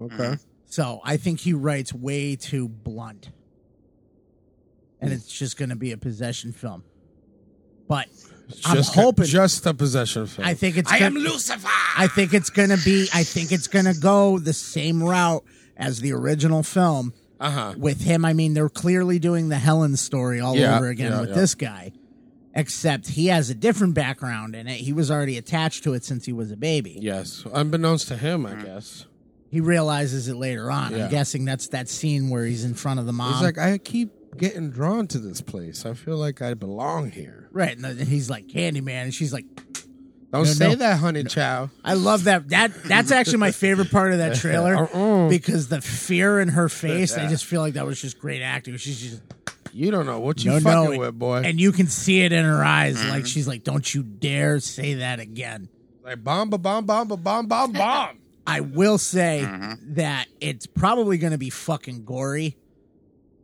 S3: Okay.
S2: So I think he writes way too blunt. And it's just going to be a possession film. But
S3: It's
S2: I'm
S3: just
S2: hoping-
S3: just a possession film.
S2: I think it's
S3: I am
S2: gonna-
S3: Lucifer.
S2: I think it's going to be I think it's going to go the same route as the original film.
S3: Uh huh.
S2: With him, I mean they're clearly doing the Helen story all
S3: Yeah,
S2: over again
S3: yeah,
S2: with
S3: yeah.
S2: this guy. Except he has a different background in it. He was already attached to it since he was a baby.
S3: Yes, unbeknownst to him, I guess.
S2: He realizes it later on.
S3: Yeah.
S2: I'm guessing that's that scene where he's in front of the mom.
S3: He's like, I keep getting drawn to this place. I feel like I belong here.
S2: right, and then he's like Candyman, and she's like,
S3: Don't
S2: No,
S3: say
S2: no.
S3: that, honey child.
S2: I love that. That that's actually my favorite part of that trailer
S3: [laughs] Uh-uh.
S2: because the fear in her face. I just feel like that was just great acting. She's just
S3: You don't know what you
S2: no, no,
S3: fucking with, boy.
S2: and you can see it in her eyes. Like
S3: Mm.
S2: she's like, "Don't you dare say that again."
S3: like bomb, ba bomb, bomb, ba bomb, bomb,
S4: [laughs]
S3: bomb.
S2: I will say
S3: Mm-hmm.
S2: that it's probably going to be fucking gory.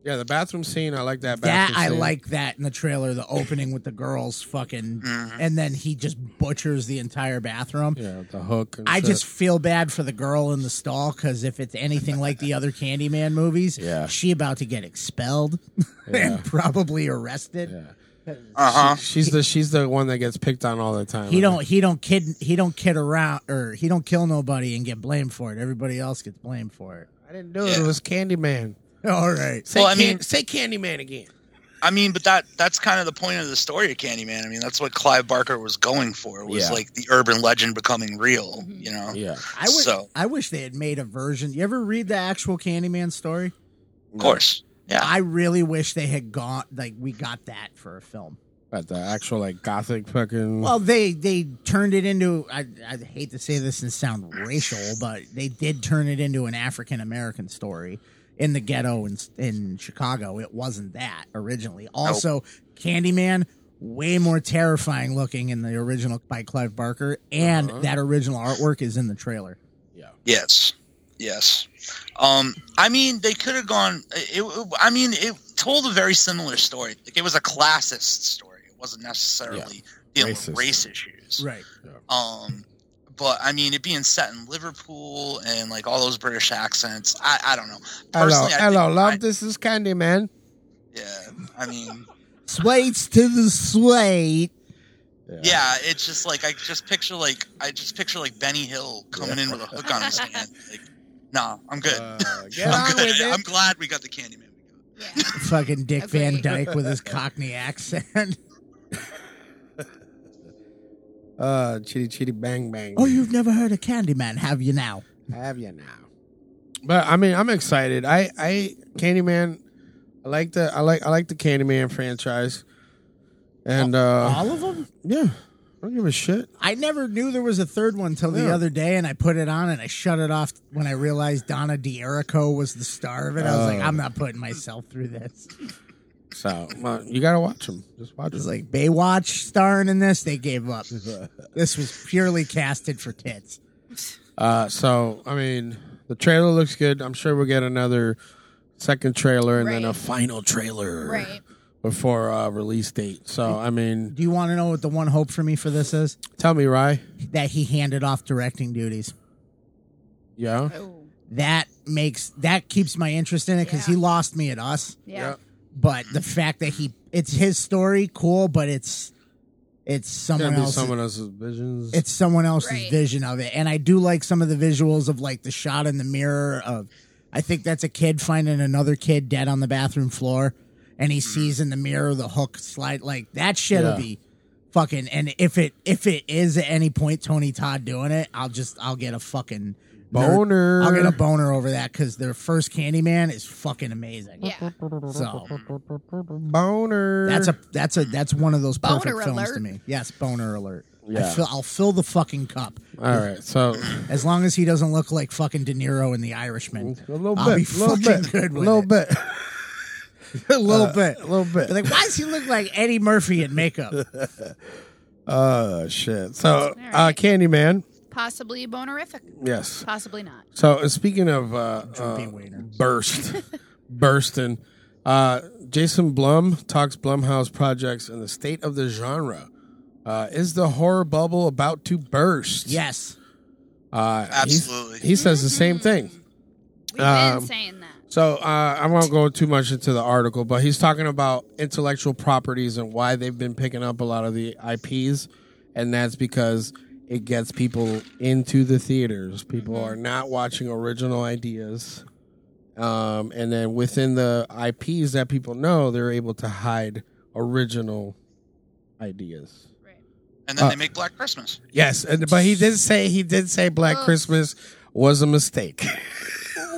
S3: yeah, the bathroom scene. I like that.
S2: That
S3: Bathroom
S2: I
S3: scene.
S2: like that in the trailer, the opening with the girls fucking,
S3: Mm-hmm.
S2: and then he just butchers the entire bathroom.
S3: Yeah, with the hook. And
S2: I
S3: shit.
S2: just feel bad for the girl in the stall because if it's anything like the other Candyman movies,
S3: [laughs] Yeah.
S2: she about to get expelled [laughs]
S3: Yeah.
S2: and probably arrested.
S3: Yeah.
S4: Uh huh.
S3: She's the she's the one that gets picked on all the time.
S2: He don't he don't kid he don't kid around or he don't kill nobody and get blamed for it. Everybody else gets blamed for it. [laughs]
S3: I didn't do it.
S4: Yeah.
S3: It was Candyman.
S2: All right,
S3: Say
S4: Well, I
S3: can-
S4: mean-
S3: say Candyman again.
S4: I mean, but that that's kind of the point of the story of Candyman. I mean, that's what Clive Barker was going for was
S3: Yeah.
S4: like the urban legend becoming real.
S3: Mm-hmm.
S4: You know.
S3: Yeah,
S2: I wish
S4: So-
S2: I wish they had made a version. You ever read the actual Candyman story?
S4: Of course. Yeah.
S2: I really wish they had got like we got that for a film.
S3: but the actual like gothic fucking.
S2: Well, they they turned it into. I I hate to say this and sound racial, but they did turn it into an African American story in the ghetto in in Chicago. It wasn't that originally. Also, Candyman way more terrifying looking in the original by Clive Barker, and
S3: Uh-huh.
S2: that original artwork is in the trailer.
S3: yeah,
S4: Yes. Yes. Um, I mean, they could have gone. It, it- I mean, it told a very similar story. Like it was a classist story. It wasn't necessarily dealing
S3: Racist.
S4: with race issues.
S2: Right.
S4: Um, but I mean, it being set in Liverpool and like all those British accents, I, I don't know.
S3: hello,
S4: Personally, I
S3: hello,
S4: think-
S3: love.
S4: I-
S3: this is Candyman.
S4: yeah, I mean,
S2: Swates to the slate.
S3: Uh,
S4: yeah, it's just like I just picture like I just picture like Benny Hill coming in with a hook on his hand. Like, nah, I'm good.
S3: Uh, get on
S4: [laughs] I'm
S3: with
S4: good.
S3: it.
S4: I'm glad we got the Candyman. We got.
S1: Yeah.
S2: Fucking Dick Van
S1: Agreed.
S2: Dyke with his Cockney accent.
S3: Uh, chitty chitty bang bang.
S2: oh, you've never heard of Candyman, have you now?
S3: have you now? But I mean, I'm excited. I I Candyman. I like the I like I like the Candyman franchise,
S2: Oh,
S3: and uh,
S2: All of them?
S3: yeah, I don't give a shit.
S2: I never knew there was a third one till the
S3: Yeah.
S2: other day, and I put it on and I shut it off when I realized Donna D'Erico was the star of it. I was like,
S3: Oh.
S2: I'm not putting myself through this.
S3: So well, you gotta watch them. Just watch
S2: It's
S3: them.
S2: like Baywatch starring in this, they gave up. this was purely casted for tits.
S3: Uh, so I mean, the trailer looks good. I'm sure we'll get another second trailer and then a
S1: Right.
S3: final trailer
S1: Right.
S3: before uh, release date. So I mean,
S2: Do you want to know what the one hope for me for this is?
S3: tell me, Rye.
S2: That he handed off directing duties.
S3: Yeah.
S1: Oh.
S2: That makes that keeps my interest in it because
S1: Yeah.
S2: he lost me at us.
S1: Yeah.
S2: But the fact that he it's his story, cool, but it's it's
S3: Gonna
S2: someone
S3: be
S2: else's
S3: someone else's visions.
S2: it's someone else's
S1: Right.
S2: vision of it and i do like some of the visuals of like the shot in the mirror of i think that's a kid finding another kid dead on the bathroom floor and he sees in the mirror the hook slide like that shit'll
S3: Mm-hmm. Yeah.
S2: be fucking and if it if it is at any point tony todd doing it i'll just i'll get a fucking nerd-
S3: boner.
S2: i'll get a boner over that because their first candyman is fucking amazing
S1: Yeah.
S2: so
S3: boner.
S2: that's a that's a that's one of those perfect
S1: Mm. Boner
S2: films to
S1: alert.
S2: me yes boner alert
S3: Yeah.
S2: I fill, i'll fill the fucking cup
S3: all right. So
S2: As long as he doesn't look like fucking De Niro in The Irishman,
S3: a little
S2: I'll
S3: bit,
S2: be
S3: little
S2: fucking
S3: bit,
S2: good with
S3: little
S2: it. Uh,
S3: bit,
S2: a little
S3: a little bit.
S2: Like, why does he look like Eddie
S3: [laughs]
S2: Murphy in makeup?
S3: Oh shit! So, uh,
S1: right.
S3: Candyman.
S1: possibly bonerific,
S3: Yes.
S1: possibly not.
S3: So uh, speaking of uh, uh, burst, bursting, uh, Jason Blum talks Blumhouse projects and the state of the genre. Uh, is the horror bubble about to burst?
S2: Yes.
S3: Uh, he's-
S4: Absolutely.
S3: He says the same thing.
S1: We've
S3: Um,
S1: been saying that.
S3: So uh, I won't go too much into the article, but he's talking about intellectual properties and why they've been picking up a lot of the IPs, and that's because it gets people into the theaters. People are not watching original ideas, um, and then within the IPs that people know, they're able to hide original ideas.
S1: Right.
S4: and then
S3: uh,
S4: they make Black Christmas.
S3: Yes, and, but he did say he did say Black
S2: Oh.
S1: Ugh.
S3: Christmas was a
S2: [laughs]
S3: mistake, [laughs]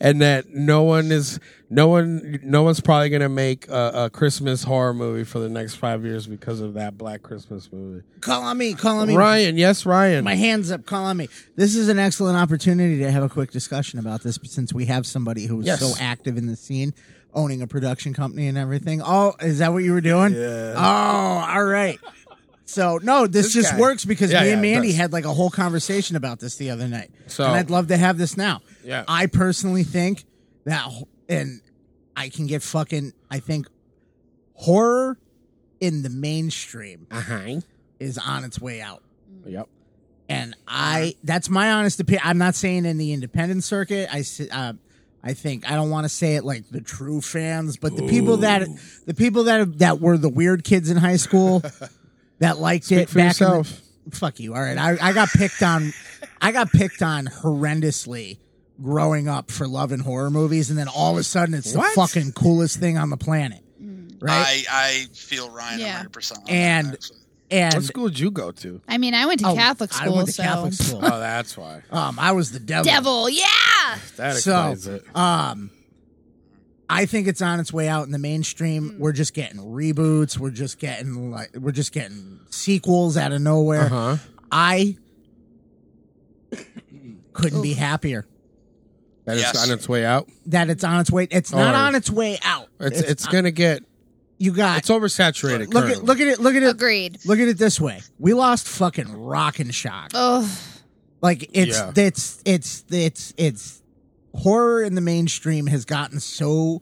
S3: and that no one is no one no one's probably gonna make a, a Christmas horror movie for the next five years because of that Black Christmas movie.
S2: Call on me. Call on me.
S3: Ryan, yes, Ryan.
S2: My hands up. Call on me. This is an excellent opportunity to have a quick discussion about this since we have somebody who is
S3: Yes.
S2: so active in the scene, owning a production company and everything. Oh, is that what you were doing? Yeah. Oh, all right. So no, this,
S3: This
S2: just
S3: guy.
S2: works because
S3: Yeah,
S2: me and
S3: yeah, it
S2: Mandy
S3: does.
S2: had like a whole conversation about this the other night,
S3: So-
S2: and I'd love to have this now.
S3: Yeah.
S2: I personally think that, h- and I can get fucking. I think horror in the mainstream
S3: uh-huh.
S2: is on its way out.
S3: Yep.
S2: And I, that's my honest opinion. I'm not saying in the independent circuit. I, s- uh, I think I don't want to say it like the true fans, but the people that the people that that were the weird kids in
S3: [laughs]
S2: high school that liked
S3: Speak
S2: it
S3: for
S2: back in the-
S3: yourself.
S2: fuck you. All right, I, I got picked on. I got picked on horrendously growing up for loving horror movies, and then all of a sudden it's
S3: What?
S2: the fucking coolest thing on the planet,
S1: Mm.
S2: right?
S4: I, I feel Ryan
S1: Yeah.
S4: 100%. on that,
S2: And-
S4: actually.
S3: What
S2: and
S3: school did you go to?
S1: I mean, I went to
S2: oh,
S1: Catholic
S2: I
S1: school,
S2: went to
S1: so
S2: Catholic school.
S3: Oh, that's why.
S2: Um, I was the
S1: devil, yeah.
S3: That
S2: so
S3: explains it.
S2: um i think it's on its way out in the mainstream we're just getting reboots we're just getting like we're just getting sequels out of nowhere
S3: Uh huh.
S2: i couldn't be happier
S3: That it's
S4: Yes.
S3: on its way out.
S2: that it's on its way it's not
S3: Or-
S2: on its way out
S3: It's it's, gonna get
S2: you got
S3: it's oversaturated.
S2: look at
S3: currently.
S2: look at it look at it
S1: Agreed.
S2: look at it this way we lost fucking rock and shock
S1: Oh,
S2: Like it's
S3: Yeah.
S2: it's it's it's it's horror in the mainstream has gotten so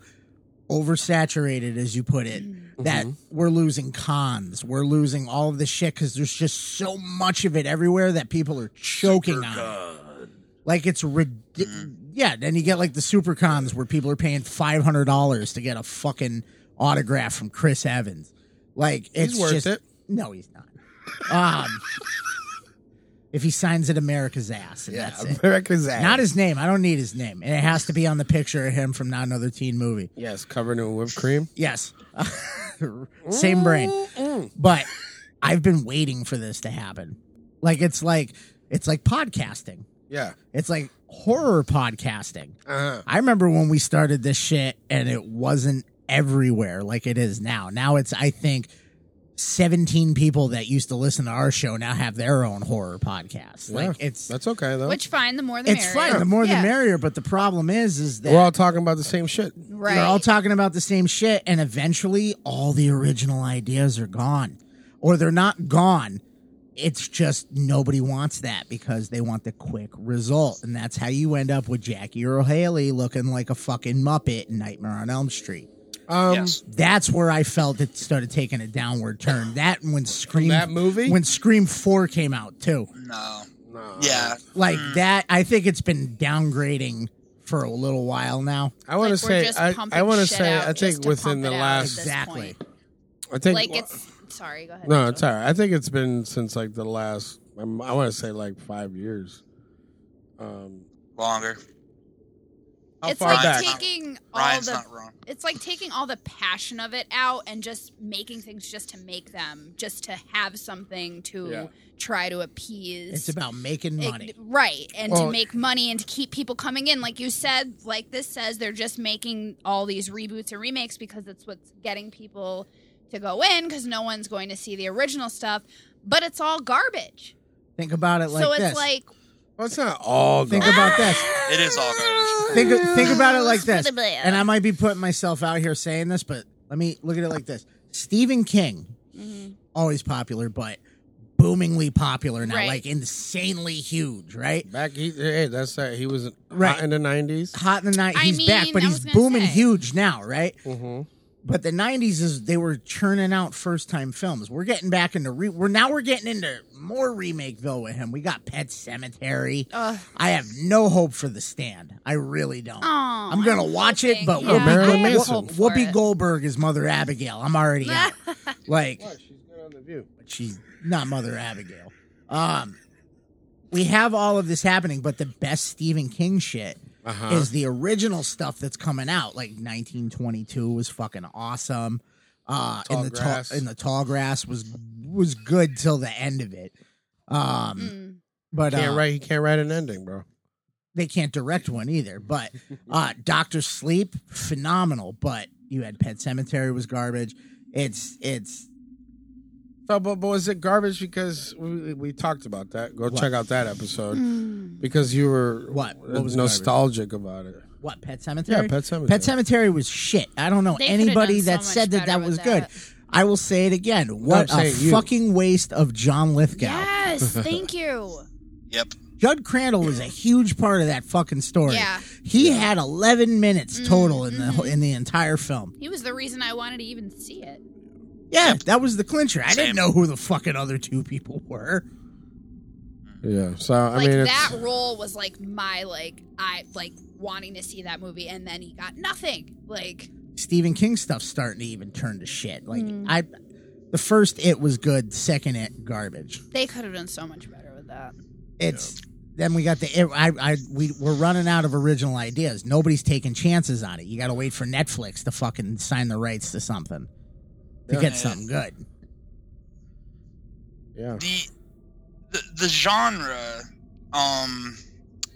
S2: oversaturated, as you put it, that
S3: Mm-hmm.
S2: we're losing cons. We're losing all of this shit because there's just so much of it everywhere that people are choking on. it. Like it's ridiculous.
S3: Mm-hmm.
S2: Yeah, then you get like the super cons where people are paying five hundred dollars to get a fucking autograph from Chris Evans. Like it's
S3: worth
S2: just,
S3: it.
S2: No, he's not. Um, if he signs it, America's ass, and that's it.
S3: [laughs] America's ass.
S2: Not his name. I don't need his name, and it has to be on the picture of him from not another teen movie.
S3: yes, covered in whipped cream. Mm-hmm.
S2: Yes, [laughs] same brain. But I've been waiting for this to happen. Like it's like it's like podcasting.
S3: Yeah.
S2: It's like horror podcasting.
S3: Uh-huh.
S2: I remember when we started this shit and it wasn't everywhere like it is now. Now it's, I think, 17 people that used to listen to our show now have their own horror podcast. Like
S3: Yeah.
S2: it's,
S3: That's okay though.
S1: which fine, the more the
S2: it's
S1: merrier.
S2: fine. The more
S1: Yeah.
S2: the merrier. But the problem is, is that
S3: We're all talking about the same shit.
S1: Right.
S2: they're all talking about the same shit and eventually all the original ideas are gone or they're not gone it's just nobody wants that because they want the quick result and that's how you end up with jackie earl haley looking like a fucking muppet in nightmare on elm street
S3: Um,
S4: yes.
S2: that's where i felt it started taking a downward turn that and when scream
S3: that movie?
S2: when scream 4 came out too
S4: No.
S3: no.
S4: Yeah.
S2: like
S3: Hmm.
S2: that i think it's been downgrading for a little while now
S3: I want
S1: Like,
S3: to
S1: we're
S3: say,
S1: just
S3: I,
S1: pumping
S3: I want to
S1: shit
S3: say,
S1: out
S3: I
S1: just
S3: think
S1: to
S3: within
S1: pump
S3: the
S1: it out at this
S3: last,
S2: exactly
S1: point.
S3: I think,
S1: like it's sorry. Go ahead.
S3: no, it's all right. I think it's been since like the last, um, I want to say like five years. Um,
S4: Longer.
S3: how
S1: it's
S3: far
S1: like
S3: back?
S1: taking all
S4: Ryan's
S1: the
S4: not wrong.
S1: it's like taking all the passion of it out and just making things just to make them, just to have something to
S3: Yeah.
S1: try to appease.
S2: it's about making
S1: It-
S2: money
S1: right, and
S3: Well-
S1: to make money and to keep people coming in, like you said, like this says, they're just making all these reboots and remakes because it's what's getting people to go in because no one's going to see the original stuff, but it's all garbage.
S2: Think about it like
S1: so it's
S2: this.
S1: like
S3: well, it's not all.
S2: think
S3: gone.
S2: about this.
S4: It is all garbage.
S2: Think think about it
S1: [laughs]
S2: like this. And I might be putting myself out here saying
S1: Mm-hmm.
S2: this, but let me look at it like this. Stephen King, always popular, but boomingly popular now,
S1: Right.
S2: like insanely huge, right?
S3: Back, he, hey, that's that. He was
S2: Right.
S3: right in the nineties.
S2: Hot in the night,
S1: I
S2: he's
S1: mean,
S2: back, but
S1: I
S2: he's
S1: was gonna
S2: booming
S1: say.
S2: huge now, right?
S3: Mm-hmm.
S2: But the '90s is they were churning out first-time films. We're getting back into re- we're now we're getting into more remakeville with him. We got Pet Cemetery.
S1: Ugh.
S2: I have no hope for The Stand. I really don't.
S1: Aw,
S2: I'm gonna
S1: I'm
S2: watch it,
S1: hoping.
S2: but
S1: Yeah,
S3: I
S2: Whoopi,
S3: have
S2: Whoop-
S1: hope for
S2: Whoopi
S1: it. [laughs]
S2: Goldberg is Mother Abigail. I'm already out. like
S3: she's good on the view.
S2: she's not Mother Abigail. Um, we have all of this happening, but the best Stephen King shit
S3: Uh-huh.
S2: is the original stuff that's coming out. Like 1922 was fucking awesome. Uh,
S3: Tall
S2: in the
S3: Grass.
S2: tall in the tall grass was was good till the end of it. Um,
S1: Mm.
S2: but
S3: Can't
S2: uh,
S3: write. He can't write an ending, bro.
S2: they can't direct one either. But uh, Doctor Sleep, phenomenal. But you had Pet Cemetery was garbage. It's it's
S3: So, but, but was it garbage? Because we, we talked about that. Go
S2: What?
S3: check out that episode
S1: Hmm.
S3: because you were
S2: What? What was
S3: nostalgic about it.
S2: what Pet Cemetery.
S3: Uh, Yeah, Pet Sematary.
S2: Pet Cemetery was shit. I don't know
S1: They could've
S2: anybody
S1: done
S2: that
S1: so
S2: said
S1: much
S2: that
S1: better
S2: that was
S1: with
S2: good.
S1: that.
S2: I will say it again. What
S3: I'm
S2: a
S3: saying you.
S2: fucking waste of John Lithgow. [laughs]
S1: Yes, thank you.
S4: Yep.
S2: Judd Crandall was a huge part of that fucking story.
S1: Yeah. Mm-hmm.
S2: He had 11 minutes total in the in the entire film.
S1: He was the reason I wanted to even see it.
S2: Yeah, that was the clincher. I didn't
S4: Same.
S2: know who the fucking other two people were.
S3: Yeah. So I
S1: like
S3: mean,
S1: that
S3: it's,
S1: role was like my like I like wanting to see that movie, and then he got nothing. Like
S2: Stephen King stuff's starting to even turn to shit. Like I the first it was good, second it garbage.
S1: they could have done so much better with that.
S2: It's then we got the it, I I we we're running out of original ideas. Nobody's taking chances on it. You got to wait for Netflix to fucking sign the rights to something to
S3: Yeah.
S2: get something good.
S3: yeah.
S4: The, the the genre, um,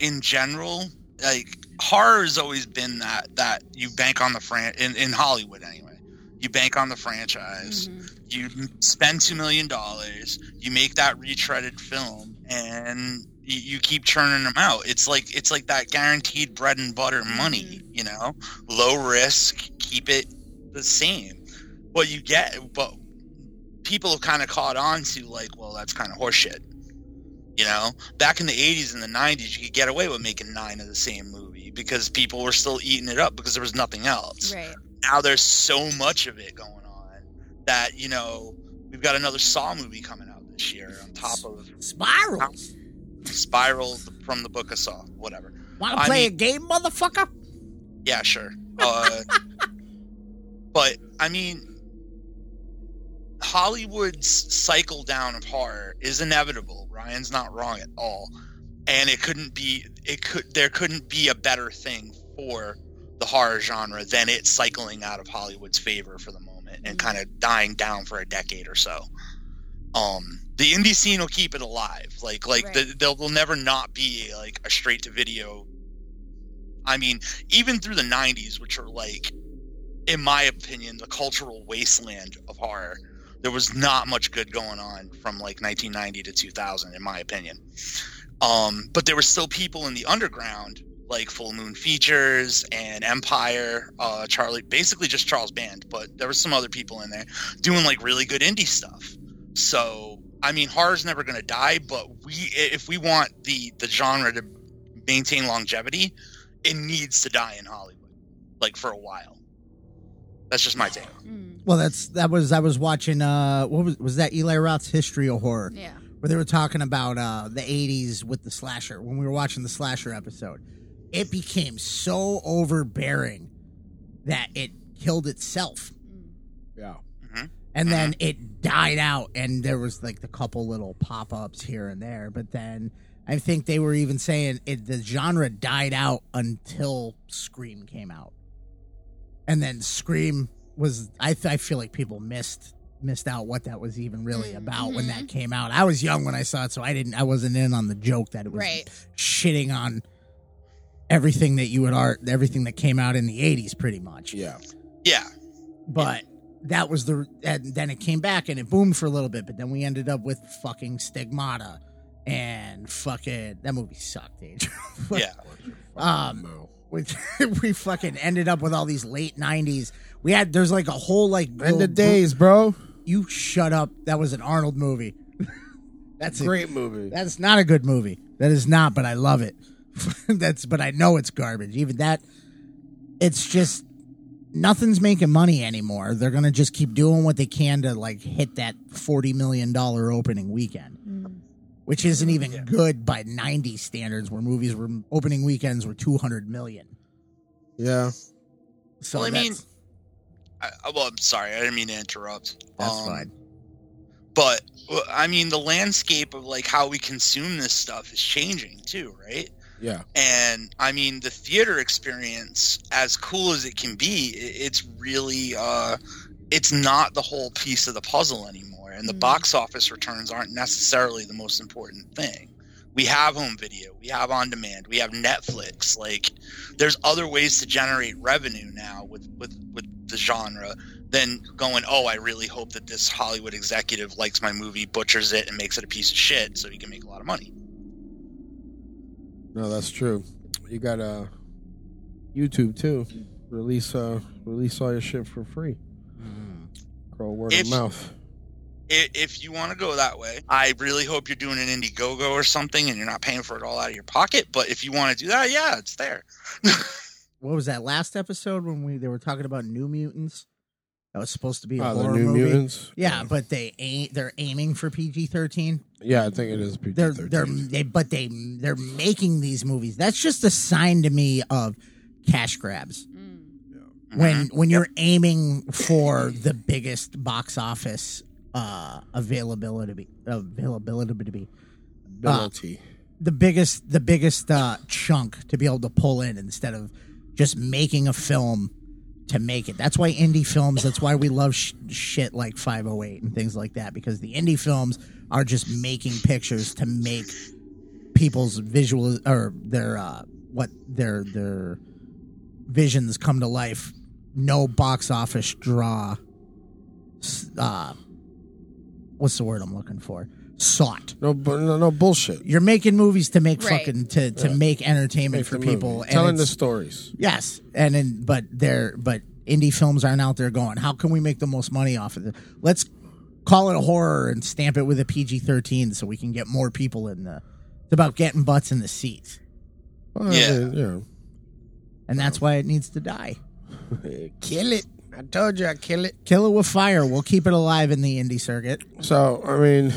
S4: in general, like horror's always been that that you bank on the fran in, in Hollywood anyway. You bank on the franchise.
S1: Mhm.
S4: you spend two million dollars, you make that retreaded film, and you, you keep churning them out. It's like it's like that guaranteed bread and butter money, you know, low risk, keep it the same. What you get, but people have kind of caught on to like, well, that's kind of horseshit. You know, back in the '80s and the '90s, you could get away with making nine of the same movie because people were still eating it up because there was nothing else
S1: Right.
S4: now there's so much of it going on that you know we've got another Saw movie coming out this year on top of
S2: Spirals.
S4: Spiral from the Book of Saw, whatever.
S2: Want to
S4: I
S2: play
S4: mean-
S2: a game, motherfucker?
S4: Yeah, sure. Uh, but I mean, Hollywood's cycle down of horror is inevitable. Ryan's not wrong at all, and it couldn't be. It could. There couldn't be a better thing for the horror genre than it cycling out of Hollywood's favor for the moment and kind of dying down for a decade or so. Um, the indie scene will keep it alive. Like, like
S1: Right.
S4: the, they'll, they'll never not be like a straight to video. I mean, even through the 90s which are like in my opinion the cultural wasteland of horror there was not much good going on from like 1990 to 2000 in my opinion um, but there were still people in the underground like full moon features and empire uh, charlie basically just charles band but there were some other people in there doing like really good indie stuff so i mean horror's never going to die but we if we want the the genre to maintain longevity it needs to die in Hollywood, like for a while. That's just
S2: [sighs]
S4: my take.
S1: Mm.
S2: Well, that's that was I was watching. Uh, what was was that Eli Roth's History of Horror,
S1: Yeah.
S2: where they were talking about uh the '80s with the slasher. When we were watching the slasher episode, it became so overbearing that it killed itself.
S1: Mm.
S3: Yeah.
S4: Mm-hmm.
S2: and then it died out and there was like the couple little pop-ups here and there but then i think they were even saying it the genre died out until scream came out and then scream was i, th- I feel like people missed missed out what that was even really about when that came out i was young when i saw it so i didn't i wasn't in on the joke that it was
S1: Right.
S2: shitting on everything that you would art everything that came out in the 80s pretty much
S3: Yeah.
S4: Yeah,
S2: but that was the and then it came back and it boomed for a little bit but then we ended up with fucking stigmata and fucking that movie sucked Angel.
S4: [laughs] yeah,
S2: [laughs] um
S3: No.
S2: we, [laughs] we fucking ended up with all these late 90s we had there's like a whole like
S3: End
S2: little-
S3: of days, bro.
S2: you shut up that was an arnold movie [laughs] That's a-
S3: Great movie.
S2: That's not a good movie. That is not, but I love it. [laughs] That's but I know it's garbage. Even that it's just nothing's making money anymore. They're going to just keep doing what they can to like hit that 40 million dollar opening weekend.
S1: Mm-hmm.
S2: Which isn't even good by 90 standards where movies were opening weekends were 200 million.
S3: yeah.
S2: So
S4: Well, I mean,
S2: that's-
S4: I, I- well, I'm sorry, I didn't mean to interrupt.
S2: that's
S4: Um,
S2: fine.
S4: But well, I mean, the landscape of like how we consume this stuff is changing too, right?
S3: Yeah.
S4: And I mean, the theater experience, as cool as it can be, i- it's really, uh, it's not the whole piece of the puzzle anymore. And the
S1: Mm.
S4: box office returns aren't necessarily the most important thing. We have home video, we have on demand, we have Netflix. Like, there's other ways to generate revenue now with with with the genre than going, oh, I really hope that this Hollywood executive likes my movie, butchers it, and makes it a piece of shit so he can make a lot of money.
S3: No, that's true. You got uh YouTube too. Release uh release all your shit for free. Crawl word
S4: If-
S3: of mouth.
S4: I- if you want to go that way, I really hope you're doing an Indiegogo or something and you're not paying for it all out of your pocket. But if you want to do that, yeah, it's there.
S2: what was that last episode when we they were talking about New Mutants? That was supposed to be a
S3: Oh, the
S2: horror
S3: new
S2: movie.
S3: mutants.
S2: Yeah, but they ain't. They're aiming for PG thirteen.
S3: Yeah, I think it is PG
S2: They're they're they, but they they're making these movies. That's just a sign to me of cash grabs.
S1: Mm.
S2: When when you're aiming for the biggest box office uh availability availability to be uh,
S3: penalty.
S2: the biggest the biggest uh chunk to be able to pull in instead of just making a film to make it. That's why indie films. That's why we love sh- shit like 508 and things like that because the indie films are just making pictures to make people's visual or their uh what their their visions come to life. No box office draw. s- Uh, what's the word I'm looking for? Sought
S3: no, bu- no, no bullshit.
S2: you're making movies to make
S1: Right.
S2: fucking to, to make entertainment
S3: Make
S2: for
S3: the
S2: people
S3: movie.
S2: and
S3: telling the
S2: it's-
S3: stories.
S2: yes and in, but they're but indie films aren't out there going how can we make the most money off of it let's call it a horror and stamp it with a pg-13 so we can get more people in the it's about getting butts in the seats
S3: Well, I
S4: Yeah.
S3: mean, yeah.
S2: and that's why it needs to die
S3: [laughs] Kill it. I told you I kill it.
S2: kill it with fire we'll keep it alive in the indie circuit
S3: So I mean,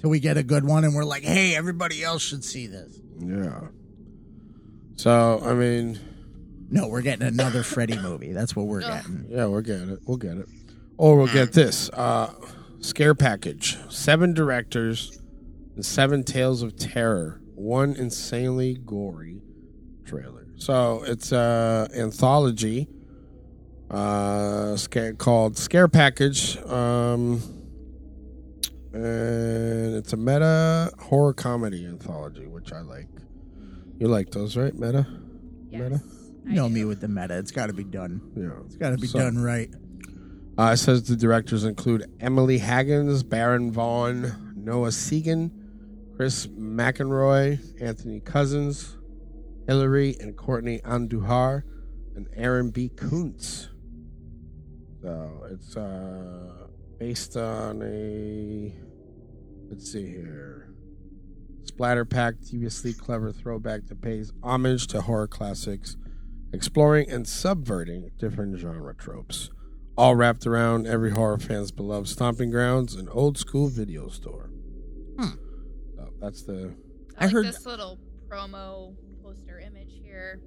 S2: till we get a good one and we're like hey everybody else should see this
S3: yeah. So I mean,
S2: no we're getting another freddy movie that's what we're getting
S3: Yeah, we'll get it. We'll get it. Or we'll get this uh, scare package: seven directors and seven tales of terror. One insanely gory trailer. So it's a anthology uh, scare, called Scare Package, um, and it's a meta horror comedy anthology, which I like. You like those, right? Meta, meta.
S2: you know me with the meta it's got to be done
S3: Yeah,
S2: it's got to be
S3: So-
S2: done right
S3: Uh, it says the directors include Emily Haggins, Baron Vaughn, Noah Segan, Chris McEnroy, Anthony Cousins, Hillary and Courtney Andujar, and Aaron B. Kuntz. So it's uh, based on a. Let's see here. Splatter packed, deviously clever throwback that pays homage to horror classics, exploring and subverting different genre tropes all wrapped around every horror fan's beloved stomping grounds, an old school video store.
S2: Hmm.
S3: So that's the
S1: I,
S2: I
S1: like
S2: heard-
S1: this little promo poster image here.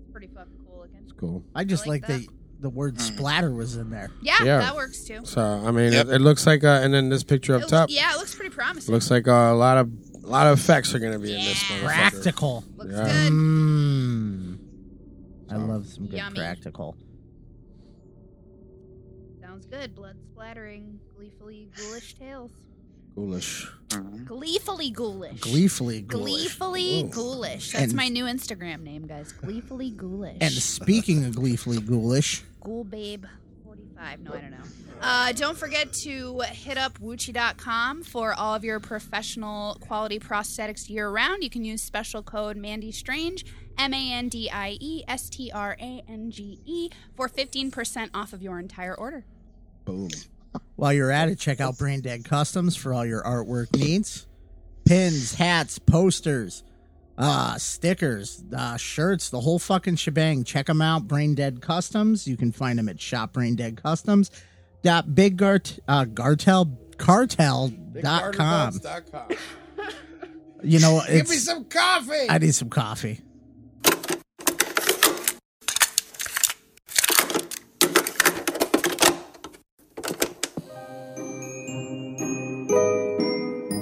S1: It's pretty fucking cool looking.
S3: it's cool.
S2: I just
S1: like
S2: like, the the word splatter was in there.
S1: Yeah,
S3: Yeah.
S1: that works too.
S3: So I mean,
S4: Yep.
S3: it, it looks like, uh, and then this picture
S1: It
S3: up
S1: looks-
S3: top
S1: yeah, it looks pretty promising.
S3: looks like uh, a lot of a lot of effects are gonna be in this
S1: Yeah.
S3: motherfucker.
S2: Practical.
S1: looks
S3: yeah.
S1: good.
S2: Mm. I love some good
S1: Yummy.
S2: practical.
S3: Mm-hmm.
S1: Sounds good. Blood splattering, gleefully ghoulish tales.
S3: Ghoulish.
S1: Gleefully ghoulish.
S2: Gleefully, ghoulish.
S1: Gleefully ghoulish. That's
S2: And-
S1: my new Instagram name, guys. Gleefully ghoulish.
S2: And speaking of gleefully ghoulish,
S1: Ghoul Babe 45. No, I don't know. Uh, don't forget to hit up Woochie.com for all of your professional quality prosthetics year round. You can use special code Mandy Strange, M A N D I E S T R A N G E, for 15% off of your entire order.
S3: Boom.
S2: while you're at it, check out Brain Dead Customs for all your artwork needs. pins, hats, posters, uh, stickers, uh, shirts, the whole fucking shebang. Check them out, Brain Dead Customs. You can find them at shopbraindeadcustoms. Dot big gart uh, gartel cartel dot com.
S3: com.
S2: You know
S3: Give me
S2: it's.
S3: some coffee.
S2: I need some coffee.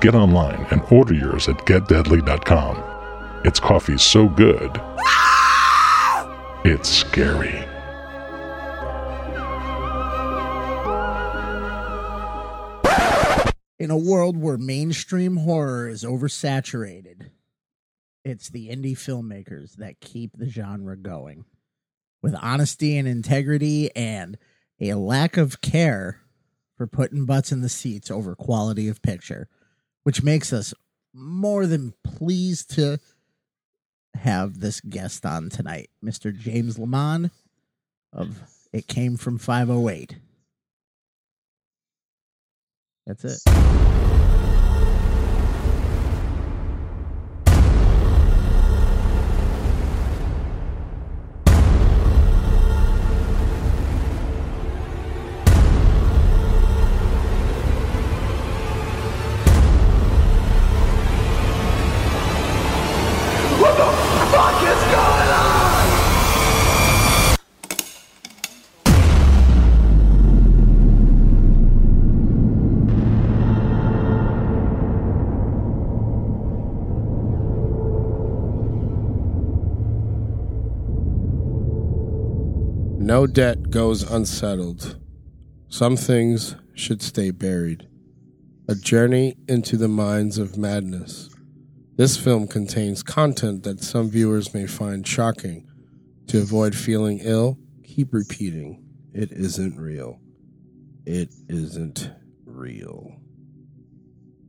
S7: get online and order yours at getdeadly.com. It's coffee so good, it's scary.
S2: In a world where mainstream horror is oversaturated, it's the indie filmmakers that keep the genre going. With honesty and integrity and a lack of care for putting butts in the seats over quality of picture, which makes us more than pleased to have this guest on tonight, Mr. James Lamont of It Came From 508. That's it.
S3: No debt goes unsettled. Some things should stay buried. A journey into the minds of madness. This film contains content that some viewers may find shocking. To avoid feeling ill, keep repeating it isn't real. It isn't real.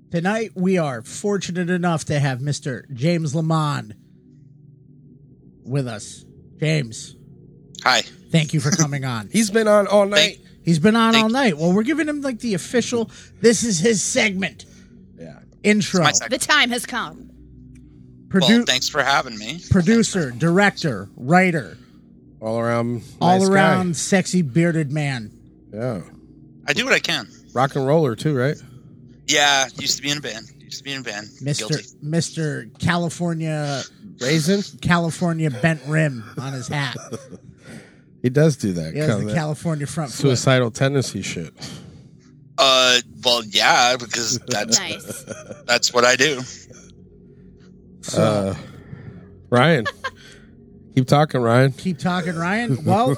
S2: Tonight we are fortunate enough to have Mr. James Lamond with us. James,
S4: Hi.
S2: thank you for coming
S4: [laughs]
S2: on.
S3: He's been on all night.
S4: Thank-
S2: He's been on
S4: Thank-
S2: all night. Well, we're giving him like the official this is his segment
S3: yeah.
S2: intro.
S4: my segment.
S1: The time has come.
S2: Produ-
S4: Well, thanks for having me.
S2: producer, director, writer,
S3: All around.
S2: all
S3: nice guy.
S2: around sexy bearded man.
S3: Yeah.
S4: I do what I can.
S3: Rock and roller, too, right?
S4: Yeah, used to be in a band. Used to be in a band.
S2: Mr.
S4: Guilty.
S2: Mr. California
S3: Raisin?
S2: California bent rim on his hat.
S3: He does do that.
S2: He has
S3: kinda
S2: the
S3: that
S2: California front flip.
S3: suicidal tendency shit.
S4: Uh, well, yeah, because that's
S1: Nice.
S4: that's what I do.
S3: Uh, Ryan, keep talking, Ryan.
S2: keep talking, Ryan. Well,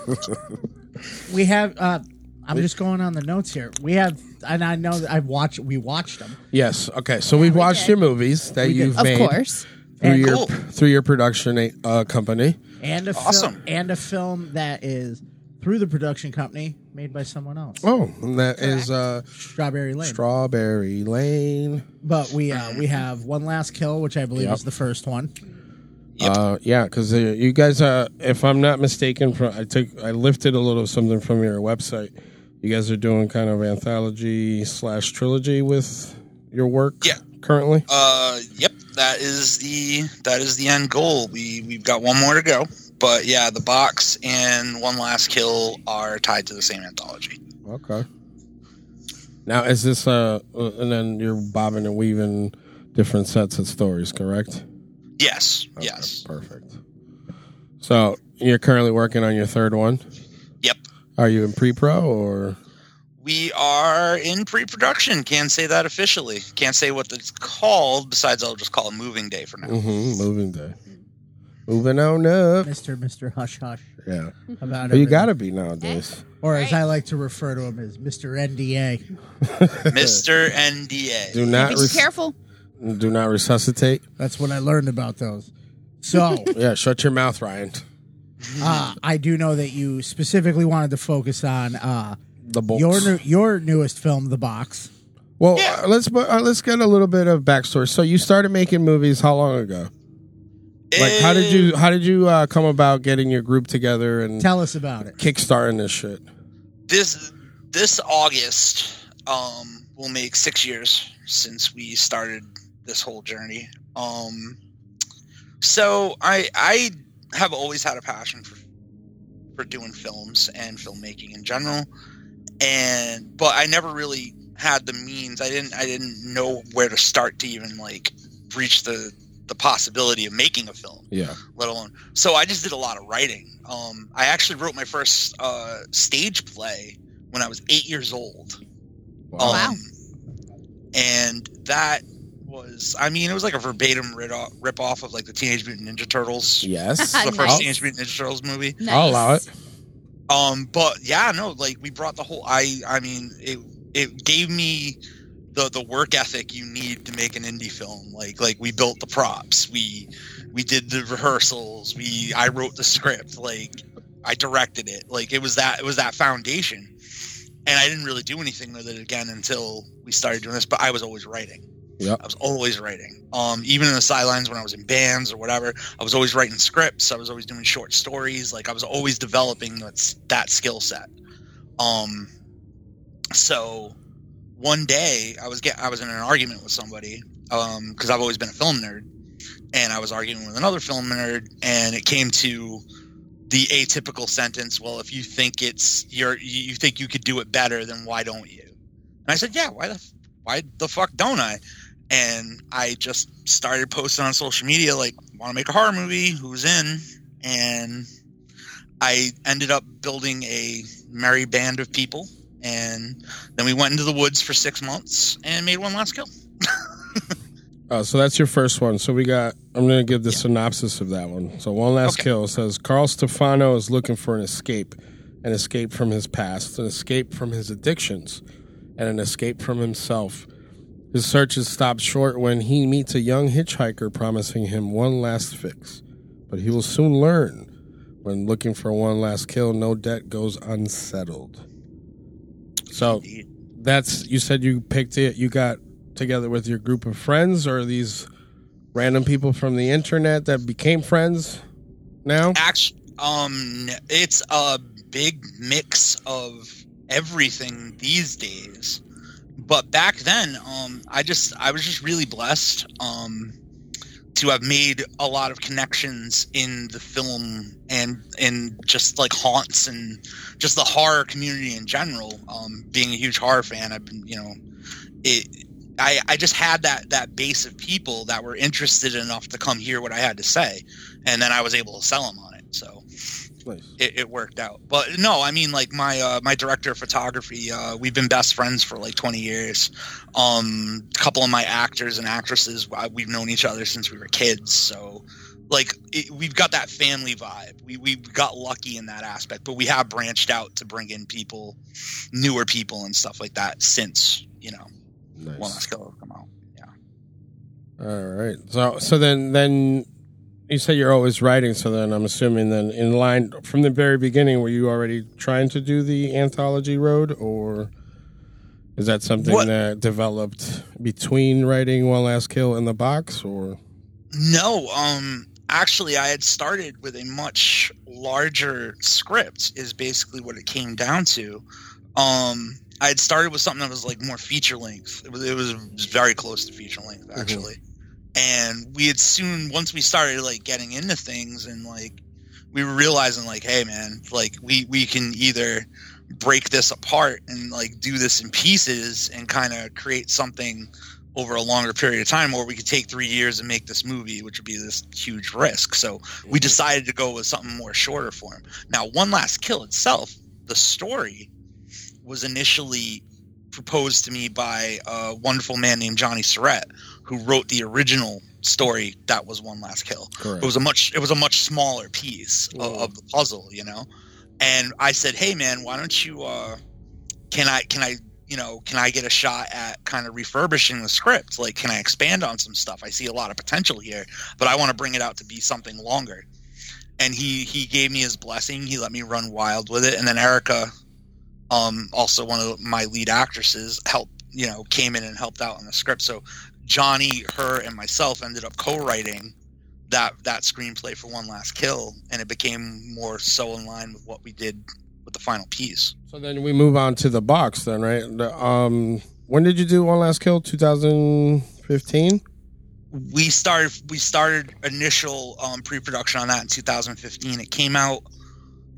S2: we have. Uh, I'm just going on the notes here. We have, and I know that I've watched. We watched them.
S3: Yes. Okay. So we've watched your movies that you've
S1: Of
S3: made
S1: course.
S3: through
S2: And-
S3: your
S4: Cool.
S3: through your production uh, company.
S2: and a
S4: Awesome.
S2: film, and a film that is through the production company made by someone else,
S3: Oh, and that is uh,
S2: Strawberry Lane.
S3: Strawberry Lane.
S2: but we uh, we have one last kill, which I believe
S3: Yep.
S2: is the first one.
S4: Yep.
S3: Uh, yeah, because uh, you guys, uh, if I'm not mistaken, from I took I lifted a little something from your website. You guys are doing kind of anthology slash trilogy with your work.
S4: Yeah.
S3: Currently.
S4: Uh, yep, that is the that is the end goal. We we've got one more to go, but yeah, the box and one last kill are tied to the same anthology.
S3: Okay. Now is this uh uh, and then you're bobbing and weaving different sets of stories, correct?
S4: Yes,
S3: Okay,
S4: yes,
S3: Perfect. So you're currently working on your third one.
S4: yep.
S3: Are you in pre-pro or
S4: We are in pre-production. Can't say that officially. Can't say what it's called. Besides, I'll just call it moving day for
S3: [laughs]
S4: now.
S3: Mhm, moving day? Moving on up.
S2: Mister Mister Hush Hush
S3: Yeah. Well,
S2: about
S3: Oh, you
S2: everything.
S3: gotta be nowadays.
S4: Eh?
S2: or as I like to refer to him as Mister NDA.
S4: Mr. NDA.
S3: Do not
S1: Be
S3: res-
S1: careful.
S3: Do not resuscitate.
S2: That's what I learned about those.
S3: [laughs]
S2: So
S3: Yeah, shut your mouth, Ryan.
S2: uh, I do know that you specifically wanted to focus on uh,
S3: The bolts.
S2: your new, your newest film, The Box.
S3: well,
S4: Yeah.
S3: uh, let's bu- uh, let's get a little bit of backstory. So you started making movies how long ago? Like how did you how did you uh, come about getting your group together and
S2: Tell us about it.
S3: kickstarting this shit?
S4: this this August um will make six years since we started this whole journey. Um so I I have always had a passion for for doing films and filmmaking in general. And but I never really had the means. I didn't I didn't know where to start to even like reach the the possibility of making a film
S3: Yeah.
S4: let alone. So I just did a lot of writing. Um, I actually wrote my first uh, stage play when I was eight years old. Oh. Um,
S3: Wow.
S1: Wow.
S4: And that was, I mean, it was like a verbatim rid- rip off of like the Teenage Mutant Ninja Turtles,
S3: Yes.
S1: Nice.
S4: the first Teenage Mutant Ninja Turtles movie.
S1: Nice.
S3: I'll allow it.
S4: Um, but yeah, no, like we brought the whole. I, I mean, it it gave me the the work ethic you need to make an indie film. Like like we built the props, we we did the rehearsals, we I wrote the script, like I directed it. Like it was that it was that foundation, and I didn't really do anything with it again until we started doing this. But I was always writing.
S3: Yep.
S4: I was always writing. Um, even in the sidelines when I was in bands or whatever, I was always writing scripts. I was always doing short stories. Like I was always developing that that skill set. Um, so one day I was get I was in an argument with somebody because I've always been a film nerd, and I was arguing with another film nerd, and it came to the atypical sentence. Well, if you think it's you're you think you could do it better, then why don't you? And I said, yeah, why the f- why the fuck don't I? and I just started posting on social media like want to make a horror movie who's in and I ended up building a merry band of people and then we went into the woods for 6 months and made one last kill.
S3: Oh, so that's your first one. So we got. I'm going to give the synopsis of that one. So one last
S4: Okay.
S3: kill says Carl Stefano is looking for an escape, an escape from his past, an escape from his addictions, and an escape from himself. His search is stopped short when he meets a young hitchhiker promising him one last fix, but he will soon learn. When looking for one last kill, no debt goes unsettled. So that's you said you picked it you got together with your group of friends or these random people from the internet that became friends now
S4: Actually, um, it's a big mix of everything these days. But back then, um, I just I was just really blessed um, to have made a lot of connections in the film and and just like haunts and just the horror community in general. Um, being a huge horror fan, I've been you know it. I, I just had that, that base of people that were interested enough to come hear what I had to say and then I was able to sell them on it. So
S3: nice.
S4: it, it worked out. But no, I mean, like my uh, my director of photography, uh, we've been best friends for like 20 years. Um, a couple of my actors and actresses, I, we've known each other since we were kids. So like it, we've got that family vibe. We we got lucky in that aspect, but we have branched out to bring in people, newer people and stuff like that since you know
S3: nice.
S4: One Last Kill come out.
S3: all right so so then then you said you're always writing so then i'm assuming then in line from the very beginning were you already trying to do the anthology road or is that something
S4: What-
S3: that developed between writing one last kill and the box or
S4: No, um actually I had started with a much larger script is basically what it came down to. Um I had started with something that was like more feature length. It was, it was very close to feature length actually. And we had soon once we started like getting into things and like we were realizing like hey man, like we we can either break this apart and like do this in pieces and kind of create something over a longer period of time, or we could take three years and make this movie, which would be this huge risk. So we decided to go with something more shorter form. Now, One Last Kill itself, the story was initially proposed to me by a wonderful man named Johnny Surratt, who wrote the original story that was One Last Kill
S3: correct
S4: it was a much it was a much smaller piece of, of the puzzle you know and i said hey man why don't you uh can i can i you know, can I get a shot at kind of refurbishing the script? Like, can I expand on some stuff? I see a lot of potential here, but I want to bring it out to be something longer. And he he gave me his blessing. He let me run wild with it. And then Erica, um, also one of my lead actresses, helped you know came in and helped out on the script. So Johnny, her, and myself ended up co-writing that that screenplay for One Last Kill, and it became more so in line with what we did with the final piece.
S3: So then we move on to the box, then, right? The, um, when did you do One Last Kill? 2015?
S4: we started we started initial um, pre-production on that in 2015 it came out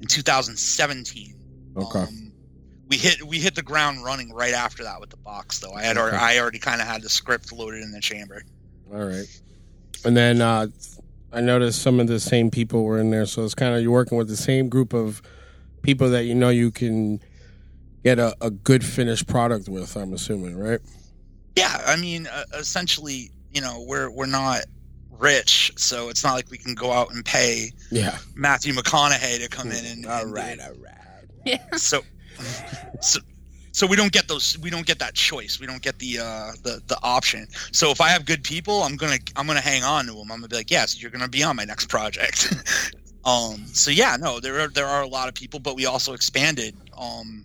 S4: in 2017
S3: Okay.
S4: um, we hit we hit the ground running right after that with the box though i had already
S3: Okay.
S4: i already kind of had the script loaded in the chamber
S3: All right. And then uh, I noticed some of the same people were in there. So it's kind of you're working with the same group of people that you know you can get a, a good finished product with, I'm assuming, right?
S4: yeah i mean uh, essentially you know we're we're not rich so it's not like we can go out and pay
S3: Yeah.
S4: matthew mcconaughey to come in and,
S3: Hmm. All
S4: and do
S3: right.
S4: it.
S3: All right.
S4: so so so we don't get those we don't get that choice we don't get the uh the, the option so if i have good people i'm gonna i'm gonna hang on to them i'm gonna be like yes you're gonna be on my next project [laughs] um so yeah no there are there are a lot of people but we also expanded um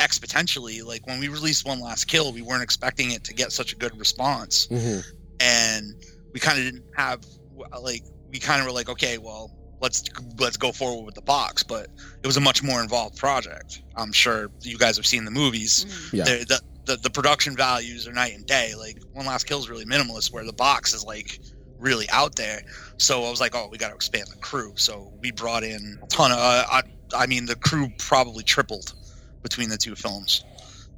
S4: exponentially like when we released one last kill we weren't expecting it to get such a good response
S3: Mhm.
S4: and we kind of didn't have like we kind of were like okay well let's let's go forward with the box but it was a much more involved project i'm sure you guys have seen the movies
S1: Mm-hmm.
S3: Yeah.
S4: They're- the, the, the production values are night and day like one last kill is really minimalist where the box is like really out there so i was like oh we got to expand the crew so we brought in a ton of uh, I, I mean the crew probably tripled between the two films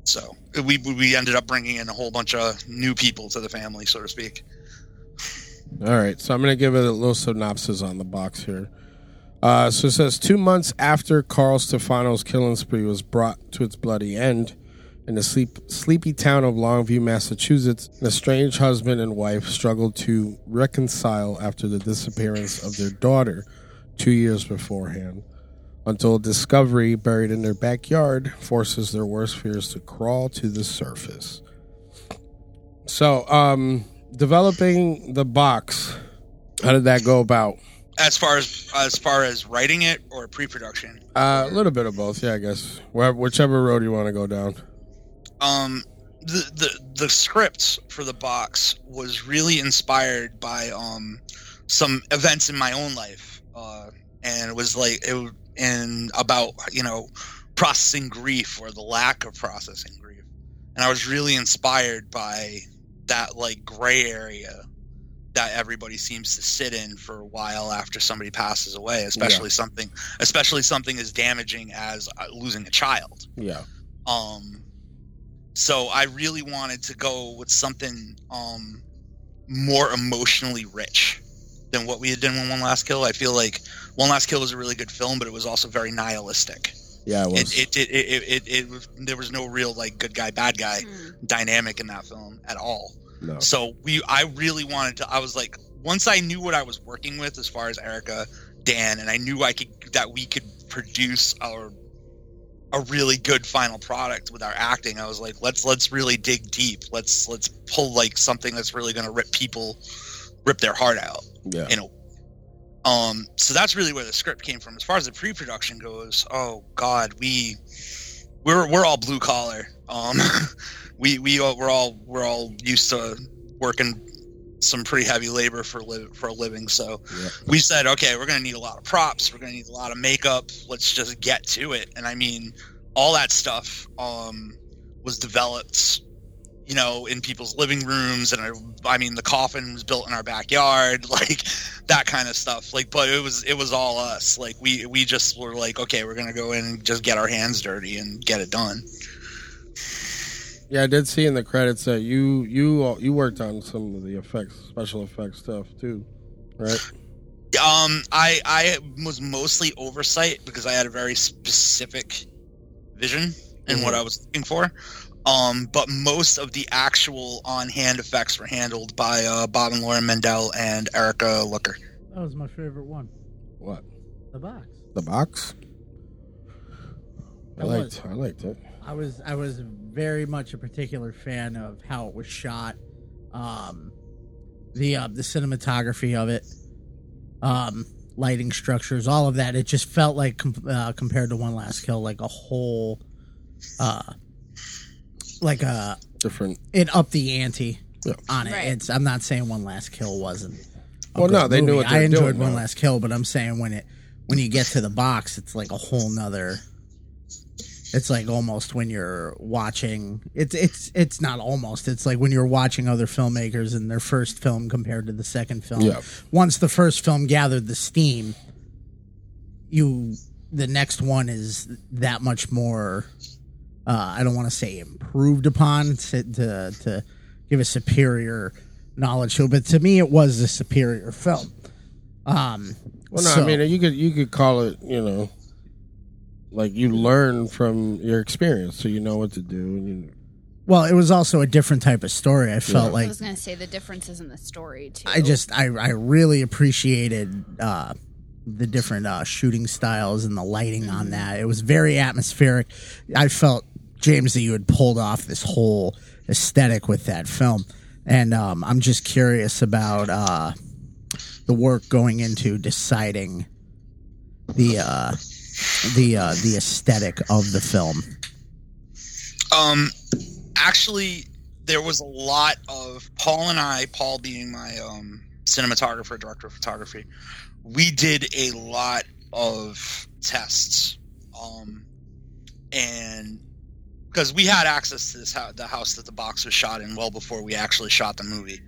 S4: so we we ended up bringing in a whole bunch of new people to the family so to speak
S3: All right, so I'm going to give it a little synopsis on the box here. Uh, so it says two months after Carl Stefano's killing spree was brought to its bloody end in the sleep, sleepy town of Longview, Massachusetts, an estranged husband and wife struggled to reconcile after the disappearance of their daughter two years beforehand. Until discovery buried in their backyard forces their worst fears to crawl to the surface. So, um, developing the box, how did that go about?
S4: as far as as far as writing it or pre-production
S3: Uh, a little bit of both, yeah, I guess. Where, whichever road you want to go down.
S4: um the, the the script for the box was really inspired by um some events in my own life uh and it was like it w- and about you know processing grief or the lack of processing grief and i was really inspired by that like gray area that everybody seems to sit in for a while after somebody passes away especially something especially something as damaging as uh, losing a child
S3: Yeah.
S4: um so i really wanted to go with something um more emotionally rich than what we had done with one last kill i feel like one last kill was a really good film but it was also very nihilistic
S3: Yeah, it was.
S4: it it it, it, it, it, was there was no real like good guy bad guy dynamic in that film at all
S3: no.
S4: so we, I really wanted to. I was like, once I knew what I was working with as far as Erica, Dan, and I knew I could that we could produce our a really good final product with our acting. I was like, let's let's really dig deep. Let's let's pull like something that's really going to rip people, rip their heart out.
S3: Yeah.
S4: You know. Um. So that's really where the script came from. As far as the pre-production goes, oh God, we we're we're all blue collar. Um, [laughs] we we all, we're all we're all used to working some pretty heavy labor for li- for a living. So
S3: Yeah.
S4: we said, okay, we're gonna need a lot of props. We're gonna need a lot of makeup. Let's just get to it. And I mean, all that stuff um, was developed, you know, in people's living rooms, and I, I mean, the coffin was built in our backyard, [laughs] like that kind of stuff. Like, but it was it was all us. Like we we just were like, okay, we're gonna go in and just get our hands dirty and get it done.
S3: Yeah, I did see in the credits that you you all- you worked on some of the effects, special effects stuff too, right?
S4: Um, I I was mostly oversight because I had a very specific vision in what
S3: Mhm.
S4: I was looking for. Um, but most of the actual on-hand effects were handled by uh, Bob and Lauren Mendel and Erica Looker.
S2: That was my favorite one.
S3: What
S2: The box.
S3: the box? I
S2: That
S3: liked I liked it.
S2: I was I was very much a particular fan of how it was shot, um, the uh, the cinematography of it, um, lighting structures, all of that. It just felt like com- uh, compared to One Last Kill, like a whole, uh, like a
S3: Different.
S2: it upped the ante
S3: Yeah.
S2: on it.
S1: Right.
S2: It's I'm not saying One Last Kill wasn't. a
S3: Well, no,
S2: good
S3: they knew
S2: movie.
S3: what they
S2: I
S3: were
S2: enjoyed
S3: doing,
S2: One
S3: though.
S2: Last Kill, but I'm saying when it when you get to the box, it's like a whole nother. It's like almost when you're watching. It's it's it's not almost. It's like when you're watching other filmmakers and their first film compared to the second film.
S3: Yeah.
S2: Once the first film gathered the steam, you the next one is that much more uh, I don't want to say improved upon to, to to give a superior knowledge to, it, but to me it was a superior film. Um,
S3: Well, no,
S2: so-
S3: I mean you could you could call it you know, like you learn from your experience, so you know what to do. And you,
S2: well, it was also a different type of story. I
S1: I
S2: felt like
S1: was gonna say the differences in the story too.
S2: I just I I really appreciated uh, the different uh, shooting styles and the lighting on that. It was very atmospheric. I felt James that you had pulled off this whole aesthetic with that film, and um, I'm just curious about uh, the work going into deciding the uh, the uh, the aesthetic of the film.
S4: Um, actually, there was a lot of Paul and I, Paul being my um, cinematographer, director of photography, we did a lot of tests. Um, and because we had access to this hou- the house that the box was shot in well before we actually shot the movie.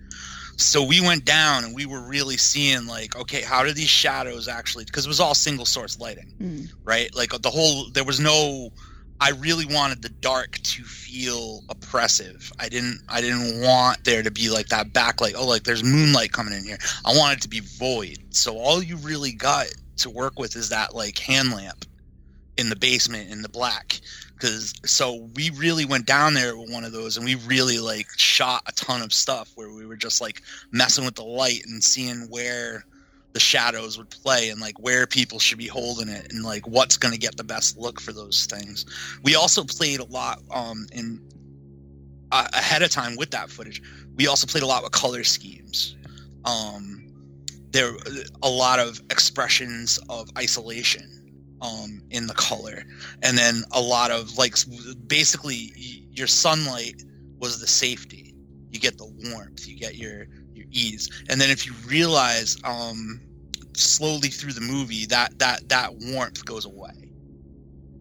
S4: So we went down and we were really seeing like, okay, how do these shadows actually? Because it was all single source lighting
S1: Mm.
S4: right? Like the whole there was no I really wanted the dark to feel oppressive. I didn't I didn't want there to be like that backlight. Oh, like there's moonlight coming in here. I wanted it to be void. So all you really got to work with is that like hand lamp in the basement in the black cuz so we really went down there with one of those and we really like shot a ton of stuff where we were just like messing with the light and seeing where the shadows would play and like where people should be holding it and like what's going to get the best look for those things. We also played a lot um in uh, ahead of time with that footage. We also played a lot with color schemes. Um there a lot of expressions of isolation um in the color and then a lot of like s- basically y- your sunlight was the safety. You get the warmth, you get your your ease. And then if you realize um, slowly through the movie that that that warmth goes away,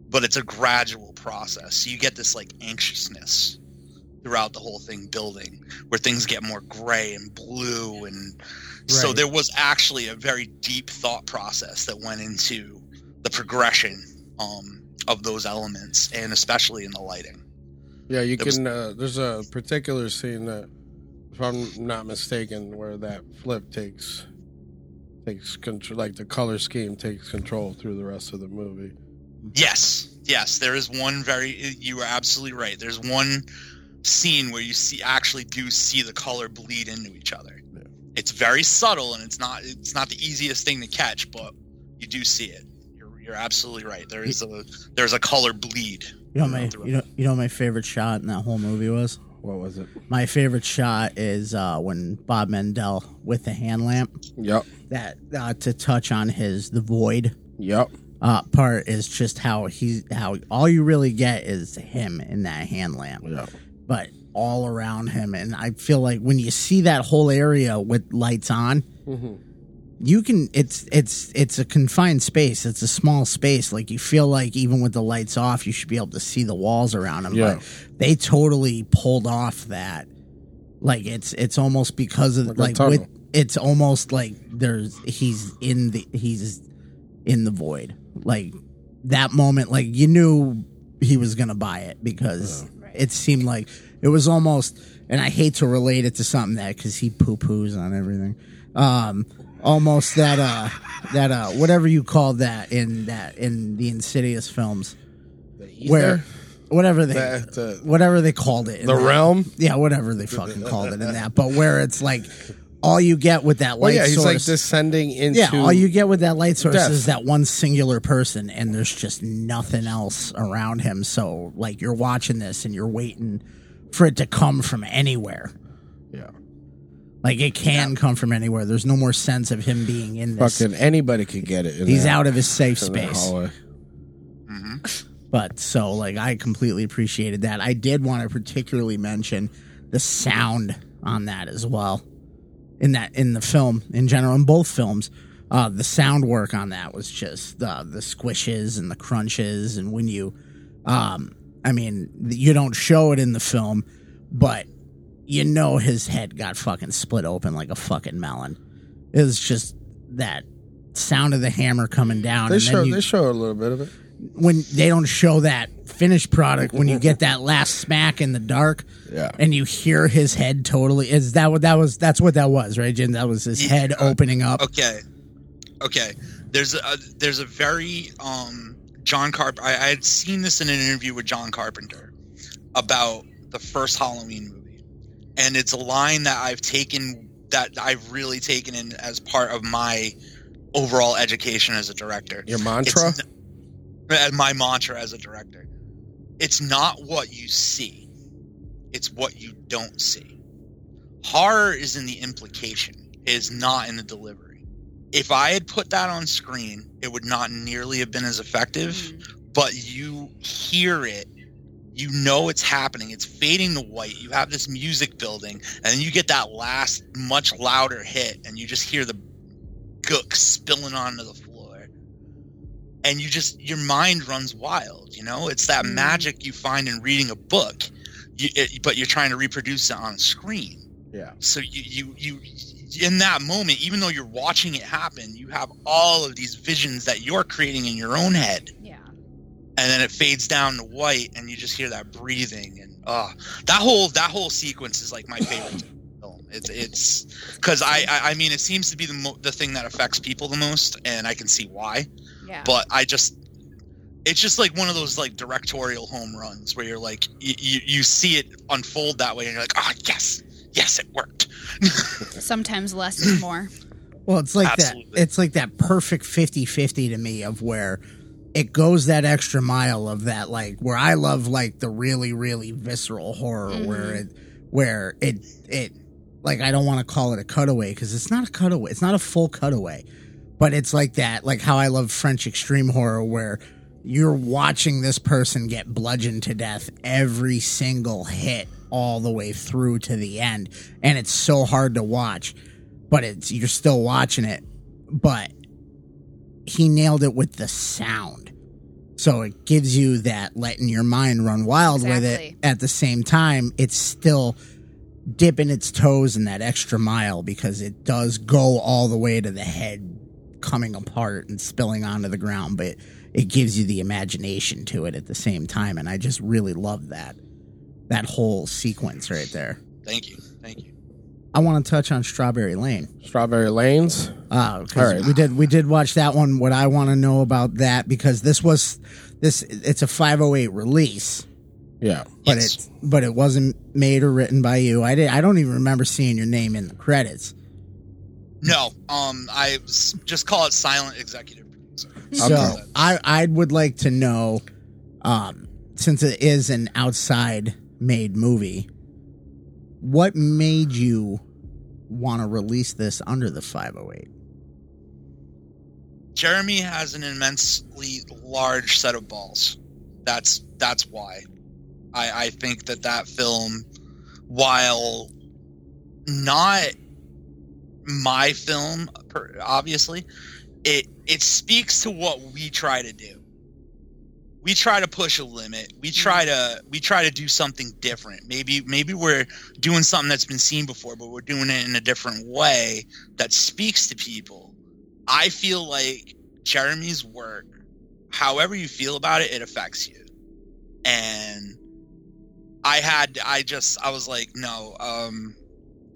S4: but it's a gradual process. So you get this like anxiousness throughout the whole thing building, where things get more gray and blue, and so
S2: Right.
S4: there was actually a very deep thought process that went into the progression um, of those elements, and especially in the lighting.
S3: yeah, you
S4: That was-
S3: can. Uh, there's a particular scene that, if I'm not mistaken, where that flip takes takes control, like the color scheme takes control through the rest of the movie.
S4: Yes, yes, there is one very. You are absolutely right. There's one scene where you see actually do see the color bleed into each other. It's very subtle and it's not it's not the easiest thing to catch, but you do see it. You're, you're absolutely right. There is a there's a color bleed.
S2: You know my you know you know my favorite shot in that whole movie was.
S3: What was it?
S2: My favorite shot is uh, when Bob Mendel with the hand lamp
S3: Yep,
S2: that uh, to touch on his the void
S3: yep.
S2: uh, part is just how he's how all you really get is him in that hand lamp,
S3: Yeah.
S2: but all around him, and I feel like when you see that whole area with lights on,
S3: Mm-hmm.
S2: you can it's it's it's a confined space it's a small space like you feel like even with the lights off you should be able to see the walls around them
S3: Yeah.
S2: but they totally pulled off that like it's it's almost because of
S3: Like a
S2: like,
S3: tunnel.
S2: with it's almost like there's he's in the he's in the void like that moment like you knew he was gonna buy it because it seemed like it was almost and i hate to relate it to something that because he poo-poos on everything um almost that uh that uh whatever you call that in that in the insidious films where whatever they
S3: The- the-
S2: whatever they called it in
S3: uh, The
S2: that-
S3: realm.
S2: yeah whatever they fucking called it in that but where it's like all you get with that light
S3: Well, yeah, he's
S2: source.
S3: like descending into.
S2: yeah, all you get with that light source
S3: death.
S2: is that one singular person, and there's just nothing else around him. So, like, you're watching this and you're waiting for it to come from anywhere.
S3: Yeah.
S2: Like, it can come from anywhere. There's no more sense of him being in this.
S3: Fucking anybody could get it. in
S2: He's
S3: that-
S2: out of his safe
S3: in that
S2: space.
S3: hallway.
S2: But so, like, I completely appreciated that. I did want to particularly mention the sound on that as well. In that, in the film, in general, in both films, uh, the sound work on that was just the the squishes and the crunches, and when you, um, I mean, you don't show it in the film, but you know his head got fucking split open like a fucking melon. It was just that sound of the hammer coming down.
S3: They
S2: and
S3: show
S2: then you,
S3: they show a little bit of it.
S2: when they don't show that finished product when you get that last smack in the dark
S3: Yeah.
S2: and you hear his head totally is that what that was that's what that was right jim that was his head opening up
S4: Okay, okay. There's a there's a very um John Carp. I, I had seen this in an interview with John Carpenter about the first Halloween movie, and it's a line that I've taken that I've really taken in as part of my overall education as a director.
S3: Your
S4: It's
S3: mantra.
S4: n- uh, my mantra as a director. It's not what you see, it's what you don't see. Horror is in the implication, it is not in the delivery. If I had put that on screen, it would not nearly have been as effective,
S1: Mm.
S4: but you hear it. You know it's happening. It's fading to white. You have this music building, and then you get that last, much louder hit, and you just hear the gook spilling onto the floor and you just your mind runs wild you know it's that magic you find in reading a book you, it, but you're trying to reproduce it on a screen
S3: Yeah.
S4: so you, you you in that moment even though you're watching it happen you have all of these visions that you're creating in your own head
S1: Yeah.
S4: and then it fades down to white and you just hear that breathing and uh that whole that whole sequence is like my favorite film it's it's because I, I i mean it seems to be the mo- the thing that affects people the most and i can see why
S1: Yeah.
S4: but I just it's just like one of those like directorial home runs where you're like you, you, you see it unfold that way and you're like oh yes yes it worked
S1: Sometimes less is more.
S2: well it's like that
S4: Absolutely.
S2: it's like that perfect 50-50 to me of where it goes that extra mile of that like where i love like the really really visceral horror where it where it it like i don't want to call it a cutaway because it's not a cutaway it's not a full cutaway but it's like that like how i love french extreme horror where you're watching this person get bludgeoned to death every single hit all the way through to the end and it's so hard to watch but it's you're still watching it but he nailed it with the sound so it gives you that letting your mind run wild with it
S1: Exactly.
S2: at the same time it's still dipping its toes in that extra mile because it does go all the way to the head coming apart and spilling onto the ground, but it gives you the imagination to it at the same time. And I just really love that that whole sequence right there.
S4: thank you thank you
S2: I want to touch on Strawberry Lane.
S3: Strawberry Lanes.
S2: Uh, 'cause
S3: All right.
S2: we did we did watch that one. What I want to know about that because this was this it's a 508 release,
S3: Yeah.
S2: but
S4: Yes.
S2: it's but it wasn't made or written by you. I did I don't even remember seeing your name in the credits.
S4: no um i s- just call it silent executive producer
S2: So I I would like to know, um, since it is an outside made movie, what made you want to release this under the 508?
S4: jeremy has an immensely large set of balls that's that's why i i think that that film while not my film per- obviously it it speaks to what we try to do we try to push a limit we try to we try to do something different maybe maybe we're doing something that's been seen before but we're doing it in a different way that speaks to people i feel like jeremy's work however you feel about it it affects you and i had i just i was like no um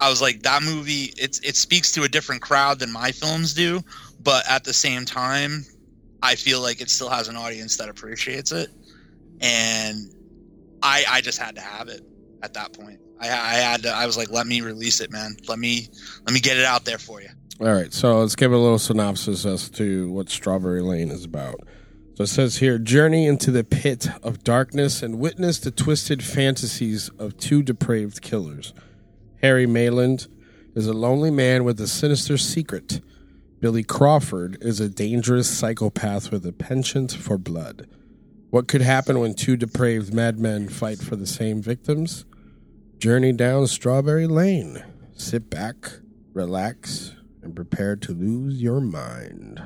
S4: i was like that movie it's it speaks to a different crowd than my films do but at the same time i feel like it still has an audience that appreciates it and i i just had to have it at that point. I, I had to, I was like, let me release it, man. Let me let me get it out there for you.
S3: All right, so let's give a little synopsis as to what Strawberry Lane is about. So it says here Journey into the pit of darkness and witness the twisted fantasies of two depraved killers. Harry Mayland is a lonely man with a sinister secret. Billy Crawford is a dangerous psychopath with a penchant for blood. What could happen when two depraved madmen fight for the same victims? Journey down Strawberry Lane. Sit back, relax, and prepare to lose your mind.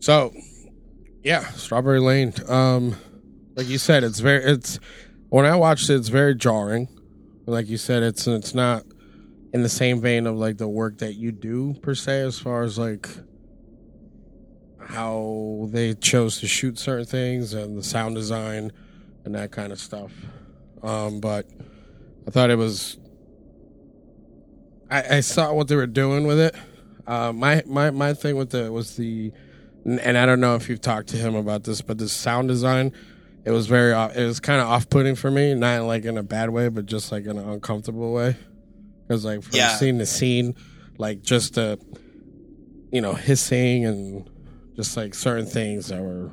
S3: So, yeah, Strawberry Lane. Um, like you said, it's very. It's when I watched it, it's very jarring. Like you said, it's it's not in the same vein of like the work that you do per se, as far as like how they chose to shoot certain things and the sound design and that kind of stuff. Um, but I thought it was. I, I saw what they were doing with it. Uh, my my my thing with the was the, and- and I don't know if you've talked to him about this, but the sound design, it was very off, it was kind of off putting for me, not like in a bad way, but just like in an uncomfortable way, because like from
S4: Yeah.
S3: scene to scene, like just the, you know, hissing and just like certain things that were,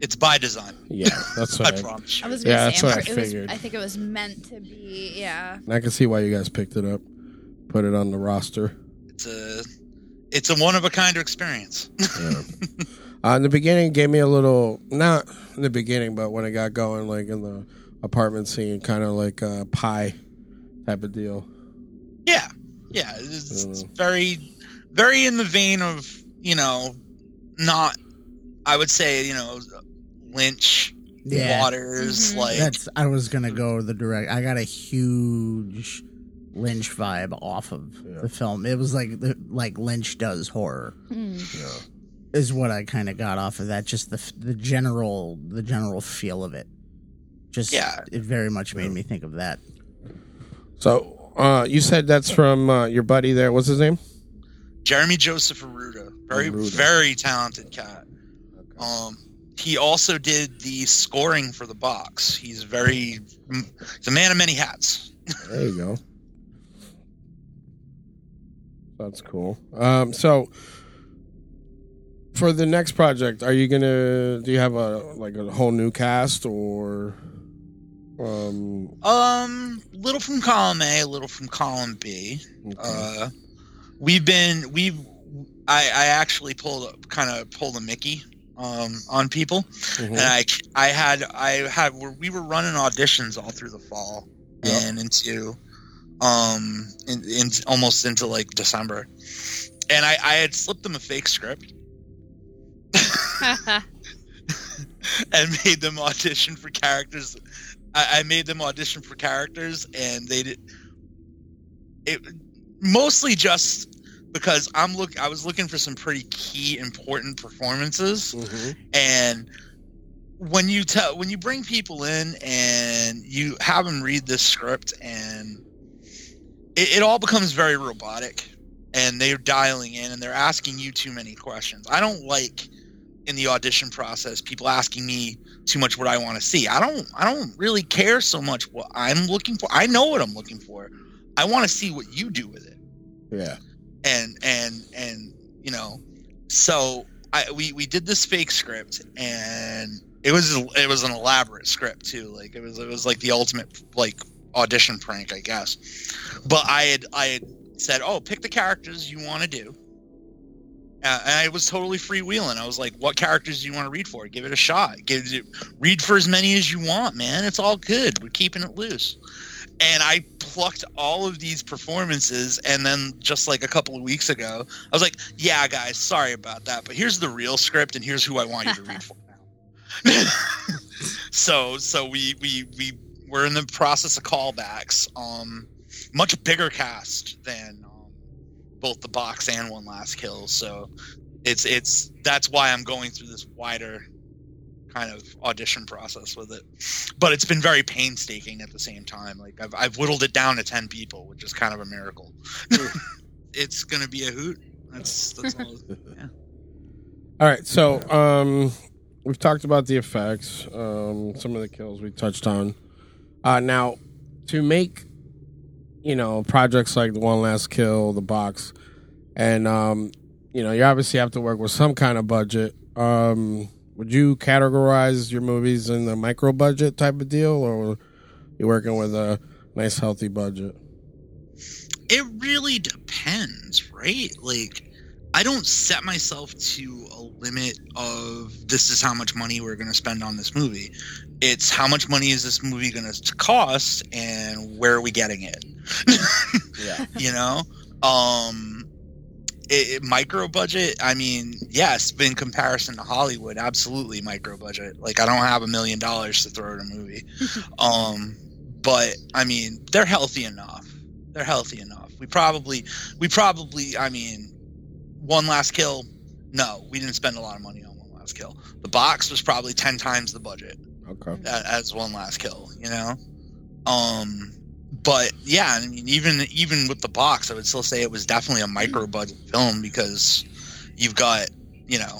S4: It's by design.
S3: yeah, that's
S4: [laughs] I
S3: what I,
S4: promise.
S1: I
S4: You.
S1: was
S3: Yeah,
S1: gonna say,
S3: that's
S1: I'm
S3: what I
S1: sure it was-
S3: figured.
S1: I think it was meant to be. Yeah.
S3: and I can see why you guys picked it up, put it on the roster.
S4: It's a it's a one of a kind experience. [laughs]
S3: [laughs] Uh, in the beginning, it gave me a little not in the beginning, but when it got going, like in the apartment scene, kind of like a pie type of deal.
S4: yeah, yeah. It's, it's
S3: Mm.
S4: very very in the vein of you know not. I would say you know Lynch
S2: Yeah. Mm-hmm.
S4: Waters
S1: Mhm.
S4: like
S2: That's I was gonna go the direct. I got a huge Lynch vibe off of the film. It was like the, like Lynch does horror
S1: Hmm.
S2: is what I kind of got off of that. Just the f- the general the general feel of it. Just
S4: Yeah.
S2: it very much made me think of
S4: [laughs]
S2: that.
S3: So uh, you said that's from uh, your buddy there. What's his name?
S4: Jeremy Joseph Aruda, very
S3: Arruda.
S4: very talented cat. Um, he also did the scoring for the box. He's very he's a man of many hats.
S3: There you go. That's cool. Um, so for the next project, are you gonna? Do you have a like a whole new cast or? Um,
S4: Um, little from column A, little from column B. Uh, we've been we've I I actually pulled kind of pulled a Mickey um on people,
S3: Mhm.
S4: and I I had I had we were running auditions all through the fall
S3: Yeah.
S4: and into um in, in almost into like December, and I I had slipped them a fake script [laughs] and made them audition for characters. I, I made them audition for characters, and they did. It mostly just because I'm look. I was looking for some pretty key important performances,
S3: Mhm.
S4: and when you tell when you bring people in and you have them read this script, and it, it all becomes very robotic, and they're dialing in and they're asking you too many questions. I don't like in the audition process people asking me too much what I want to see. I don't I don't really care so much what I'm looking for. I know what I'm looking for. I want to see what you do with it.
S3: Yeah.
S4: And and and you know, so I we we did this fake script and it was it was an elaborate script too. Like it was it was like the ultimate like audition prank, I guess. But I had I had said, "Oh, pick the characters you want to do." Uh, and I was totally freewheeling. I was like, "What characters do you want to read for? Give it a shot. Give it, read for as many as you want, man. It's all good. We're keeping it loose." And I plucked all of these performances, and then just like a couple of weeks ago, I was like, "Yeah, guys, sorry about that, but here's the real script, and here's who I want you to read for now." [laughs] so, so we we we we're in the process of callbacks. Um, much bigger cast than um, both the box and one last kill so it's it's that's why i'm going through this wider kind of audition process with it but it's been very painstaking at the same time like i've, I've whittled it down to 10 people which is kind of a miracle [laughs] it's gonna be a hoot that's that's all yeah.
S3: All right, so um, we've talked about the effects, um, some of the kills we touched on. Uh, now, to make, you know, projects like the One Last Kill, the box, and um, you know, you obviously have to work with some kind of budget. Um, would you categorize your movies in the micro budget type of deal, or you working with a nice healthy budget?
S4: it really depends, right? Like, I don't set myself to a limit of this is how much money we're going to spend on this movie. It's how much money is this movie going to cost and where are we getting it? [laughs]
S3: Yeah.
S4: you know? Um, it, it- micro budget, I mean, yes, in comparison to Hollywood, absolutely micro budget. Like, I don't have a million dollars to throw at a movie. um, but I mean, they're healthy enough they're healthy enough. We probably, we probably, I mean, one last kill. No, we didn't spend a lot of money on one last kill. The box was probably ten times the budget
S3: Okay.
S4: a- as one last kill. You know, um, but yeah, I mean, even even with the box, I would still say it was definitely a micro budget film because you've got you know.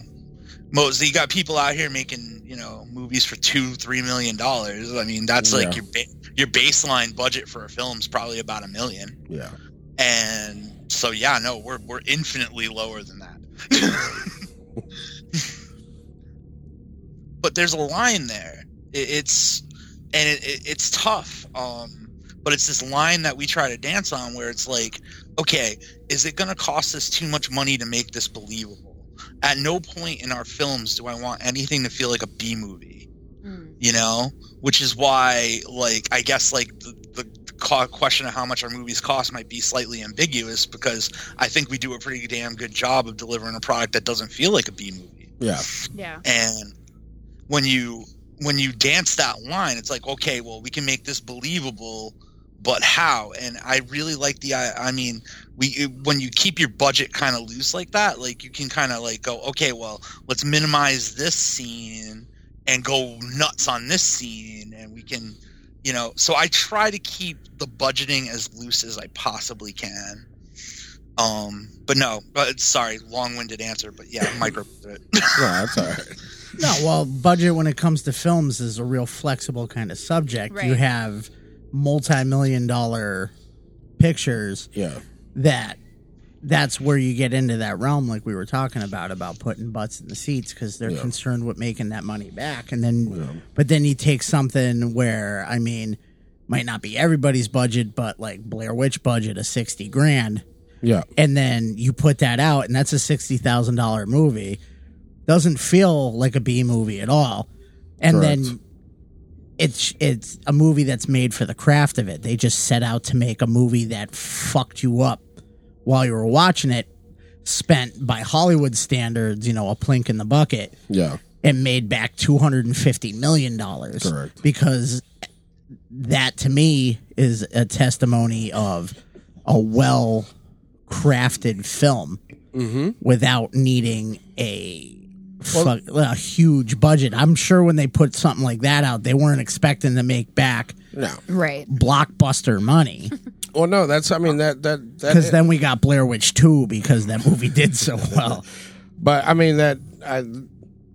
S4: Mostly, you got people out here making you know movies for two, three million dollars. I mean, that's like
S3: Yeah.
S4: your ba- your baseline budget for a film is probably about a million
S3: Yeah.
S4: and so yeah no we're we're infinitely lower
S3: [laughs]
S4: than that [laughs] but there's a line there it, it's and it, it, it's tough um but it's this line that we try to dance on where it's like okay is it going to cost us too much money to make this believable at no point in our films do i want anything to feel like a b movie you know which is why like i guess like the, the co- question of how much our movies cost might be slightly ambiguous because i think we do a pretty damn good job of delivering a product that doesn't feel like a b movie
S3: Yeah.
S1: [laughs] Yeah.
S4: and when you when you dance that line it's like okay well we can make this believable but how and i really like the i, I mean we it- when you keep your budget kind of loose like that like you can kind of like go okay well let's minimize this scene and go nuts on this scene and we can you know so i try to keep the budgeting as loose as i possibly can um but no but sorry long-winded answer but yeah micro
S3: No, that's all right.
S2: No, well, budget when it comes to films is a real flexible kind of subject. You
S1: Right.
S2: have multi-million dollar pictures
S3: [laughs] Yeah.
S2: that that's where you get into that realm like we were talking about about putting butts in the seats because they're concerned with making that money back and then but then you take something where i mean might not be everybody's budget but like blair witch budget of 60 grand
S3: Yeah.
S2: and then you put that out and that's a $60,000 movie doesn't feel like a B movie at all and then
S3: Correct.
S2: it's it's a movie that's made for the craft of it they just set out to make a movie that fucked you up while you were watching it spent by Hollywood standards you know a plink in the bucket
S3: Yeah.
S2: and made back 250 million dollars
S3: Correct.
S2: because that to me is a testimony of a well crafted film without needing a fuck, a huge budget i'm sure when they put something like that out they weren't expecting to make back
S3: No.
S8: Right.
S2: blockbuster money
S3: Well, no. That's. I mean, that. That. That.
S2: because then we got blair witch 2 because that movie did so well
S3: But I mean that I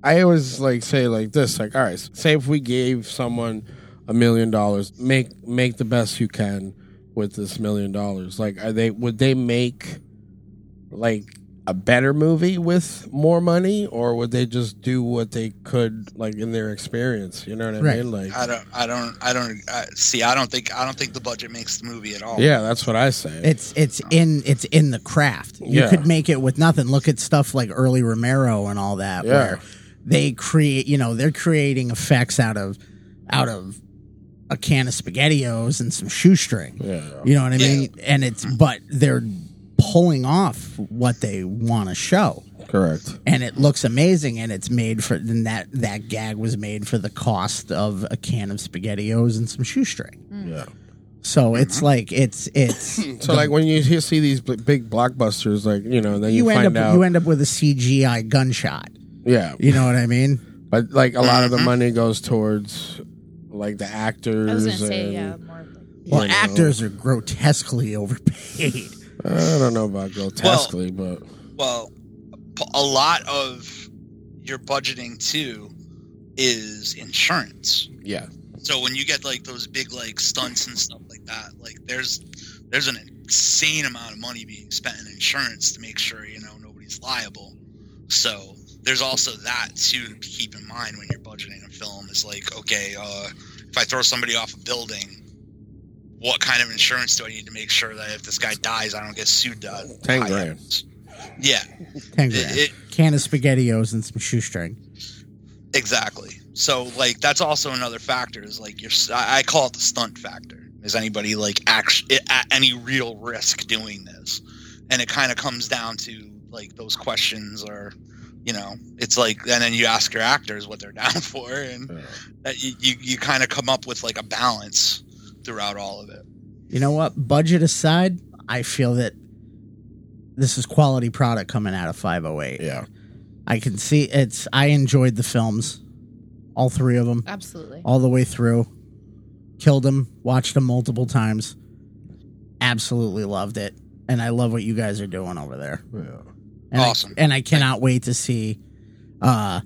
S3: I always like say like this like all right say if we gave someone a million dollars make make the best you can with this million dollars like are they would they make like a better movie with more money or would they just do what they could like in their experience you know what I
S2: Right.
S3: mean like
S4: I don't, I don't, I don't I, see. I don't think, I don't think the budget makes the movie at all.
S3: yeah that's what I say
S2: It's it's in it's in the craft. You
S3: Yeah.
S2: could make it with nothing. Look at stuff like early Romero and all that,
S3: Yeah.
S2: where they create. You know, they're creating effects out of out of a can of spaghettios and some shoestring.
S3: yeah
S2: You know what I
S4: Yeah.
S2: mean? And it's but they're pulling off what they want to show,
S3: correct
S2: and it looks amazing. And it's made for then that that gag was made for the cost of a can of spaghettios and some shoestring.
S3: yeah
S2: So it's like it's it's.
S3: Mm-hmm. so like when you hear- see these bl- big blockbusters like you know then you,
S2: you end
S3: find
S2: up
S3: out
S2: you end up with a CGI gunshot.
S3: yeah
S2: You know what
S3: [laughs]
S2: I mean?
S3: But like a lot of the money goes towards like the actors.
S8: Mm-hmm. I was gonna say
S3: and-
S8: yeah. More like,
S2: Well,
S3: You know.
S2: actors are grotesquely [laughs] overpaid.
S3: uh, I don't know about grotesquely, but
S4: Well, p- a lot of your budgeting too is insurance.
S3: yeah,
S4: So when you get like those big like stunts and stuff like that, like there's there's an insane amount of money being spent in insurance to make sure you know nobody's liable. So there's also that too to keep in mind when you're budgeting a film. Is like okay, uh, if I throw somebody off a building, what kind of insurance do I need to make sure that if this guy dies, I don't get sued? To
S3: Ten
S4: high
S3: grand.
S4: ends? Yeah,
S2: Ten grand.
S4: it, it,
S2: Can of SpaghettiOs and some shoestring.
S4: Exactly. So like that's also another factor is like your I I call it the stunt factor. Is anybody like act at any real risk doing this? And it kind of comes down to like those questions are, you know, it's like and then you ask your actors what they're [laughs] down for, and that you you, you kind of come up with like a balance throughout all of it.
S2: You know what? Budget aside, I feel that this is quality product coming out of 508.
S3: Yeah.
S2: I can see it's. I enjoyed the films, all three of them,
S1: Absolutely.
S2: all the way through. Killed them, watched them multiple times. Absolutely loved it, and I love what you guys are doing over there. And
S4: Awesome.
S2: I, and I cannot wait to see, uh,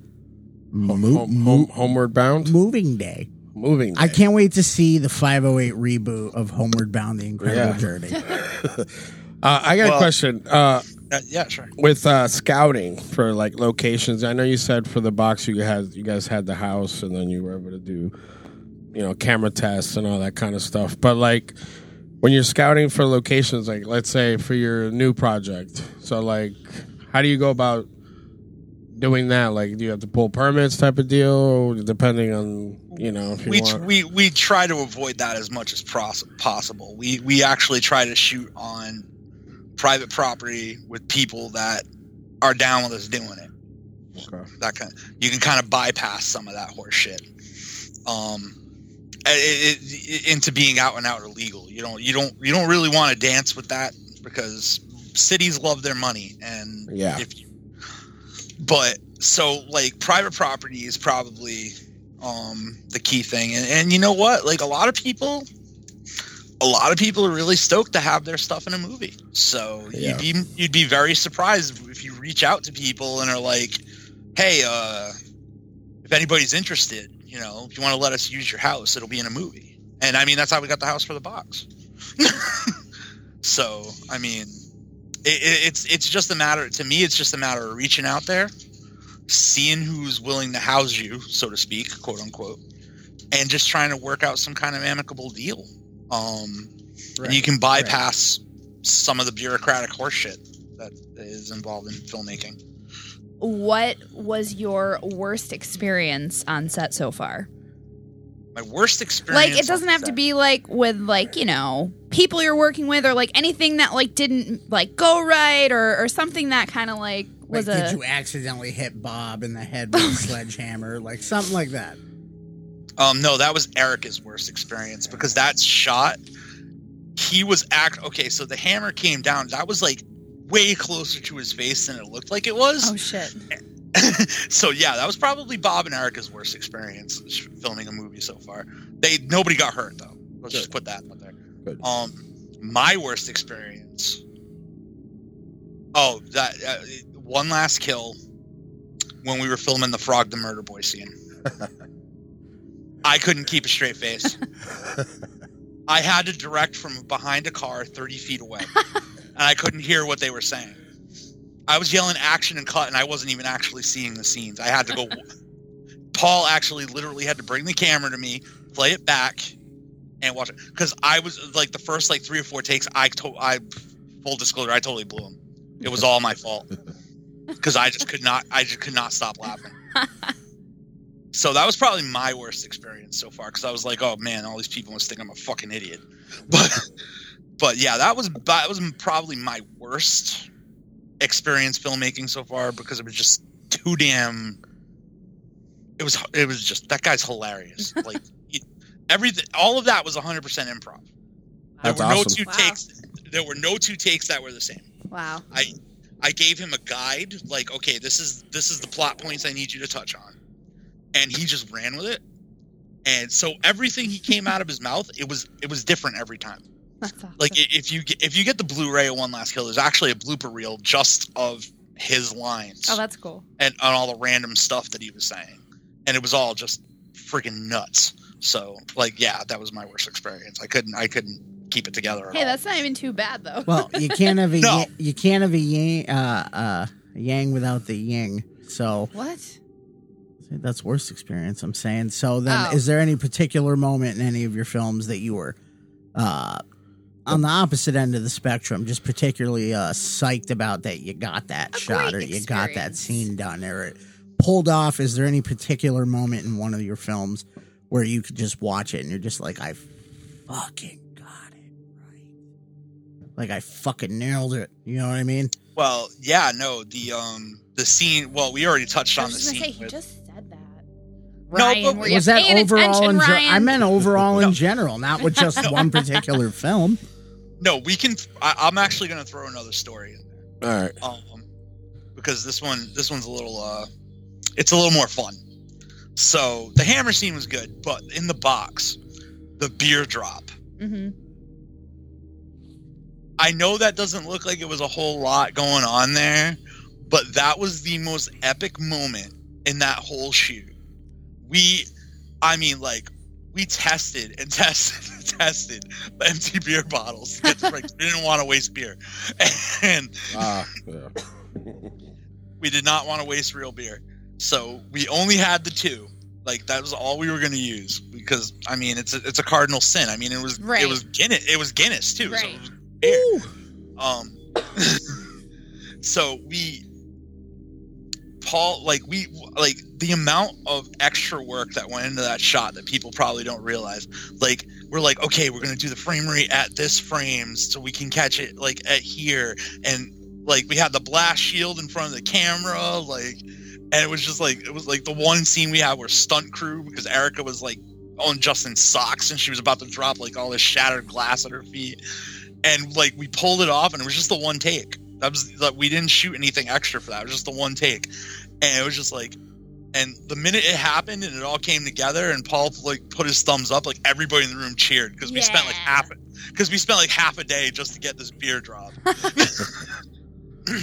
S2: mo-
S3: Home, home, homeward bound.
S2: Moving Day.
S3: Moving.
S2: I
S3: day.
S2: can't wait to see the 508 reboot of Homeward Bound: The Incredible
S3: Yeah.
S2: Journey.
S3: Uh, I got a
S4: Well-
S3: question. Uh,
S4: Uh, yeah, sure.
S3: with uh, scouting for like locations, I know you said for the box you had you guys had the house, and then you were able to do, you know, camera tests and all that kind of stuff. But like when you're scouting for locations, like let's say for your new project, so like how do you go about doing that? Like do you have to pull permits type of deal, depending on you know if you
S4: we,
S3: want?
S4: we we try to avoid that as much as pros- possible. We we actually try to shoot on private property with people that are down with us doing it.
S3: Okay.
S4: That kind you can kind of bypass some of that horse shit. Um, it, it, it, into being out and out illegal. You don't you don't you don't really want to dance with that because cities love their money and
S3: Yeah.
S4: If you, but so like private property is probably um, the key thing. And, and you know what? Like a lot of people, a lot of people are really stoked to have their stuff in a movie. So
S3: Yeah.
S4: you'd be you'd be very surprised if you reach out to people and are like, "Hey, uh, if anybody's interested, you know, if you want to let us use your house, it'll be in a movie." And I mean, that's how we got the house for the box. [laughs] so I mean, it, it, it's it's just a matter to me. It's just a matter of reaching out there seeing who's willing to house you, so to speak, quote unquote, and just trying to work out some kind of amicable deal. Um, and you can bypass some of the bureaucratic horseshit that is involved in filmmaking.
S1: What was your worst experience on set so far?
S4: My worst experience.
S1: Like, it doesn't have to be like with like you know people you're working with or like anything that like didn't like go right or or something that kind of like was
S2: like,
S1: a
S2: did you accidentally hit Bob in the head
S4: [laughs]
S2: with a sledgehammer, like something like that?
S4: Um, no, that was Erica's worst experience because that shot, he was act. Okay, so the hammer came down. That was like way closer to his face than it looked like it was.
S1: oh shit
S4: [laughs] so yeah, that was probably Bob and Erica's worst experience filming a movie so far. They nobody got hurt though. Let's just put that out there.
S3: Good.
S4: Um, my worst experience. Oh, that uh, one last kill when we were filming the Frog the Murder Boy
S3: [laughs]
S4: scene. I couldn't keep a
S3: [laughs]
S4: straight face. I had to direct from behind a car 30 feet away,
S3: [laughs]
S4: and I couldn't hear what they were saying. I was yelling action and cut, and I wasn't even actually seeing the scenes. I had to go. Paul actually literally had to bring the camera to me, play it back, and watch it because I was like the first like three or four takes. I to- I full disclosure, I totally blew him. It was all my fault because I just could not. I just could not stop laughing. So that was probably my worst experience so far because I was like, oh man, all these people must think I'm a fucking idiot. [laughs] But but yeah, that was that was probably my worst experience filmmaking so far because it was just too damn. It was it was just that
S1: [laughs]
S4: guy's hilarious. Like it, everything, all of that was 100 percent improv.
S3: That's
S4: there were no
S3: awesome.
S4: two
S1: Wow.
S4: takes. There were no two takes that were the same.
S1: wow
S4: I I gave him a guide, like, okay, this is this is the plot points I need you to touch on. And he just ran with it. And so everything he came out of his mouth, it was it was different every time.
S1: that's awesome.
S4: Like i- if you get, if you get the Blu-ray of One Last Kill, there's actually a blooper reel just of his lines
S1: oh that's cool
S4: and on all the random stuff that he was saying, and it was all just freaking nuts. So like yeah, that was my worst experience. I couldn't I couldn't keep it together. At
S1: Hey,
S4: all.
S1: that's not even too bad though.
S2: Well, you can't have a
S4: No.
S2: ya- you can't have a yang, uh, uh, yang without the ying. So
S1: [laughs] what?
S2: that's worst experience. I'm saying. So then,
S1: Oh.
S2: is there any particular moment in any of your films that you were uh, on the opposite end of the spectrum, just particularly uh, psyched about that you got that
S1: A
S2: shot or
S1: great
S2: you got that
S1: experience.
S2: scene done or it pulled off? Is there any particular moment in one of your films where you could just watch it and you're just like, I fucking got it right, like I fucking nailed it. You know what I mean?
S4: well, yeah, no, the um the scene well, we already touched
S1: I
S4: on
S1: was
S4: the
S1: just gonna
S4: scene.
S1: say he
S4: with-
S1: just said that.
S4: No,
S1: Ryan,
S4: but
S1: were you
S2: was that
S1: paying
S2: overall
S1: attention,
S2: in ge-
S1: Ryan?
S2: I meant overall in
S4: No.
S2: general, not
S1: [laughs]
S2: with just one particular film.
S4: no, we can I, I'm actually gonna throw another story in there.
S3: All right.
S4: Um because this one this one's a little uh it's a little more fun. So the hammer scene was good, but in the box, the beer drop.
S1: hmm
S4: Mm-hmm. I know that doesn't look like it was a whole lot going on there, but that was the most epic moment in that whole shoot. We, I mean, like, we tested and [laughs] tested and tested empty beer bottles. To get the break. we didn't want to waste beer. [laughs] And
S3: Ah, yeah.
S4: we did not want to waste real beer. So we only had the two. Like that was all we were going to use because I mean it's a, it's a cardinal sin. I mean it was
S1: Right.
S4: it was Guinness it was Guinness too. So it
S1: Right.
S4: was beer. Um. [laughs] so we, Paul, like we like the amount of extra work that went into that shot that people probably don't realize. Like we're like okay we're going to do the frame rate at this frame so we can catch it like at here and like we had the blast shield in front of the camera like and it was just like it was like the one scene we had where stunt crew because erica was like on justin's socks and she was about to drop like all this shattered glass at her feet and like we pulled it off and it was just the one take that was like we didn't shoot anything extra for that it was just the one take and it was just like and the minute it happened and it all came together and paul like put his thumbs up like everybody in the room cheered because we spent like
S1: Yeah.
S4: half because we spent like half a day just to get this beer drop [laughs]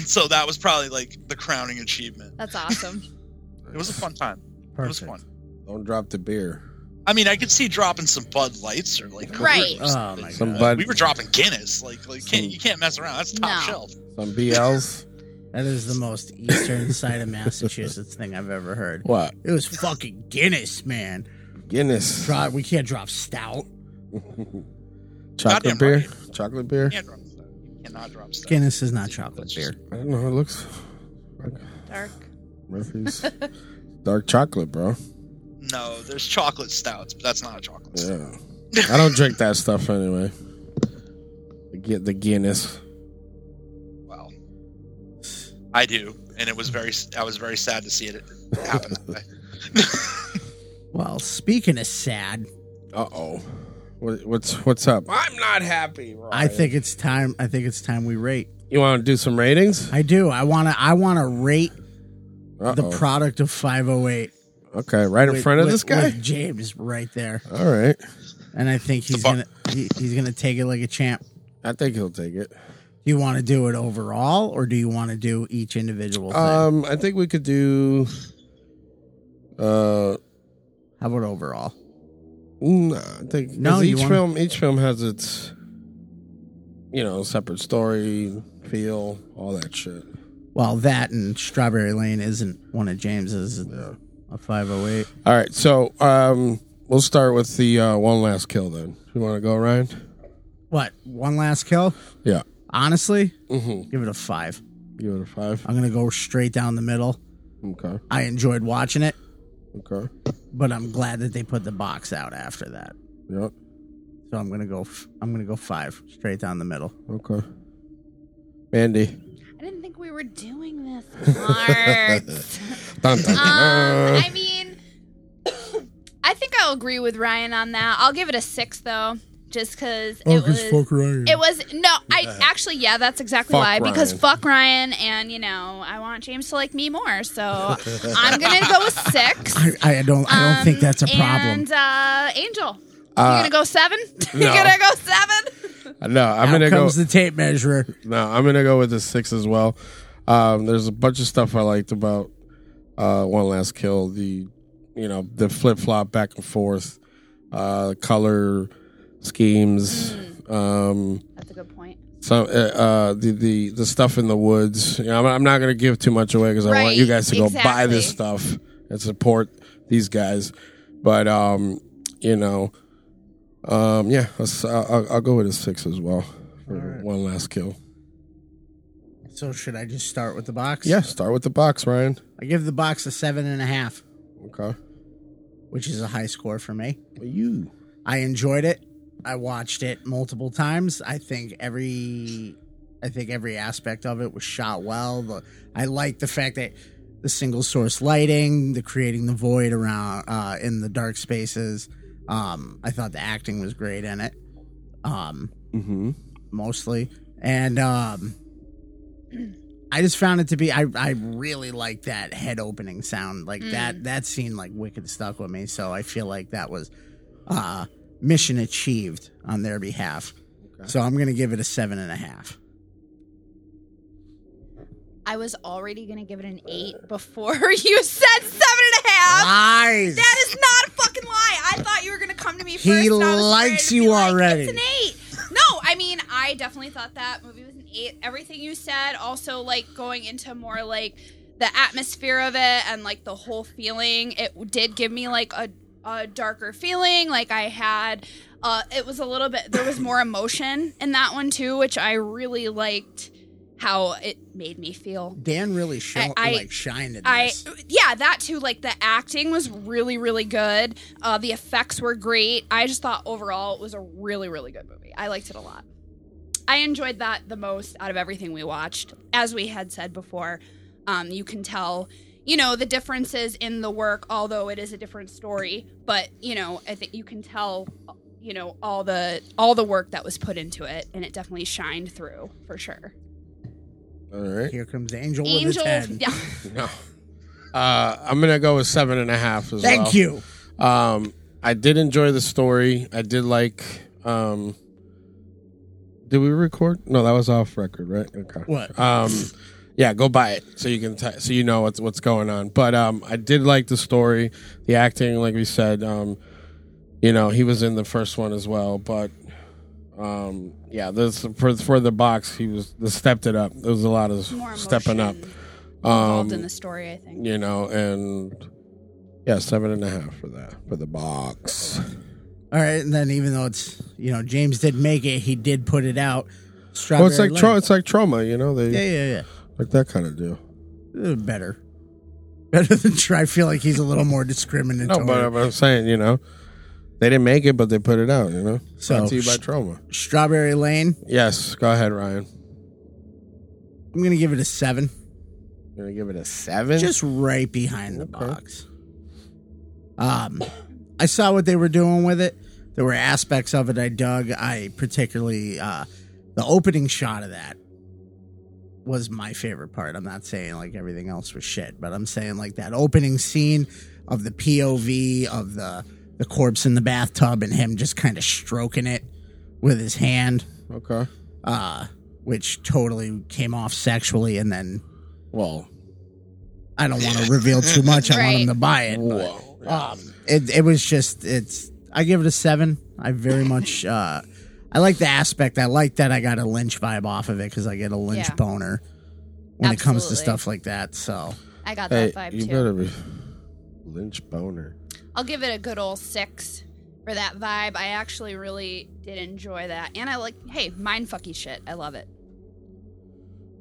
S4: so that was probably like the crowning achievement
S1: That's
S4: [laughs]
S1: awesome.
S4: it was a fun time. It was fun.
S3: Don't drop the beer.
S4: I mean, I could see dropping some Bud Lights or like
S1: Right.
S4: Coors.
S2: Oh my
S3: Some
S2: god,
S3: Bud,
S4: We were dropping Guinness. Like, like can't, you can't mess around. That's top
S1: No.
S4: shelf.
S3: some BLs.
S2: that is the most eastern side of Massachusetts thing I've ever heard.
S3: What
S2: It was fucking Guinness, man.
S3: Guinness?
S2: Dro- we can't drop stout.
S3: [laughs] Chocolate
S4: Goddamn
S3: beer. Chocolate beer.
S4: You can't drop stuff. You cannot drop stuff.
S2: Guinness is not chocolate beer.
S3: I don't know how it looks.
S1: Dark.
S3: [laughs] Murphy's [laughs] dark chocolate, bro.
S4: No, there's chocolate stouts, but that's not a chocolate. stout.
S3: Yeah. I [laughs] don't drink that stuff anyway. Get the Guinness.
S4: Well, I do, and it was very. I was very sad to see it happen that
S2: [laughs]
S4: way.
S2: Well, speaking of sad,
S3: Uh oh. What, what's what's up? I'm not happy. Ryan.
S2: I think it's time. I think it's time we rate.
S3: you want to do some ratings.
S2: I do. I wanna. I wanna rate
S3: Uh
S2: the
S3: oh.
S2: product of 508
S3: Okay, right in
S2: with-
S3: front of
S2: with-
S3: this guy.
S2: with James right there,
S3: All right.
S2: and I think he's
S4: bar-
S2: gonna he, he's gonna take it like a champ.
S3: I think he'll take it.
S2: Do you want to do it overall, or do you want to do each individual thing?
S3: Um, I think we could do. Uh,
S2: How about overall?
S3: mm, I think 'cause
S2: No, you
S3: each
S2: wanna-
S3: film each film has its, you know, separate story, feel, all that shit.
S2: Well, that and Strawberry Lane isn't one of James's. It's A 508.
S3: All right, so um, we'll start with the uh, one last kill. Then you want to go, Ryan?
S2: What? One last kill?
S3: Yeah,
S2: Honestly,
S3: Mhm.
S2: give it a five.
S3: give it a five.
S2: I'm gonna go straight down the middle.
S3: Okay,
S2: I enjoyed watching it,
S3: okay,
S2: but I'm glad that they put the box out after that.
S3: yeah,
S2: So I'm gonna go. F- I'm gonna go five straight down the middle.
S3: okay. Andy,
S1: I didn't think we were doing
S4: [laughs]
S1: this. Arts.
S3: Dun, dun, dun,
S1: um,
S3: dun.
S4: [laughs]
S1: I mean, [coughs] I think I'll agree with Ryan on that. I'll give it a six though, just because
S2: Oh,
S1: it was.
S3: Ryan.
S1: It was no, I
S4: [laughs]
S1: actually yeah, that's exactly
S3: Fuck
S1: why because
S3: Ryan.
S1: fuck Ryan and you know I want James to like me more, so
S4: [laughs]
S1: I'm gonna go with six.
S2: I, I don't. I don't think
S1: Um,
S2: that's a problem.
S1: And uh, Angel,
S3: Uh,
S1: you gonna go seven? [laughs] you
S3: no.
S1: gonna go seven? [laughs]
S3: no, I'm
S2: Out
S3: gonna go.
S2: comes the tape measurer.
S3: No, I'm gonna go with the six as well. Um, there's a bunch of stuff I liked about uh, One Last Kill. The you know the flip flop back and forth, uh, color schemes.
S1: Mm.
S3: Um,
S1: That's a good point.
S3: so uh, uh, the, the the stuff in the woods. You know, I'm, I'm not going to give too much away because I want
S1: Right,
S3: you guys to go buy this
S1: exactly.
S3: stuff and support these guys. But um, you know, um, yeah, let's- I'll, I'll, I'll go with a six as well for one last kill.
S2: So should I just start with the box?
S3: Yeah, start with the box, Ryan.
S2: I give the box a seven and a half,
S3: Okay,
S2: which is a high score for me.
S3: you.
S2: I enjoyed it. I watched it multiple times. I think every I think every aspect of it was shot well. The, I like the fact that the single source lighting, the creating the void around uh, in the dark spaces. Um, I thought the acting was great in it. Um,
S3: Mm-hmm.
S2: mostly. And um I just found it to be I I really like that head opening sound. Like
S1: Mm.
S2: that that scene like wicked stuck with me. So I feel like that was uh mission achieved on their behalf. So I'm gonna give it a seven and a half.
S1: I was already gonna give it an eight before [laughs] you said seven and a half.
S2: Lies.
S1: Uh, That is not a fucking lie. I thought you were gonna come to me first.
S2: He
S1: and I was
S2: likes
S1: ready to
S2: you
S1: be like,
S2: already.
S1: it's an eight. No, I mean, I definitely thought that movie was an eight. Everything you said, also like going into more like the atmosphere of it and like the whole feeling. It did give me like a a darker feeling. Like I had, uh, it was a little bit. There was more emotion in that one too, which I really liked. How it made me feel
S2: Dan really shone
S1: I- I-
S2: like shined in
S1: I
S2: this.
S1: yeah, that too. Like the acting was really really good. Uh, the effects were great. I just thought overall it was a really really good movie. I liked it a lot. I enjoyed that the most out of everything we watched. As we had said before, um, you can tell you know the differences in the work, although it is a different story. But you know I think you can tell you know all the all the work that was put into it, and it definitely shined through for sure.
S3: All right.
S2: Here comes Angel, with his
S1: Angel,
S2: head.
S1: yeah. [laughs]
S3: No. [laughs] Uh, I'm gonna go with seven and a half as well.
S2: Thank you.
S3: Um, I did enjoy the story. I did like. Um, did we record? No, that was off record, right? Okay.
S2: What?
S3: Um, yeah, go buy it so you can t- so you know what's what's going on. But um, I did like the story, the acting, like we said. Um, you know, he was in the first one as well, but um, yeah, this for for the box, he was this stepped it up. There was a lot of
S1: More
S3: stepping up.
S1: emotion
S3: Um,
S1: involved in the story, I think.
S3: you know, and yeah, seven and a half for that for the box.
S2: All right, and then even though it's you know, James did make it, he did put it out.
S3: Well, it's
S2: Strawberry
S3: like tra-
S2: Lane.
S3: it's like trauma, you know, they
S2: Yeah, yeah, yeah.
S3: like that kind of deal.
S2: Uh, better. Better than try. I feel like he's a little more discriminatory.
S3: No, but, but I'm saying, you know, they didn't make it, but they put it out, you know.
S2: So-
S3: Brought to you by trauma.
S2: Strawberry Lane,
S3: Yes, go ahead, Ryan.
S2: I'm going to give it a seven.
S3: I'm gonna give it a seven.
S2: Just right behind the
S3: Okay.
S2: box. Um, I saw what they were doing with it. There were aspects of it I dug. I particularly, uh, the opening shot of that was my favorite part. I'm not saying like everything else was shit, but I'm saying like that opening scene of the POV of the, the corpse in the bathtub and him just kind of stroking it with his hand.
S3: okay.
S2: uh, which totally came off sexually, and then
S3: Well,
S2: I don't want to
S1: [laughs]
S2: reveal too much. I want
S1: Right.
S2: him to buy it. but,
S3: whoa.
S2: um, it it was just it's. I give it a seven.
S1: [laughs]
S2: I very much. Uh, I like the aspect. I like that I got a Lynch vibe off of it because I get a Lynch
S1: Yeah.
S2: boner when it comes to
S1: Absolutely.
S2: stuff like that. So
S1: I got
S3: Hey,
S1: that vibe
S3: you
S1: too.
S3: better be Lynch boner.
S1: I'll give it a good old six for that vibe. I actually really did enjoy that, and I like hey mind fucky shit. I love it.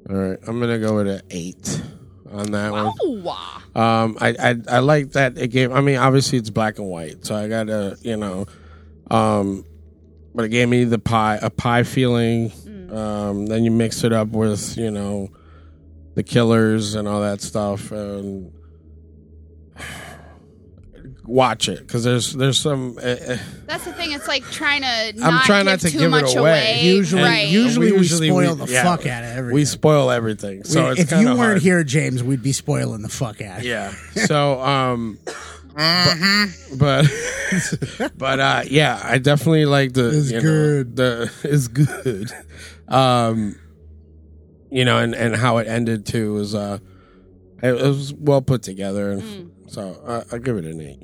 S3: All right, I'm gonna go with an eight on that one.
S1: Oh,
S3: Um, I, I I like that it gave. I mean, obviously it's black and white, so I gotta you know, um, but it gave me the pie a pie feeling. Um, then you mix it up with you know, the killers and all that stuff, and [sighs] watch it because there's there's some. Uh, uh,
S1: that's the thing. It's like trying to.
S3: I'm
S1: Not
S3: trying
S1: give
S3: not to
S1: too
S3: give it
S1: much
S3: away.
S2: usually,
S1: right. Oh,
S2: usually we
S3: Usually we-
S2: spoil the
S3: yeah.
S2: fuck out of everything.
S3: we spoil everything, so
S2: We-
S3: it's
S2: if you
S3: kinda
S2: weren't
S3: hard.
S2: here, James, we'd be spoiling the fuck out. of it.
S3: yeah. So um.
S4: hmm
S3: but but [laughs] uh yeah i definitely like the
S5: It's
S3: you know,
S5: good.
S3: the [laughs] it's good um you know and and how it ended too was uh it, it was well put together and so I, i'll give it an eight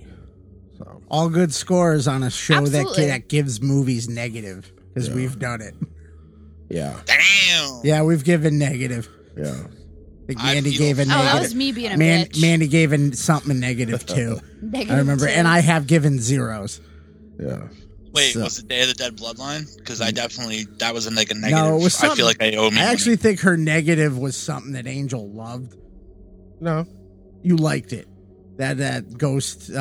S3: so So
S2: All good scores on a show that
S1: Absolutely.
S2: that gives movies negative because we've done it.
S3: yeah,
S4: Damn.
S2: Yeah, we've given negative.
S3: yeah.
S2: I think
S4: I
S2: Mandy
S4: feel-
S2: gave a
S4: Oh,
S1: Oh,
S2: negative.
S1: that was me being a
S2: Man-
S1: bitch.
S2: Mandy gave in something
S3: [laughs]
S2: a negative too.
S1: Negative
S2: I remember,
S1: two.
S2: and I have given zeros.
S3: Yeah.
S4: Wait,
S2: So- Mm-hmm.
S4: was it Day of the Dead Bloodline? Because I definitely that was a like a negative.
S2: No, it was
S4: I feel like
S2: something-
S4: I owe me.
S2: I actually think her negative was something that Angel loved.
S3: No.
S2: You liked it. That that ghost. Uh,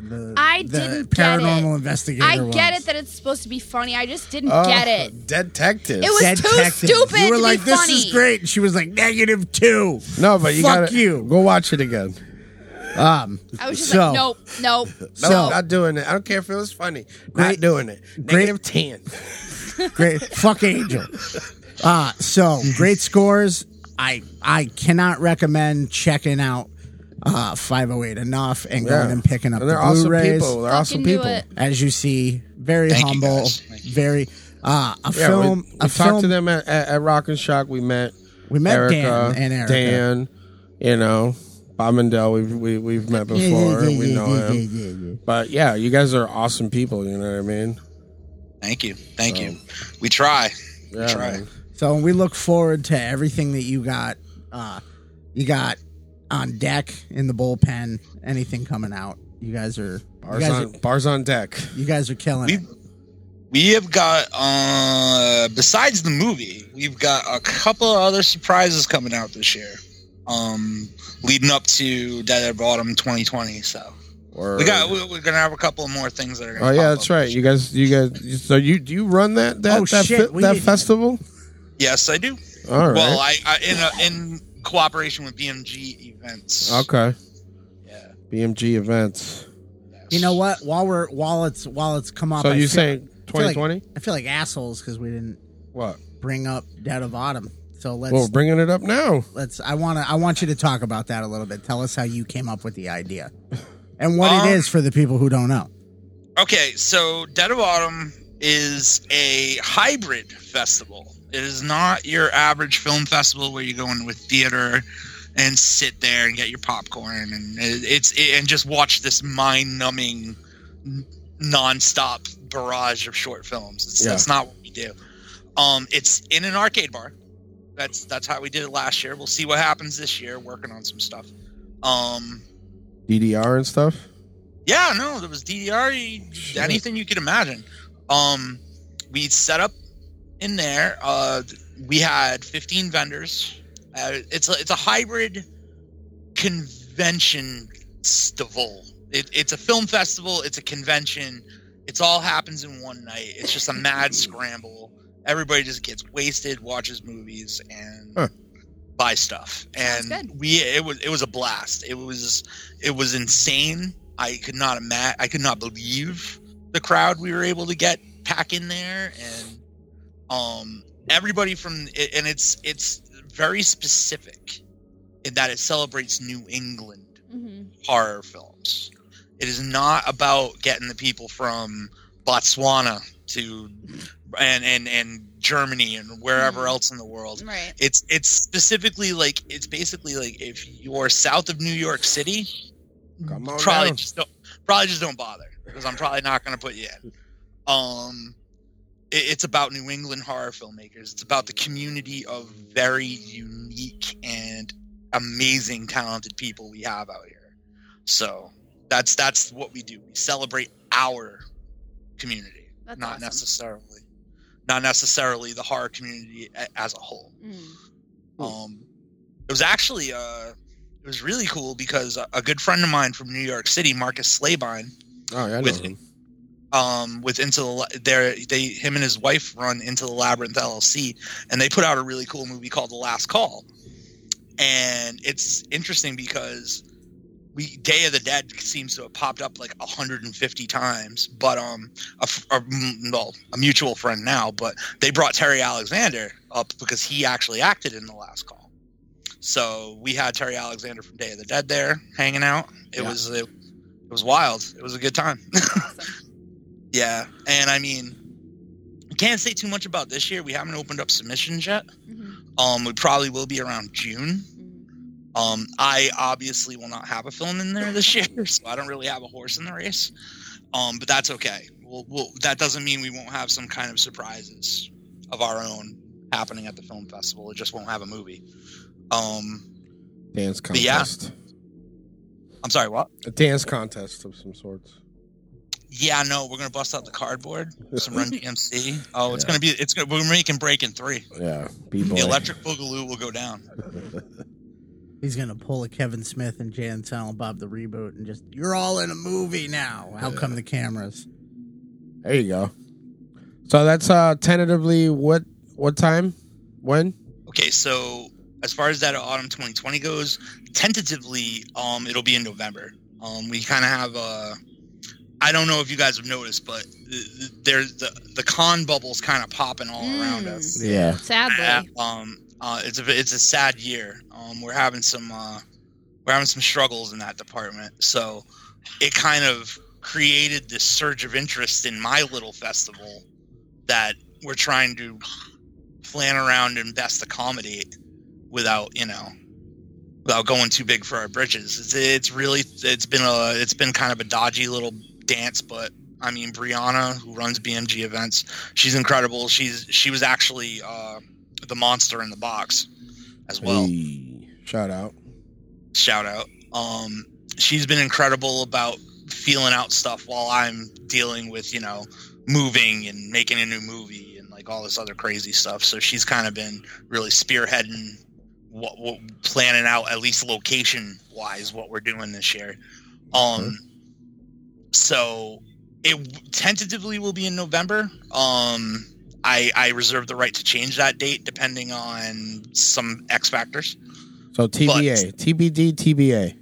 S2: the,
S1: I
S2: the
S1: didn't get
S2: paranormal
S1: it.
S2: investigator.
S1: I get
S2: ones.
S1: it that it's supposed to be funny. I just didn't
S3: Oh,
S1: get it.
S3: Detective.
S1: It was
S2: Dead
S1: too
S2: Detective.
S1: stupid
S2: You were
S1: to be
S2: like, "This is
S1: funny."
S2: great," and she was like, "Negative two.
S3: no, but you
S2: Fuck
S3: gotta
S2: you.
S3: go watch it again.
S2: Um,
S1: I was just
S2: So-
S1: like, nope,
S3: [laughs]
S1: nope.
S3: No,
S2: So-
S3: not doing it. I don't care if it was funny.
S2: Great-
S3: not doing it. Negative ten.
S2: great fuck angel uh so great scores i i cannot recommend checking out uh 508 enough and going
S3: Yeah.
S2: and picking up
S3: And
S2: the
S3: they're awesome
S2: blu-rays
S3: people. They're
S1: Fucking
S3: awesome
S1: do
S3: people.
S1: it.
S2: as you see very
S4: Thank you,
S2: humble
S4: guys. Thank you.
S2: very uh a
S3: Yeah,
S2: film
S3: we, we
S2: a
S3: talked
S2: film
S3: to them at, at, at Rock and Shock. We met.
S2: we met
S3: Erica,
S2: dan and erica
S3: Dan, you know, Bob Mandel. We've we, we've met before.
S2: Yeah, yeah, yeah,
S3: we
S2: yeah,
S3: know
S2: yeah,
S3: him.
S2: yeah, yeah, yeah.
S3: But yeah, you guys are awesome people. You know what I mean?
S4: Thank you, thank you. We try.
S3: Yeah,
S4: Try.
S3: man.
S2: So we look forward to everything that you got. Uh, you got on deck in the bullpen. Anything coming out? You guys are you
S3: Bars
S2: guys
S3: on,
S2: are,
S3: bars on deck.
S2: you guys are killing it.
S4: We we have got uh besides the movie, we've got a couple of other surprises coming out this year. Um, leading up to Dead Dead Autumn 2020. So
S3: Or
S4: we got we- we're gonna have a couple more things that are. Gonna
S3: Oh yeah,
S4: pop
S3: that's
S4: up.
S3: right. You guys, you guys. So you do you run that that
S2: Oh,
S3: that,
S2: shit,
S3: fe-
S2: we
S3: that
S2: didn't-
S3: festival?
S4: Yes, I do.
S3: All right.
S4: Well, I, I in a, in cooperation with BMG events.
S3: okay.
S4: Yeah.
S3: BMG events.
S2: You know what? While we're while it's while it's come up,
S3: So
S2: I
S3: you
S2: feel-
S3: saying
S2: I feel like-
S3: 2020?
S2: I feel like assholes because we didn't
S3: what?
S2: bring up Dead of Autumn. So let's
S3: Well, we're bringing it up now.
S2: let's. I want to. I want you to talk about that a little bit. Tell us how you came up with the idea and what
S4: Um,
S2: it is for the people who don't know.
S4: Okay, so Dead of Autumn is a hybrid festival. It is not your average film festival where you go in with theater and sit there and get your popcorn and it- it's and just watch this mind-numbing n- non-stop barrage of short films. It's,
S3: Yeah.
S4: That's not what we do. Um, it's in an arcade bar. That's that's how we did it last year. We'll see what happens this year. Working on some stuff. Um,
S3: DDR and stuff.
S4: yeah, no, there was DDR, you-
S3: Shit.
S4: anything you could imagine. Um, we set up in there. Uh, we had 15 vendors. Uh, it's a, it's a hybrid convention festival. It, it's a film festival. It's a convention. It's all happens in one night. It's just a mad scramble. Everybody just gets wasted, watches movies, and
S3: Huh.
S4: buys stuff.
S1: Sounds
S4: And we it was it was a blast. It was it was insane. I could not imagine. I could not believe the crowd we were able to get pack in there, and um, everybody from a- and it's it's very specific in that it celebrates New England
S1: Mhm.
S4: horror films. It is not about getting the people from Botswana to and and and Germany and wherever
S1: Mhm.
S4: else in the world
S1: Right.
S4: it's it's specifically like it's basically like if you're south of New York City,
S3: Come on
S4: probably
S3: down.
S4: just don't probably just don't bother because I'm probably not going to put you in. Um, it, it's about New England horror filmmakers. It's about the community of very unique and amazing, talented people we have out here. So that's that's what we do. We celebrate our community,
S1: That's
S4: not
S1: awesome.
S4: necessarily not necessarily the horror community a- as a whole.
S1: Mm.
S4: Um, it was actually uh, it was really cool because a, a good friend of mine from New York City, Marcus Slabine,
S3: Oh, yeah, I know
S4: With-
S3: him.
S4: um, with into the La- their they him and his wife run into the labyrinth LLC, and they put out a really cool movie called The Last Call, and it's interesting because we Day of the Dead seems to have popped up like 150 times, but um, a, f- a m- well a mutual friend now, but they brought Terry Alexander up because he actually acted in The Last Call, so we had Terry Alexander from Day of the Dead there hanging out. It
S2: Yeah.
S4: was it, it was wild. It was a good time.
S1: Awesome.
S4: Yeah, and I mean, we can't say too much about this year. We haven't opened up submissions yet.
S1: Mhm.
S4: Um, we probably will be around June.
S1: Mhm.
S4: Um, I obviously will not have a film in there this year, [laughs] so I don't really have a horse in the race. Um, but that's okay. We'll, we'll, that doesn't mean we won't have some kind of surprises of our own happening at the film festival. It just won't have a movie. Um,
S3: Dance
S4: But yeah.
S3: contest.
S4: I'm sorry, what?
S3: A dance contest of some sorts.
S4: Yeah, no, we're gonna bust out the cardboard, some [laughs] Run DMC. Oh, it's gonna be, it's gonna, we're making breaking three.
S3: Yeah. Be boy.
S4: The electric boogaloo will go down.
S2: He's gonna pull a Kevin Smith and Jan Silent Bob the reboot and just you're all in a movie now. How come the cameras?
S3: There you go. So that's uh tentatively what what time? When?
S4: Okay, so as far as that autumn 2020 goes, tentatively, um, it'll be in November. Um, we kind of have I I don't know if you guys have noticed, but th- th- there's the the con bubble's kind of popping all around
S1: Mm.
S4: us.
S3: Yeah.
S1: Sadly.
S4: Um, uh, it's a it's a sad year. Um, we're having some uh, we're having some struggles in that department. So it kind of created this surge of interest in my little festival that we're trying to plan around and best accommodate without you know without going too big for our britches. It's, it's really it's been a it's been kind of a dodgy little dance, but I mean Brianna who runs BMG events, she's incredible. She's she was actually uh, the monster in the box as well
S3: Hey, shout out.
S4: shout out. Um, she's been incredible about feeling out stuff while I'm dealing with, you know, moving and making a new movie and like all this other crazy stuff. So she's kind of been really spearheading what, what planning out at least location wise what we're doing this year. Um, so it tentatively will be in November. Um, I, I reserve the right to change that date depending on some X factors.
S3: So TBA, TBD, TBA.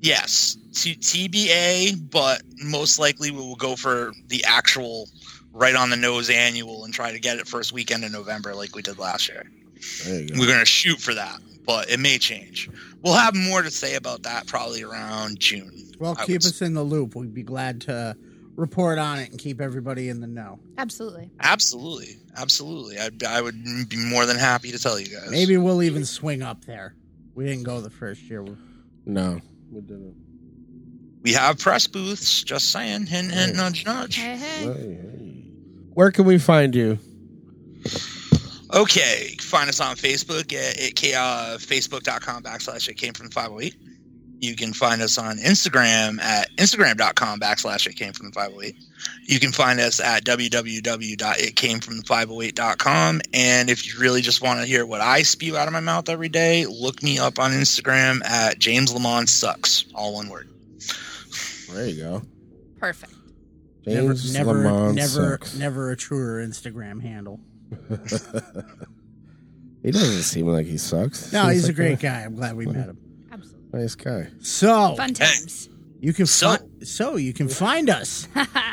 S4: Yes, T- TBA, but most likely we will go for the actual right on the nose annual and try to get it first weekend in November like we did last year.
S3: There you go.
S4: We're going to shoot for that, but it may change. We'll have more to say about that probably around June.
S2: Well,
S4: I
S2: keep
S4: would-
S2: us in the loop. We'd be glad to report on it and keep everybody in the know.
S1: Absolutely.
S4: Absolutely. Absolutely. I, I would be more than happy to tell you guys.
S2: Maybe we'll even swing up there. We didn't go the first year.
S3: No.
S4: We have press booths, just saying. Hint, hint, nudge, nudge.
S1: Hey, hey.
S3: Where can we find you?
S4: Okay, find us on Facebook at, at K- uh, facebook.com backslash it came from 508. You can find us on Instagram at instagram.com backslash it came from 508. You can find us at www.itcamefrom508.com. And if you really just want to hear what I spew out of my mouth every day, look me up on Instagram at James Lamont Sucks, all one word.
S3: There you go.
S1: Perfect.
S2: Never,
S3: James
S2: never,
S3: Lamont
S2: never,
S3: sucks.
S2: never a truer Instagram
S3: [laughs]
S2: handle.
S3: He doesn't seem like he sucks.
S2: No,
S3: Seems
S2: he's a
S3: like
S2: great guy. I'm glad we met him.
S1: Absolutely.
S3: nice guy.
S2: So
S1: Fun times.
S2: you can
S4: So-
S2: fi- so you can find us.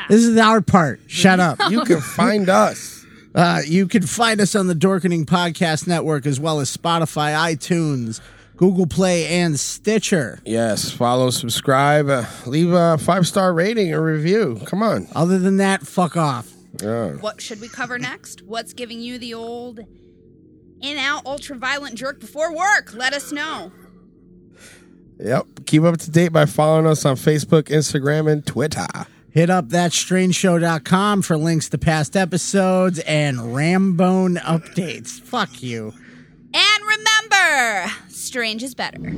S2: This is our part. Shut up. [laughs]
S3: You can find us.
S2: Uh, you can find us on the Dorkening Podcast Network as well as Spotify, iTunes, Google Play, and Stitcher.
S3: Yes, follow, subscribe, uh, leave a five star rating or review. Come on.
S2: Other than that, fuck off.
S3: Yeah.
S1: What should we cover next? What's giving you the old in out ultra violent jerk before work? Let us know.
S3: Yep. Keep up to date by following us on Facebook, Instagram, and Twitter.
S2: Hit up thatstrangeshow.com for links to past episodes and Rambone updates. Fuck you.
S1: And remember, strange is better.